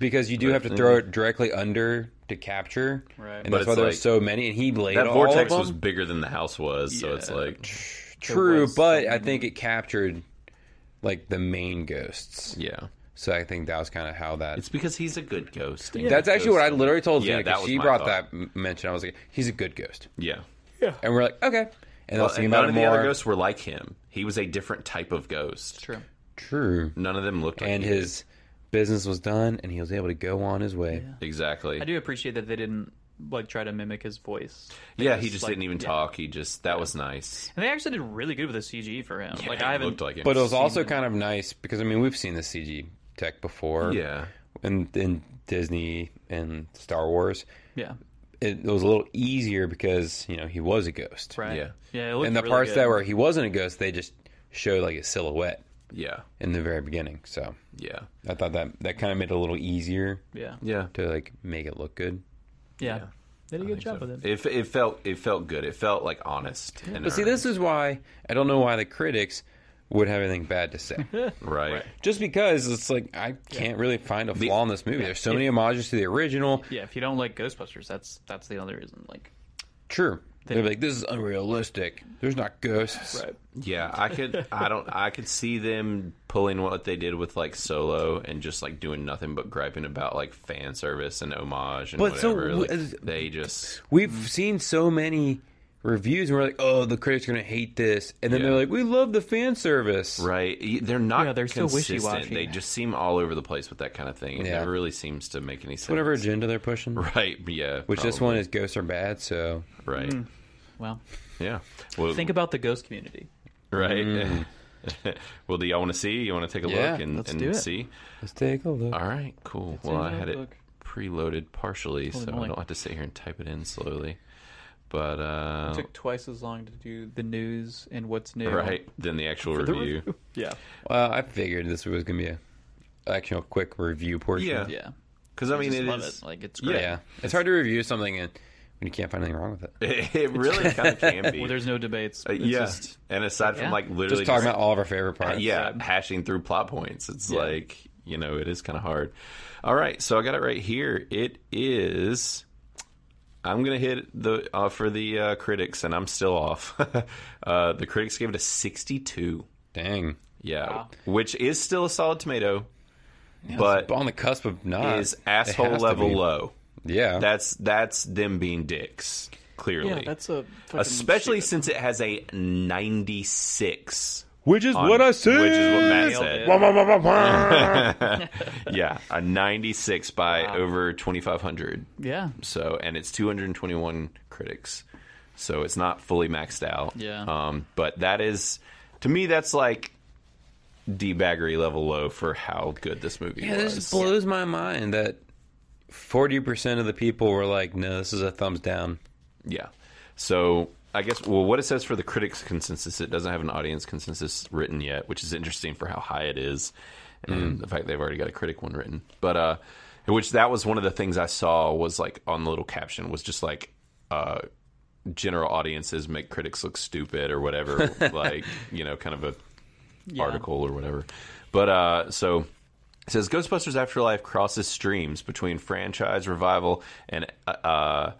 Speaker 2: because you do have to throw it directly under to capture,
Speaker 3: Right.
Speaker 2: And
Speaker 1: But
Speaker 2: that's why
Speaker 1: it's
Speaker 2: there were
Speaker 1: like-
Speaker 2: so many, and he laid
Speaker 1: That
Speaker 2: all
Speaker 1: vortex
Speaker 2: of
Speaker 1: was
Speaker 2: them.
Speaker 1: bigger than the house was, so it's
Speaker 3: Yeah.
Speaker 1: like
Speaker 2: true,
Speaker 3: was
Speaker 2: but I think it captured like the main ghosts.
Speaker 1: yeah.
Speaker 2: So I think that was kind of how that.
Speaker 1: It's because he's a good ghost.
Speaker 2: that's actually what I literally told
Speaker 1: Yeah,
Speaker 2: Zena
Speaker 1: that
Speaker 2: because
Speaker 1: was
Speaker 2: she
Speaker 1: my
Speaker 2: brought
Speaker 1: thought.
Speaker 2: that m- mention. I was like, he's a good ghost,
Speaker 1: Yeah.
Speaker 2: and we're like, okay. And I
Speaker 1: Well,
Speaker 2: was
Speaker 1: and
Speaker 2: thinking
Speaker 1: none
Speaker 2: about
Speaker 1: of
Speaker 2: it
Speaker 1: the
Speaker 2: more.
Speaker 1: other ghosts were like him. He was a different type of ghost.
Speaker 3: True.
Speaker 2: True.
Speaker 1: None of them looked like
Speaker 2: and
Speaker 1: him.
Speaker 2: his business was done, and he was able to go on his way.
Speaker 1: exactly.
Speaker 3: I do appreciate that they didn't like try to mimic his voice.
Speaker 1: yeah, he
Speaker 3: It's
Speaker 1: just
Speaker 3: like-
Speaker 1: didn't even
Speaker 3: yeah.
Speaker 1: talk. He just that was nice.
Speaker 3: And they actually did really good with the CG for him. like
Speaker 1: Yeah,
Speaker 3: I
Speaker 1: it
Speaker 3: haven't.
Speaker 1: looked like him.
Speaker 2: But it was also kind of nice because I mean we've seen the CG tech before,
Speaker 1: yeah.
Speaker 2: and in Disney and Star Wars,
Speaker 3: yeah.
Speaker 2: it, it was a little easier because you know he was a ghost,
Speaker 3: Right.
Speaker 1: Yeah.
Speaker 3: Yeah. It looked
Speaker 2: and the
Speaker 3: really
Speaker 2: parts
Speaker 3: good.
Speaker 2: that were he wasn't a ghost, they just showed like a silhouette
Speaker 1: Yeah.
Speaker 2: in the very beginning. So
Speaker 1: Yeah.
Speaker 2: I thought that that kind of made it a little easier
Speaker 3: Yeah. Yeah.
Speaker 1: Yeah.
Speaker 2: to like make it look good.
Speaker 1: Yeah.
Speaker 3: They did a good job
Speaker 1: So
Speaker 3: with
Speaker 1: It,
Speaker 3: it.
Speaker 1: it felt it felt good. It felt like honest. and
Speaker 2: But see,
Speaker 1: earned.
Speaker 2: this is why I don't know why the critics would have anything bad to say.
Speaker 1: right.
Speaker 2: Just because it's like I can't really find a flaw in this movie. There's so many homages to the original.
Speaker 3: Yeah. If you don't like Ghostbusters, that's that's the only reason. Like.
Speaker 2: True. They're like, this is unrealistic. There's not ghosts.
Speaker 3: Right.
Speaker 1: Yeah, I could. I don't. I could see them pulling what they did with like Solo and just like doing nothing but griping about like fan service and homage and
Speaker 2: But so
Speaker 1: whatever.
Speaker 2: w-
Speaker 1: Like,
Speaker 2: is-
Speaker 1: they just
Speaker 2: We've seen so many reviews, and we're like, oh, the critics are gonna hate this, and then
Speaker 1: Yeah.
Speaker 2: they're like, we love the fan service.
Speaker 1: right. y- They're not.
Speaker 3: Yeah, they're so
Speaker 1: consistent.
Speaker 3: wishy-washy.
Speaker 1: They just seem all over the place with that kind of thing. It
Speaker 2: Yeah.
Speaker 1: never really seems to make any sense.
Speaker 2: Whatever agenda they're pushing.
Speaker 1: Right. Yeah.
Speaker 2: Which this one is ghosts are bad, so
Speaker 1: Right.
Speaker 3: Well,
Speaker 1: Yeah. Well,
Speaker 3: Mm. think about the ghost community.
Speaker 1: right. well, do y'all want to see? You want to take a
Speaker 2: Mm. Yeah,
Speaker 1: look and,
Speaker 3: let's
Speaker 1: and
Speaker 3: do it.
Speaker 1: see?
Speaker 2: let's take a look.
Speaker 1: All right, cool. well, I
Speaker 3: in
Speaker 1: had it
Speaker 3: notebook.
Speaker 1: preloaded partially, so
Speaker 3: moly.
Speaker 1: I don't have to sit here and type it in slowly. But uh,
Speaker 3: took twice as long to do the news and what's new.
Speaker 1: right then the actual
Speaker 3: The
Speaker 1: review.
Speaker 3: review. Yeah.
Speaker 2: Well, I figured this was gonna be a actual quick review portion.
Speaker 1: Yeah.
Speaker 3: Yeah.
Speaker 1: Because I mean,
Speaker 3: Just
Speaker 1: it
Speaker 3: love
Speaker 1: is.
Speaker 3: it. Like it's
Speaker 1: Yeah.
Speaker 3: great.
Speaker 2: yeah. It's hard to review something and when you can't find anything wrong with it.
Speaker 1: It, really kind of can be.
Speaker 3: Well, there's no debates.
Speaker 1: Uh,
Speaker 3: It's
Speaker 1: yeah.
Speaker 3: just-
Speaker 1: and aside
Speaker 3: yeah.
Speaker 1: from like literally
Speaker 2: Just talking about all of our favorite parts.
Speaker 1: Uh, yeah, hashing through plot points, it's
Speaker 3: Yeah.
Speaker 1: like you know, it is kind of hard. All right, so I got it right here. It is. I'm gonna hit the uh, for the uh, critics, and I'm still off. uh, the critics gave it a 62.
Speaker 2: Dang.
Speaker 1: Yeah,
Speaker 3: Wow.
Speaker 1: which is still a solid tomato, but
Speaker 2: on the cusp of not
Speaker 1: is
Speaker 2: It
Speaker 1: asshole
Speaker 2: has to
Speaker 1: level
Speaker 2: be.
Speaker 1: low.
Speaker 2: Yeah,
Speaker 1: That's that's them being dicks, clearly.
Speaker 3: Yeah, that's a fucking
Speaker 1: especially
Speaker 3: stupid-
Speaker 1: since it has a 96.
Speaker 2: which is
Speaker 1: on-
Speaker 2: what I said.
Speaker 1: Which is what Matt
Speaker 3: Nailed
Speaker 1: said.
Speaker 3: it.
Speaker 2: Wah, wah, wah, wah, wah.
Speaker 1: Yeah, a 96 by over 2,500.
Speaker 3: yeah,
Speaker 1: So, and it's 221 critics. So it's not fully maxed out.
Speaker 3: Yeah.
Speaker 1: Um, but that is, to me, that's like debaggery level low for how good this movie
Speaker 2: yeah,
Speaker 1: was.
Speaker 2: this blows my mind that forty percent of the people were like, "No, this is a thumbs down."
Speaker 1: Yeah. So I guess well, what it says for the critics' consensus, it doesn't have an audience consensus written yet, which is interesting for how high it is, and the fact they've already got a critic one written. But uh, which that was one of the things I saw was like on the little caption was just like uh, general audiences make critics look stupid or whatever, like you know, kind of a article or whatever. But uh, so it says Ghostbusters Afterlife crosses streams between franchise revival and uh, uh,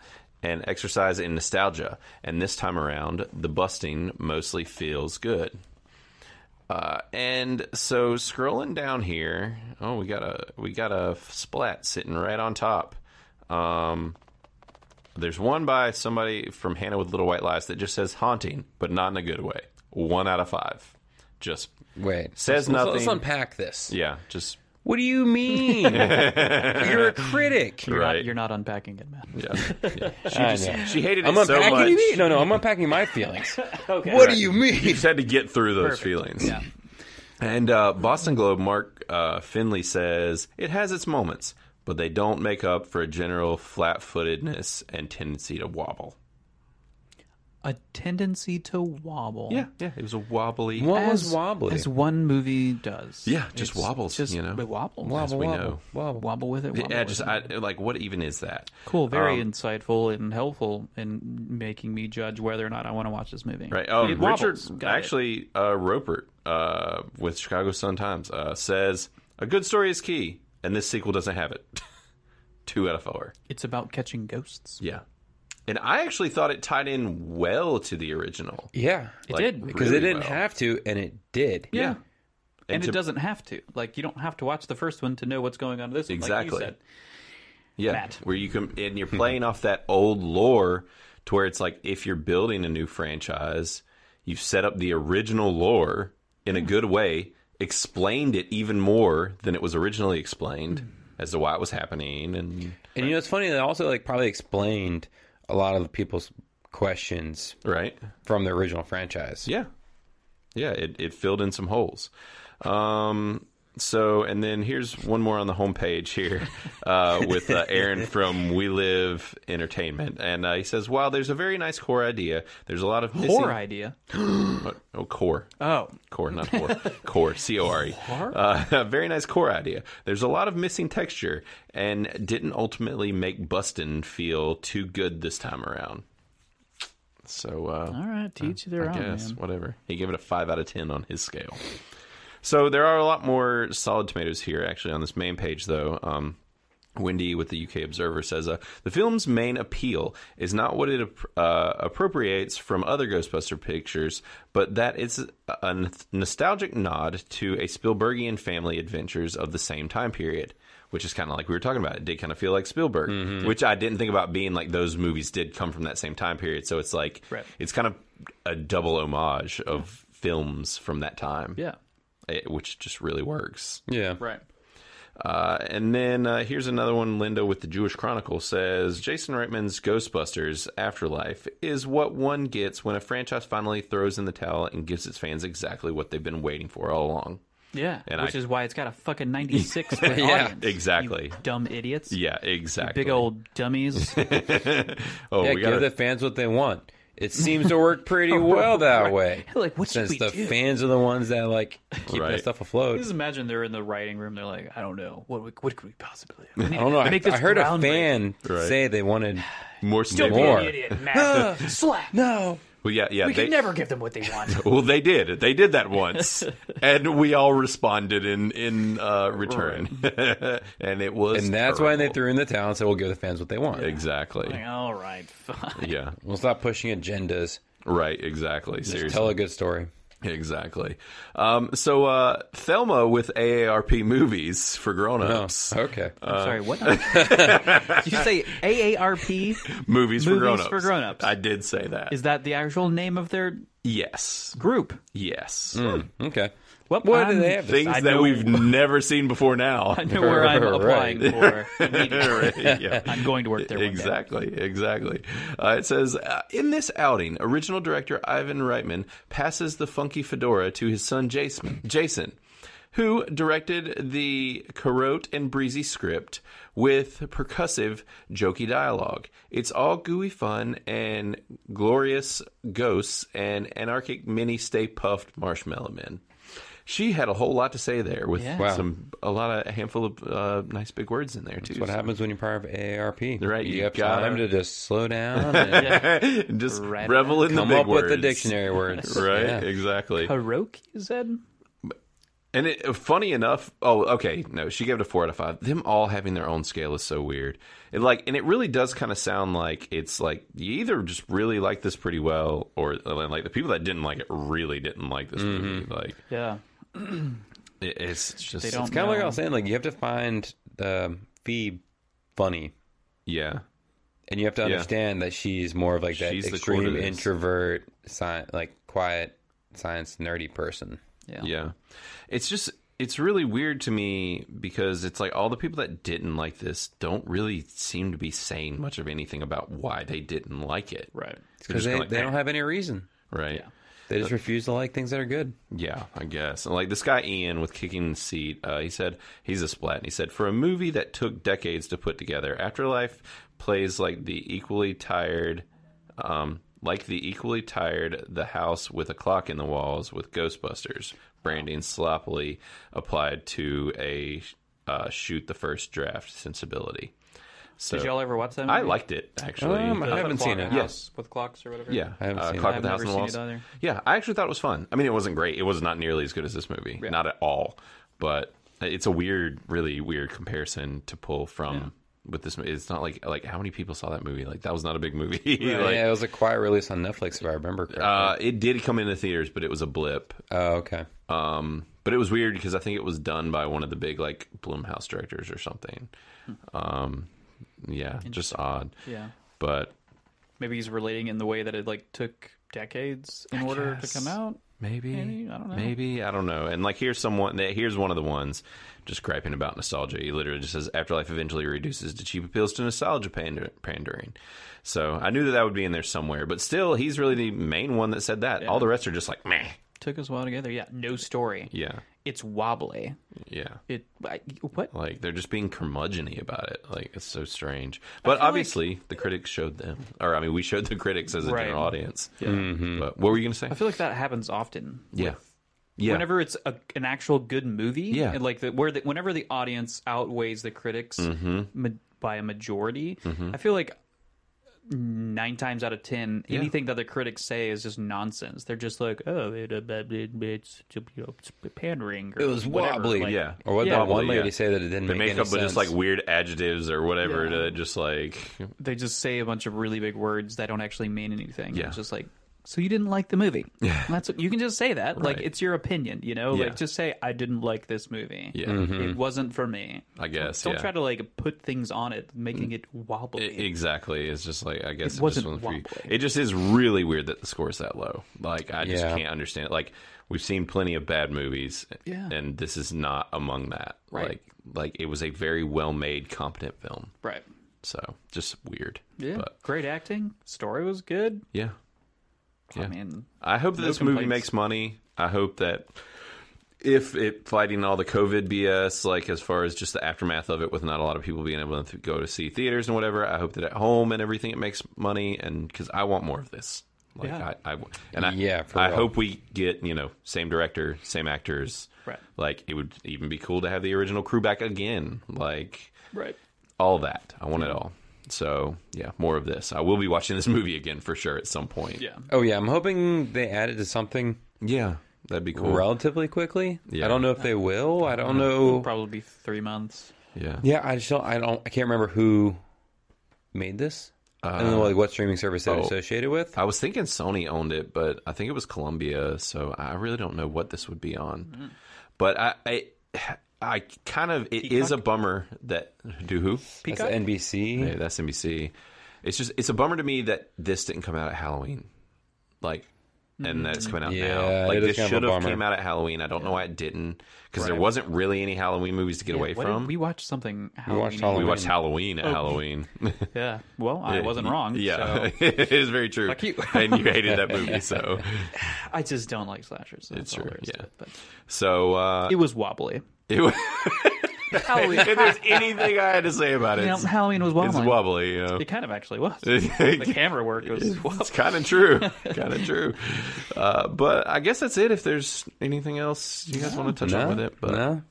Speaker 1: and exercise in nostalgia, and this time around, the busting mostly feels good. Uh, and so scrolling down here, oh, we got a we got a splat sitting right on top. Um, there's one by somebody from Hannah with Little White Lies that just says haunting, but not in a good way. One out of five, just
Speaker 2: Wait,
Speaker 1: Says
Speaker 2: let's, let's- Let's
Speaker 1: nothing.
Speaker 2: unpack this.
Speaker 1: yeah, just
Speaker 2: What do you mean? You're a critic.
Speaker 3: you're,
Speaker 1: right.
Speaker 3: not, you're not unpacking it, man.
Speaker 1: Yeah. Yeah. She,
Speaker 2: I
Speaker 1: just,
Speaker 2: know.
Speaker 1: she hated it
Speaker 2: I'm
Speaker 1: so
Speaker 2: unpacking.
Speaker 1: much.
Speaker 2: you. No, no, I'm unpacking my feelings. What do you
Speaker 1: You
Speaker 2: mean?
Speaker 1: just had to get through those feelings.
Speaker 3: Yeah.
Speaker 1: And uh, Boston Globe, Mark uh, Finley says it has its moments, but they don't make up for a general flat footedness and tendency to wobble.
Speaker 3: a tendency to wobble.
Speaker 1: Yeah, yeah. It was a wobbly.
Speaker 2: What
Speaker 3: As,
Speaker 2: was wobbly?
Speaker 3: as one movie does.
Speaker 1: Yeah, just wobbles,
Speaker 3: Just
Speaker 1: you know?
Speaker 3: it wobbles.
Speaker 1: Wobble. as we know.
Speaker 2: wobble.
Speaker 3: Wobble with it. Wobble
Speaker 1: yeah,
Speaker 3: with
Speaker 1: just
Speaker 3: it.
Speaker 1: I, like what even is that?
Speaker 3: cool. Very
Speaker 1: Um,
Speaker 3: insightful and helpful in making me judge whether or not I want to watch this movie.
Speaker 1: Right. Um,
Speaker 3: It
Speaker 1: Richard
Speaker 3: wobbles. Got it.
Speaker 1: actually uh, Ropert uh, with Chicago Sun Times uh, says a good story is key, and this sequel doesn't have it. Two out of four.
Speaker 3: it's about catching ghosts.
Speaker 1: Yeah. And I actually thought it tied in well to the original.
Speaker 2: Yeah,
Speaker 3: It did
Speaker 2: because
Speaker 1: really
Speaker 2: it didn't
Speaker 1: well.
Speaker 2: have to, and it did.
Speaker 3: Yeah. And,
Speaker 1: to-
Speaker 3: it doesn't have to. Like you don't have to watch the first one to know what's going on in this one. like you
Speaker 1: Exactly.
Speaker 3: said.
Speaker 1: Yeah,
Speaker 3: Matt.
Speaker 1: where you can and you're playing off that old lore to where it's like if you're building a new franchise, you've set up the original lore in a good way, explained it even more than it was originally explained as to why it was happening and
Speaker 2: And you know, it's funny that also like probably explained a lot of people's questions
Speaker 1: right?
Speaker 2: from the original franchise.
Speaker 1: Yeah. Yeah, it, it filled in some holes. Um, so, and then here's one more on the homepage here uh, with uh, Aaron from We Live Entertainment. And uh, he says, While there's a very nice core idea, there's a lot of missing.
Speaker 3: Poor idea.
Speaker 1: Oh, core.
Speaker 3: Oh,
Speaker 1: Core, not core. core, C O R E. Uh, Very nice core idea. There's a lot of missing texture and didn't ultimately make Bustin feel too good this time around. So, uh,
Speaker 3: all right. Teach you their
Speaker 1: I
Speaker 3: own.
Speaker 1: guess
Speaker 3: man.
Speaker 1: whatever. He gave it a five out of ten on his scale. So there are a lot more solid tomatoes here, actually, on this main page, though. Um, Wendy with the UK Observer says uh, the film's main appeal is not what it ap- uh, appropriates from other Ghostbuster pictures, but that it's a- a n- nostalgic nod to a Spielbergian family adventures of the same time period, which is kind of like we were talking about. It did kind of feel like Spielberg,
Speaker 3: Mm-hmm.
Speaker 1: which I didn't think about being like those movies did come from that same time period. So it's like
Speaker 3: Right.
Speaker 1: it's kind of a double homage of films from that time,
Speaker 3: Yeah.
Speaker 1: it, which just really works.
Speaker 2: yeah.
Speaker 3: Right.
Speaker 1: Uh, and then uh, here's another one. Linda with the Jewish Chronicle says Jason Reitman's Ghostbusters Afterlife is what one gets when a franchise finally throws in the towel and gives its fans exactly what they've been waiting for all along.
Speaker 3: Yeah.
Speaker 1: And
Speaker 3: Which
Speaker 1: I-
Speaker 3: is why it's got a fucking ninety six. yeah. Audience,
Speaker 1: exactly.
Speaker 3: you dumb idiots.
Speaker 1: Yeah, exactly.
Speaker 3: Big old dummies.
Speaker 1: Oh,
Speaker 2: Yeah,
Speaker 1: we
Speaker 2: give
Speaker 1: got
Speaker 2: the fans what they want. It seems to work pretty well that way.
Speaker 3: Like, what should
Speaker 2: Since
Speaker 3: we
Speaker 2: the
Speaker 3: do?
Speaker 2: fans are the ones that like keep
Speaker 1: Right.
Speaker 2: that stuff afloat.
Speaker 3: Just imagine they're in the writing room. They're like, I don't know what we, what could we possibly. Do?
Speaker 2: I don't know. I,
Speaker 3: Make this
Speaker 2: I heard a
Speaker 3: groundbreaking.
Speaker 2: fan
Speaker 1: Right.
Speaker 2: say they wanted.
Speaker 1: more still
Speaker 2: be more.
Speaker 3: idiot, Matt. Slap.
Speaker 2: No,
Speaker 1: Well, yeah, yeah.
Speaker 3: We
Speaker 1: they,
Speaker 3: can never give them what they want.
Speaker 1: Well, they did. They did that once, and we all responded in in uh, return, and it was.
Speaker 2: and that's why they
Speaker 1: terrible.
Speaker 2: threw Oh in the towel and said, "We'll give the fans what they want.
Speaker 1: Exactly.
Speaker 3: Like, All right, fine.
Speaker 1: Yeah.
Speaker 2: We'll stop pushing agendas.
Speaker 1: Right. Exactly. Seriously.
Speaker 2: Tell a good story."
Speaker 1: Exactly. Um, so uh, Thelma with AARP movies for
Speaker 2: Oh,
Speaker 1: grown-ups.
Speaker 2: okay.
Speaker 1: Um,
Speaker 3: I'm sorry, what? Did you say
Speaker 1: Movies,
Speaker 3: AARP?
Speaker 1: for
Speaker 3: Movies
Speaker 1: grown-ups.
Speaker 3: for grown-ups.
Speaker 1: I did say that.
Speaker 3: Is that the actual name of their
Speaker 1: yes.
Speaker 3: group?
Speaker 1: Yes.
Speaker 2: okay.
Speaker 3: What,
Speaker 2: What do they have?
Speaker 1: Things
Speaker 3: Hmm. I
Speaker 1: that
Speaker 3: know-
Speaker 1: we've never seen before now.
Speaker 3: I know where I'm
Speaker 2: Right.
Speaker 3: applying for.
Speaker 1: Right, yeah.
Speaker 3: I'm going to work there. One day.
Speaker 1: Exactly, exactly. Uh, it says uh, in this outing, original director Ivan Reitman passes the funky fedora to his son Jason, Jason, who directed the carote and breezy script with percussive, jokey dialogue. It's all gooey fun and glorious ghosts and anarchic mini Stay Puffed Marshmallow Men. She had a whole lot to say there with
Speaker 3: Yeah.
Speaker 2: Wow.
Speaker 1: some a lot of a handful of uh, nice big words in there too.
Speaker 2: What
Speaker 1: So-
Speaker 2: happens when you're part of AARP?
Speaker 1: Right,
Speaker 2: You,
Speaker 1: you
Speaker 2: have
Speaker 1: gotta-
Speaker 2: time to just slow down and
Speaker 1: And just
Speaker 3: Right.
Speaker 1: revel in
Speaker 2: come
Speaker 1: the big
Speaker 2: up
Speaker 1: words.
Speaker 2: with the dictionary words.
Speaker 1: Right,
Speaker 2: Yeah.
Speaker 1: exactly.
Speaker 3: Hiroki, you said?
Speaker 1: And it, funny enough, oh, okay, no, she gave it a four out of five. Them all having their own scale is so weird. It like, and it really does kind of sound like it's like you either just really like this pretty well, or like the people that didn't like it really didn't like this
Speaker 2: Mm-hmm.
Speaker 1: movie. Like,
Speaker 3: Yeah.
Speaker 1: it, it's just
Speaker 3: They don't
Speaker 2: It's kind of like I
Speaker 3: know.
Speaker 2: was saying, like you have to find the Phoebe funny,
Speaker 1: yeah,
Speaker 2: and you have to
Speaker 1: Yeah.
Speaker 2: understand that she's more of like that
Speaker 1: She's the
Speaker 2: extreme
Speaker 1: coordinates.
Speaker 2: introvert, sci- like quiet science nerdy person.
Speaker 1: Yeah. It's just it's really weird to me because it's like all the people that didn't like this don't really seem to be saying much of anything about why they didn't like it.
Speaker 3: Right.
Speaker 1: They're just
Speaker 2: because they,
Speaker 1: kinda Uh, like,
Speaker 2: they don't
Speaker 1: "Eh."
Speaker 2: have any reason.
Speaker 1: right.
Speaker 2: They just refuse to like things that are good.
Speaker 1: Yeah, I guess. And like this guy Ian with kicking the seat, uh, he said he's a splat. And he said for a movie that took decades to put together, Afterlife plays like the equally tired, um, like the equally tired The House with a Clock in the Walls with Ghostbusters, branding sloppily applied to a uh, shoot the first draft sensibility. So
Speaker 3: Did y'all ever watch that? Movie?
Speaker 1: I liked it actually.
Speaker 2: Um, I
Speaker 3: The
Speaker 2: haven't
Speaker 3: clock
Speaker 2: seen it.
Speaker 3: house with clocks or whatever.
Speaker 1: Yeah,
Speaker 2: I haven't
Speaker 1: uh,
Speaker 2: seen it.
Speaker 1: Clock
Speaker 3: I've
Speaker 1: with the House
Speaker 3: never
Speaker 1: on the
Speaker 3: seen
Speaker 1: Walls.
Speaker 3: it either.
Speaker 1: Yeah, I actually thought it was fun. I mean, it wasn't great. It was not nearly as good as this movie, not at all. But it's a weird, really weird comparison to pull from with this. mo- It's not like like how many people saw that movie? Like that was not a big movie. like,
Speaker 2: yeah, it was a quiet release on Netflix, if I remember correctly.
Speaker 1: uh, it did come into theaters, but it was a blip.
Speaker 2: oh, okay.
Speaker 1: Um, but it was weird because I think it was done by one of the big like Bloomhouse directors or something.
Speaker 3: Hmm.
Speaker 1: Um, yeah, just odd.
Speaker 3: Yeah.
Speaker 1: But
Speaker 3: Maybe he's relating in the way that it like took decades in order
Speaker 1: guess.
Speaker 3: to come out.
Speaker 1: Maybe,
Speaker 3: Maybe, I don't know.
Speaker 1: Maybe I don't know. And like here's someone that here's one of the ones just griping about nostalgia. He literally just says afterlife eventually reduces to cheap appeals to nostalgia pander- pandering. So I knew that that would be in there somewhere, but still, he's really the main one that said that. All the rest are just like meh.
Speaker 3: Took us a while together. Yeah. No story.
Speaker 1: Yeah,
Speaker 3: It's wobbly.
Speaker 1: yeah.
Speaker 3: It. I, what?
Speaker 1: Like they're just being curmudgeony about it. Like it's so strange. But obviously, the critics showed them, or I mean, we showed the critics as a
Speaker 3: Right.
Speaker 1: general audience. Yeah. But what were you going to say?
Speaker 3: Mm-hmm. I feel like that happens often.
Speaker 1: yeah. Yeah.
Speaker 3: Whenever it's a, an actual good movie,
Speaker 1: Yeah.
Speaker 3: and like the, where the, whenever the audience outweighs the critics
Speaker 1: Mm-hmm.
Speaker 3: ma- by a majority, I feel like nine times out of ten, anything that the critics say is just nonsense. They're just like, oh, it, uh, blah, blah, blah, it's, you know, it's pandering. Or
Speaker 2: It was
Speaker 3: whatever.
Speaker 2: wobbly.
Speaker 3: Like,
Speaker 1: yeah.
Speaker 2: Or what
Speaker 3: Yeah.
Speaker 2: that one
Speaker 1: Wobbly,
Speaker 2: lady
Speaker 1: yeah.
Speaker 2: say that it didn't
Speaker 1: they
Speaker 2: make
Speaker 1: make
Speaker 2: any
Speaker 1: up with
Speaker 2: sense.
Speaker 1: just like weird adjectives or whatever to just like
Speaker 3: They just say a bunch of really big words that don't actually mean anything.
Speaker 1: Yeah.
Speaker 3: It's just like. So you didn't like the movie? Yeah, that's you can just say that. Like
Speaker 1: Right.
Speaker 3: it's your opinion, you know.
Speaker 1: Yeah.
Speaker 3: Like just say I didn't like this movie.
Speaker 1: yeah Mm-hmm.
Speaker 3: It wasn't for me.
Speaker 1: i guess
Speaker 3: Don't
Speaker 1: yeah
Speaker 3: try to like put things on it, making it wobbly.
Speaker 1: I- exactly it's just like i guess
Speaker 3: It
Speaker 1: it
Speaker 3: wasn't
Speaker 1: just wasn't for you.
Speaker 3: wobbly.
Speaker 1: it just is really weird that the score is that low like i just
Speaker 2: Yeah.
Speaker 1: can't understand it like we've seen plenty of bad movies
Speaker 3: Yeah.
Speaker 1: and this is not among that
Speaker 3: Right.
Speaker 1: like like it was a very well made competent film
Speaker 3: right.
Speaker 1: so just weird
Speaker 3: Yeah.
Speaker 1: but
Speaker 3: Great acting. Story was good.
Speaker 1: yeah
Speaker 3: I mean,
Speaker 1: I hope that
Speaker 3: No
Speaker 1: this movie
Speaker 3: complaints.
Speaker 1: makes money. I hope that if it fighting all the COVID BS, like as far as just the aftermath of it, with not a lot of people being able to go to see theaters and whatever, I hope that at home and everything it makes money, and because I want more of this. Like
Speaker 3: Yeah.
Speaker 1: I, I, and I,
Speaker 2: Yeah, for
Speaker 1: I
Speaker 2: real.
Speaker 1: hope we get you know same director, same actors.
Speaker 3: Right.
Speaker 1: Like it would even be cool to have the original crew back again. Like
Speaker 3: right.
Speaker 1: all that, I want it all. So yeah, more of this. I will be watching this movie again for sure at some point.
Speaker 3: Yeah.
Speaker 2: Oh yeah, I'm hoping they add it to something
Speaker 1: yeah, that'd be cool.
Speaker 2: relatively quickly.
Speaker 1: Yeah.
Speaker 2: I don't know if they will. I don't know.
Speaker 3: Probably be three months.
Speaker 1: Yeah.
Speaker 2: Yeah, I just don't. I don't. I can't remember who made this. I don't know like what streaming service they're
Speaker 1: oh.
Speaker 2: associated with.
Speaker 1: I was thinking Sony owned it, but I think it was Columbia, so I really don't know what this would be on.
Speaker 3: Mm-hmm.
Speaker 1: But I, I, I kind of it is a bummer that do who?
Speaker 2: That's
Speaker 3: Peacock?
Speaker 2: NBC.
Speaker 1: Hey, that's NBC. It's just it's a bummer to me that this didn't come out at Halloween, like, and that it's coming out
Speaker 3: Mm-hmm.
Speaker 2: Yeah,
Speaker 1: now. Like
Speaker 2: it
Speaker 1: this
Speaker 2: is kind of a
Speaker 1: should have
Speaker 2: bummer.
Speaker 1: came out at Halloween. I don't know why it didn't because there wasn't really any Halloween movies to get away
Speaker 3: What did-
Speaker 1: from.
Speaker 3: we watched something.
Speaker 2: watched
Speaker 3: Halloween.
Speaker 2: Halloween.
Speaker 1: We watched Halloween at Halloween.
Speaker 3: Yeah. Well, I wasn't wrong.
Speaker 1: Yeah,
Speaker 3: so.
Speaker 1: it is very true.
Speaker 3: Fuck you.
Speaker 1: and you hated that movie, so
Speaker 3: I just don't like slashers. That's
Speaker 1: It's
Speaker 3: all
Speaker 1: true,
Speaker 3: there is to
Speaker 1: yeah.
Speaker 3: It, but
Speaker 1: so uh,
Speaker 3: it was wobbly.
Speaker 1: it was.
Speaker 3: Halloween.
Speaker 1: if there's anything I had to say about it,
Speaker 3: you know,
Speaker 1: it's,
Speaker 3: Halloween was
Speaker 1: it's
Speaker 3: wobbly.
Speaker 1: wobbly. You know,
Speaker 3: It kind of actually was. the
Speaker 1: it's
Speaker 3: camera work was wobbly.
Speaker 1: kind of true, kind of true. Uh, but I guess that's it. If there's anything else you guys want to touch
Speaker 2: No,
Speaker 1: on with it, but
Speaker 2: no.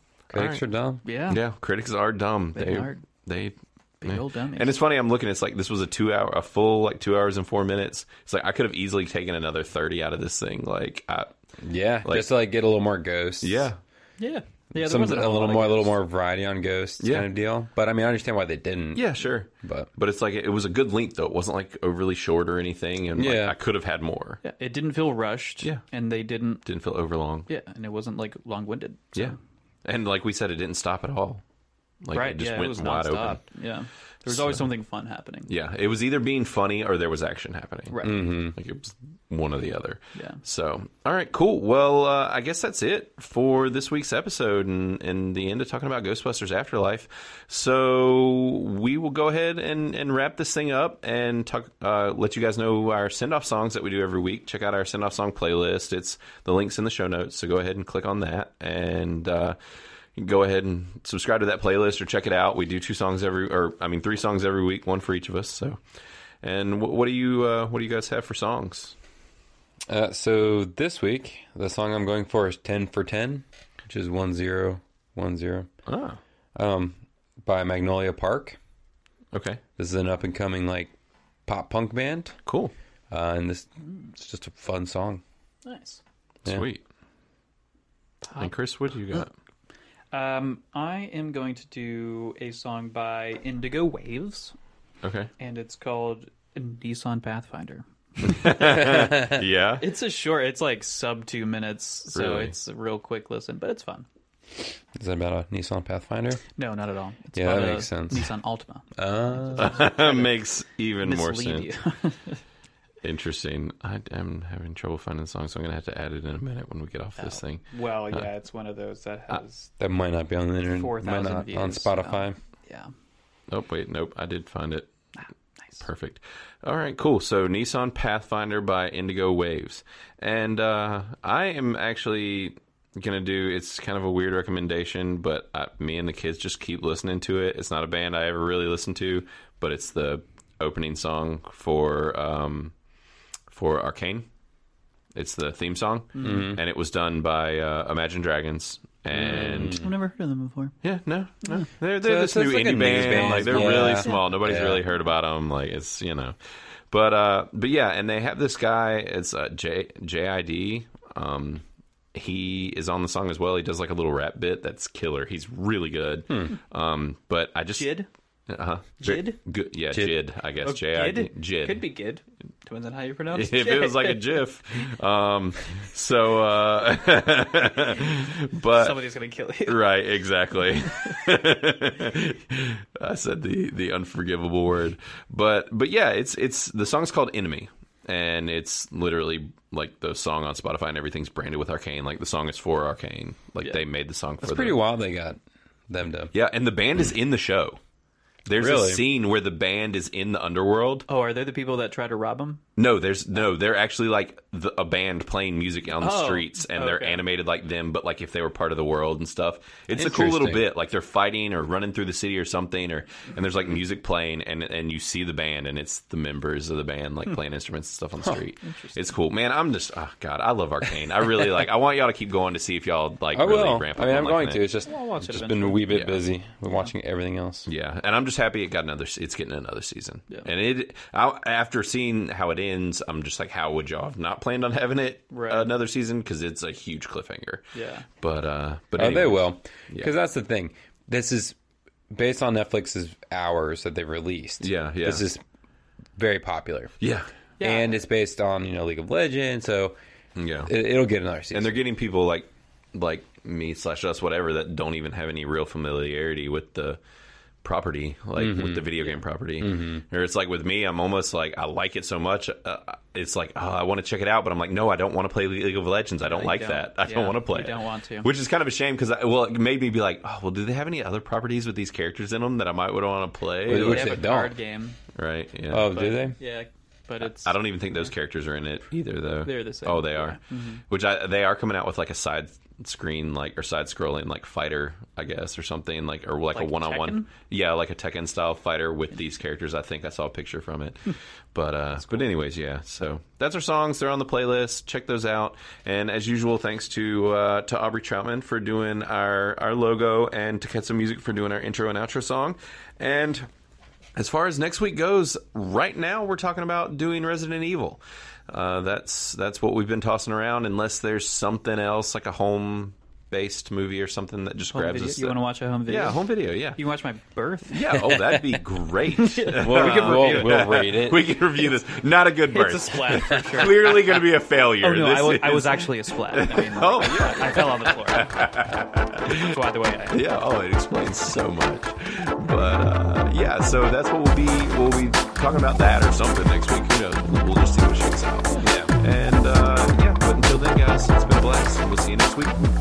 Speaker 1: Alright.
Speaker 2: Critics are dumb.
Speaker 3: Yeah.
Speaker 1: yeah, critics are dumb. They,
Speaker 3: are.
Speaker 1: they.
Speaker 3: Big old dummies.
Speaker 1: And it's funny. I'm looking. It's like this was a two hour, a full like two hours and four minutes. It's like I could have easily taken another thirty out of this thing. Like, I,
Speaker 2: Yeah, just to like get a little more ghosts.
Speaker 1: yeah,
Speaker 3: yeah. Yeah.
Speaker 2: Some, a
Speaker 3: wasn't
Speaker 2: little
Speaker 3: lot of
Speaker 2: more, a little
Speaker 3: ghosts.
Speaker 2: more variety on ghosts
Speaker 1: Yeah.
Speaker 2: kind of deal. But I mean, I understand why they didn't.
Speaker 1: yeah, sure.
Speaker 2: But
Speaker 1: But it's like it was a good length though. It wasn't like overly short or anything. And like,
Speaker 2: Yeah.
Speaker 1: I could have had more.
Speaker 3: Yeah, it didn't feel rushed.
Speaker 1: Yeah.
Speaker 3: And they didn't
Speaker 1: Didn't feel overlong.
Speaker 3: Yeah, and it wasn't like long winded.
Speaker 1: Yeah. And like we said, it didn't stop at all. Like
Speaker 3: right.
Speaker 1: it just
Speaker 3: yeah,
Speaker 1: went
Speaker 3: it was
Speaker 1: wide
Speaker 3: nonstop.
Speaker 1: open.
Speaker 3: Yeah, there was always something fun happening.
Speaker 1: Yeah. It was either being funny or there was action happening. Mm-hmm.
Speaker 3: Right. Mm-hmm.
Speaker 1: Like it was one or the other.
Speaker 3: Yeah.
Speaker 1: So, all right, cool. Well, uh, I guess that's it for this week's episode and, and the end of talking about Ghostbusters Afterlife. So we will go ahead and, and wrap this thing up and talk, uh, let you guys know our send off songs that we do every week. Check out our send off song playlist. It's the links in the show notes. So go ahead and click on that and, uh, you can Go ahead and subscribe to that playlist or check it out. We do two songs every, or I mean, three songs every week, one for each of us. So, And wh- what do you uh, what do you guys have for songs?
Speaker 2: Uh, so this week, the song I'm going for is 10 for 10, which is 1010
Speaker 1: Ah,
Speaker 2: um, by Magnolia Park.
Speaker 1: okay,
Speaker 2: This is an up and coming like pop punk band,
Speaker 1: cool,
Speaker 2: uh, and this it's just a fun song.
Speaker 3: Nice.
Speaker 2: Yeah.
Speaker 1: sweet. And Chris, what do you got?
Speaker 3: Um, I am going to do a song by Indigo Waves,
Speaker 1: Okay,
Speaker 3: and it's called Nissan Pathfinder.
Speaker 1: yeah,
Speaker 3: It's a short. It's like sub two minutes, so
Speaker 1: Really?
Speaker 3: it's a real quick listen, but it's fun.
Speaker 2: Is that about a Nissan Pathfinder?
Speaker 3: No, not at all. It's
Speaker 2: Yeah, that
Speaker 3: about a
Speaker 2: makes sense.
Speaker 3: Nissan Altima.
Speaker 2: Uh,
Speaker 1: makes even more
Speaker 3: Mislead
Speaker 1: sense.
Speaker 3: you.
Speaker 1: Interesting. I am having trouble finding songs, so I'm gonna have to add it in a minute when we get off
Speaker 3: Oh.
Speaker 1: this thing. Uh,
Speaker 3: well, yeah, it's one of those that has.
Speaker 2: that might not be on the internet. might
Speaker 3: 4,000
Speaker 2: not on
Speaker 3: views,
Speaker 2: Spotify.
Speaker 3: yeah.
Speaker 1: Oh wait, nope. I did find it.
Speaker 3: nice.
Speaker 1: Perfect. All right, cool. So Nissan Pathfinder by Indigo Waves, and uh, I am actually gonna do. It's kind of a weird recommendation, but I, me and the kids just keep listening to it. It's not a band I ever really listened to, but it's the opening song for um, for Arcane. It's the theme song, and it was done by uh, Imagine Dragons. And
Speaker 3: I've never heard of them before.
Speaker 1: yeah, no, no. They're they're
Speaker 2: So
Speaker 1: this
Speaker 2: it's- it's
Speaker 1: new
Speaker 2: like a
Speaker 1: indie
Speaker 2: news
Speaker 1: band.
Speaker 2: band.
Speaker 1: Like they're
Speaker 2: Yeah.
Speaker 1: really small. Nobody's
Speaker 2: Yeah.
Speaker 1: really heard about them. Like it's you know, but uh, but yeah, and they have this guy. It's uh, J JID. Um, he is on the song as well. He does like a little rap bit that's killer. He's really good.
Speaker 2: Hmm.
Speaker 1: Um, but I just
Speaker 3: Jid?
Speaker 1: uh-huh.
Speaker 3: Jid?
Speaker 1: Good, yeah,
Speaker 2: Jid.
Speaker 1: Jid. I guess
Speaker 3: Oh,
Speaker 1: JID. Jid
Speaker 3: Could be Gid. Depends on how you pronounce
Speaker 1: if it was like a GIF. Um, so, uh, but
Speaker 3: Somebody's going to kill you.
Speaker 1: right exactly i said the the unforgivable word but but yeah it's it's the song's called enemy and it's literally like the song on spotify and everything's branded with arcane like the song is for arcane like they made the song for
Speaker 2: It's pretty
Speaker 1: the,
Speaker 2: wild. They got them to.
Speaker 1: yeah and the band is in the show there's
Speaker 2: Really?
Speaker 1: a scene where the band is in the underworld
Speaker 3: Oh, are they the people that try to rob him?
Speaker 1: no there's no they're actually like the, a band playing music on the
Speaker 3: Oh,
Speaker 1: streets and they're
Speaker 3: okay.
Speaker 1: animated like them but like if they were part of the world and stuff it's a cool little
Speaker 2: Interesting.
Speaker 1: bit like they're fighting or running through the city or something or and there's like music playing and and you see the band and it's the members of the band
Speaker 2: Hmm.
Speaker 1: like playing instruments and stuff on the street it's cool man i'm just oh god i love arcane i really like i want y'all to keep going to see if y'all like
Speaker 2: I
Speaker 1: really
Speaker 2: will.
Speaker 1: ramp
Speaker 2: I
Speaker 1: up
Speaker 2: mean,
Speaker 1: on
Speaker 2: I'm
Speaker 1: liking
Speaker 2: going to.
Speaker 1: it.
Speaker 2: It's just
Speaker 3: I'll watch it
Speaker 2: just been a
Speaker 3: eventually.
Speaker 2: wee bit
Speaker 1: Yeah.
Speaker 2: busy with watching everything else.
Speaker 1: Yeah, and I'm just happy it got another. It's getting another season. And it I, after seeing how it ends, I'm just like, how would y'all have not planned on having it
Speaker 3: Right.
Speaker 1: another season? Because it's a huge cliffhanger.
Speaker 3: Yeah.
Speaker 1: But uh, but
Speaker 2: Oh, they
Speaker 1: anyway.
Speaker 2: will. Because that's the thing. This is based on Netflix's hours that they've released.
Speaker 1: Yeah, yeah.
Speaker 2: This is very popular.
Speaker 1: Yeah,
Speaker 3: Yeah.
Speaker 2: And it's based on, you know, League of Legends, so
Speaker 1: yeah.
Speaker 2: it, it'll get another season.
Speaker 1: and they're getting people like like me slash us whatever that don't even have any real familiarity with the property like with the
Speaker 3: Mm-hmm.
Speaker 1: video game property or it's like with me i'm almost like i like it so much uh, it's like oh, i want to check it out but i'm like no i don't want to play league of legends i don't like
Speaker 3: don't.
Speaker 1: that i
Speaker 3: Yeah,
Speaker 1: don't want to play
Speaker 3: you
Speaker 1: it.
Speaker 3: don't want to.
Speaker 1: which is kind of a shame because well it made me be like oh well do they have any other properties with these characters in them that i might would want to play
Speaker 2: Which
Speaker 3: They have
Speaker 2: they
Speaker 3: a
Speaker 2: don't.
Speaker 3: card game.
Speaker 1: right yeah
Speaker 2: oh, do they?
Speaker 3: Yeah, but it's.
Speaker 1: I don't even think those characters are in it either, though.
Speaker 3: They're the same. Mm-hmm.
Speaker 1: Oh, they are. Which I they are coming out with like a side screen, like or side scrolling, like fighter, I guess, or something like or like, a
Speaker 3: Like
Speaker 1: one on
Speaker 3: Tekken?
Speaker 1: one. Yeah, like a Tekken style fighter with these characters. I think I saw a picture from it.
Speaker 3: Hmm.
Speaker 1: but uh, but anyways, yeah. So that's our songs. They're on the playlist. Check those out. And as usual, thanks to uh, to Aubrey Troutman for doing our our logo and to Ketsa Music for doing our intro and outro song. And as far as next week goes, right now we're talking about doing Resident Evil. Uh, that's that's what we've been tossing around. Unless there's something else like a home-based movie or something that just
Speaker 3: Home
Speaker 1: grabs
Speaker 3: video?
Speaker 1: us.
Speaker 3: You want to watch a home video?
Speaker 1: Yeah, home video. Yeah,
Speaker 3: You can watch my birth.
Speaker 1: yeah. Oh, that'd be great.
Speaker 2: Well, we can
Speaker 1: review
Speaker 2: we'll, we'll rate it.
Speaker 1: we can review this. Not a good birth.
Speaker 3: It's a splat for sure.
Speaker 1: Clearly going to be a failure.
Speaker 3: Oh no,
Speaker 1: This
Speaker 3: I was, I
Speaker 1: is-
Speaker 3: was actually a splat. I mean,
Speaker 1: Oh,
Speaker 3: like, I fell on the floor. That's why the way I.
Speaker 1: yeah oh it explains so much but uh, yeah so that's what we'll be we'll be talking about that or something next week who knows we'll just see what shakes out yeah and uh, yeah but until then guys it's been a blast and we'll see you next week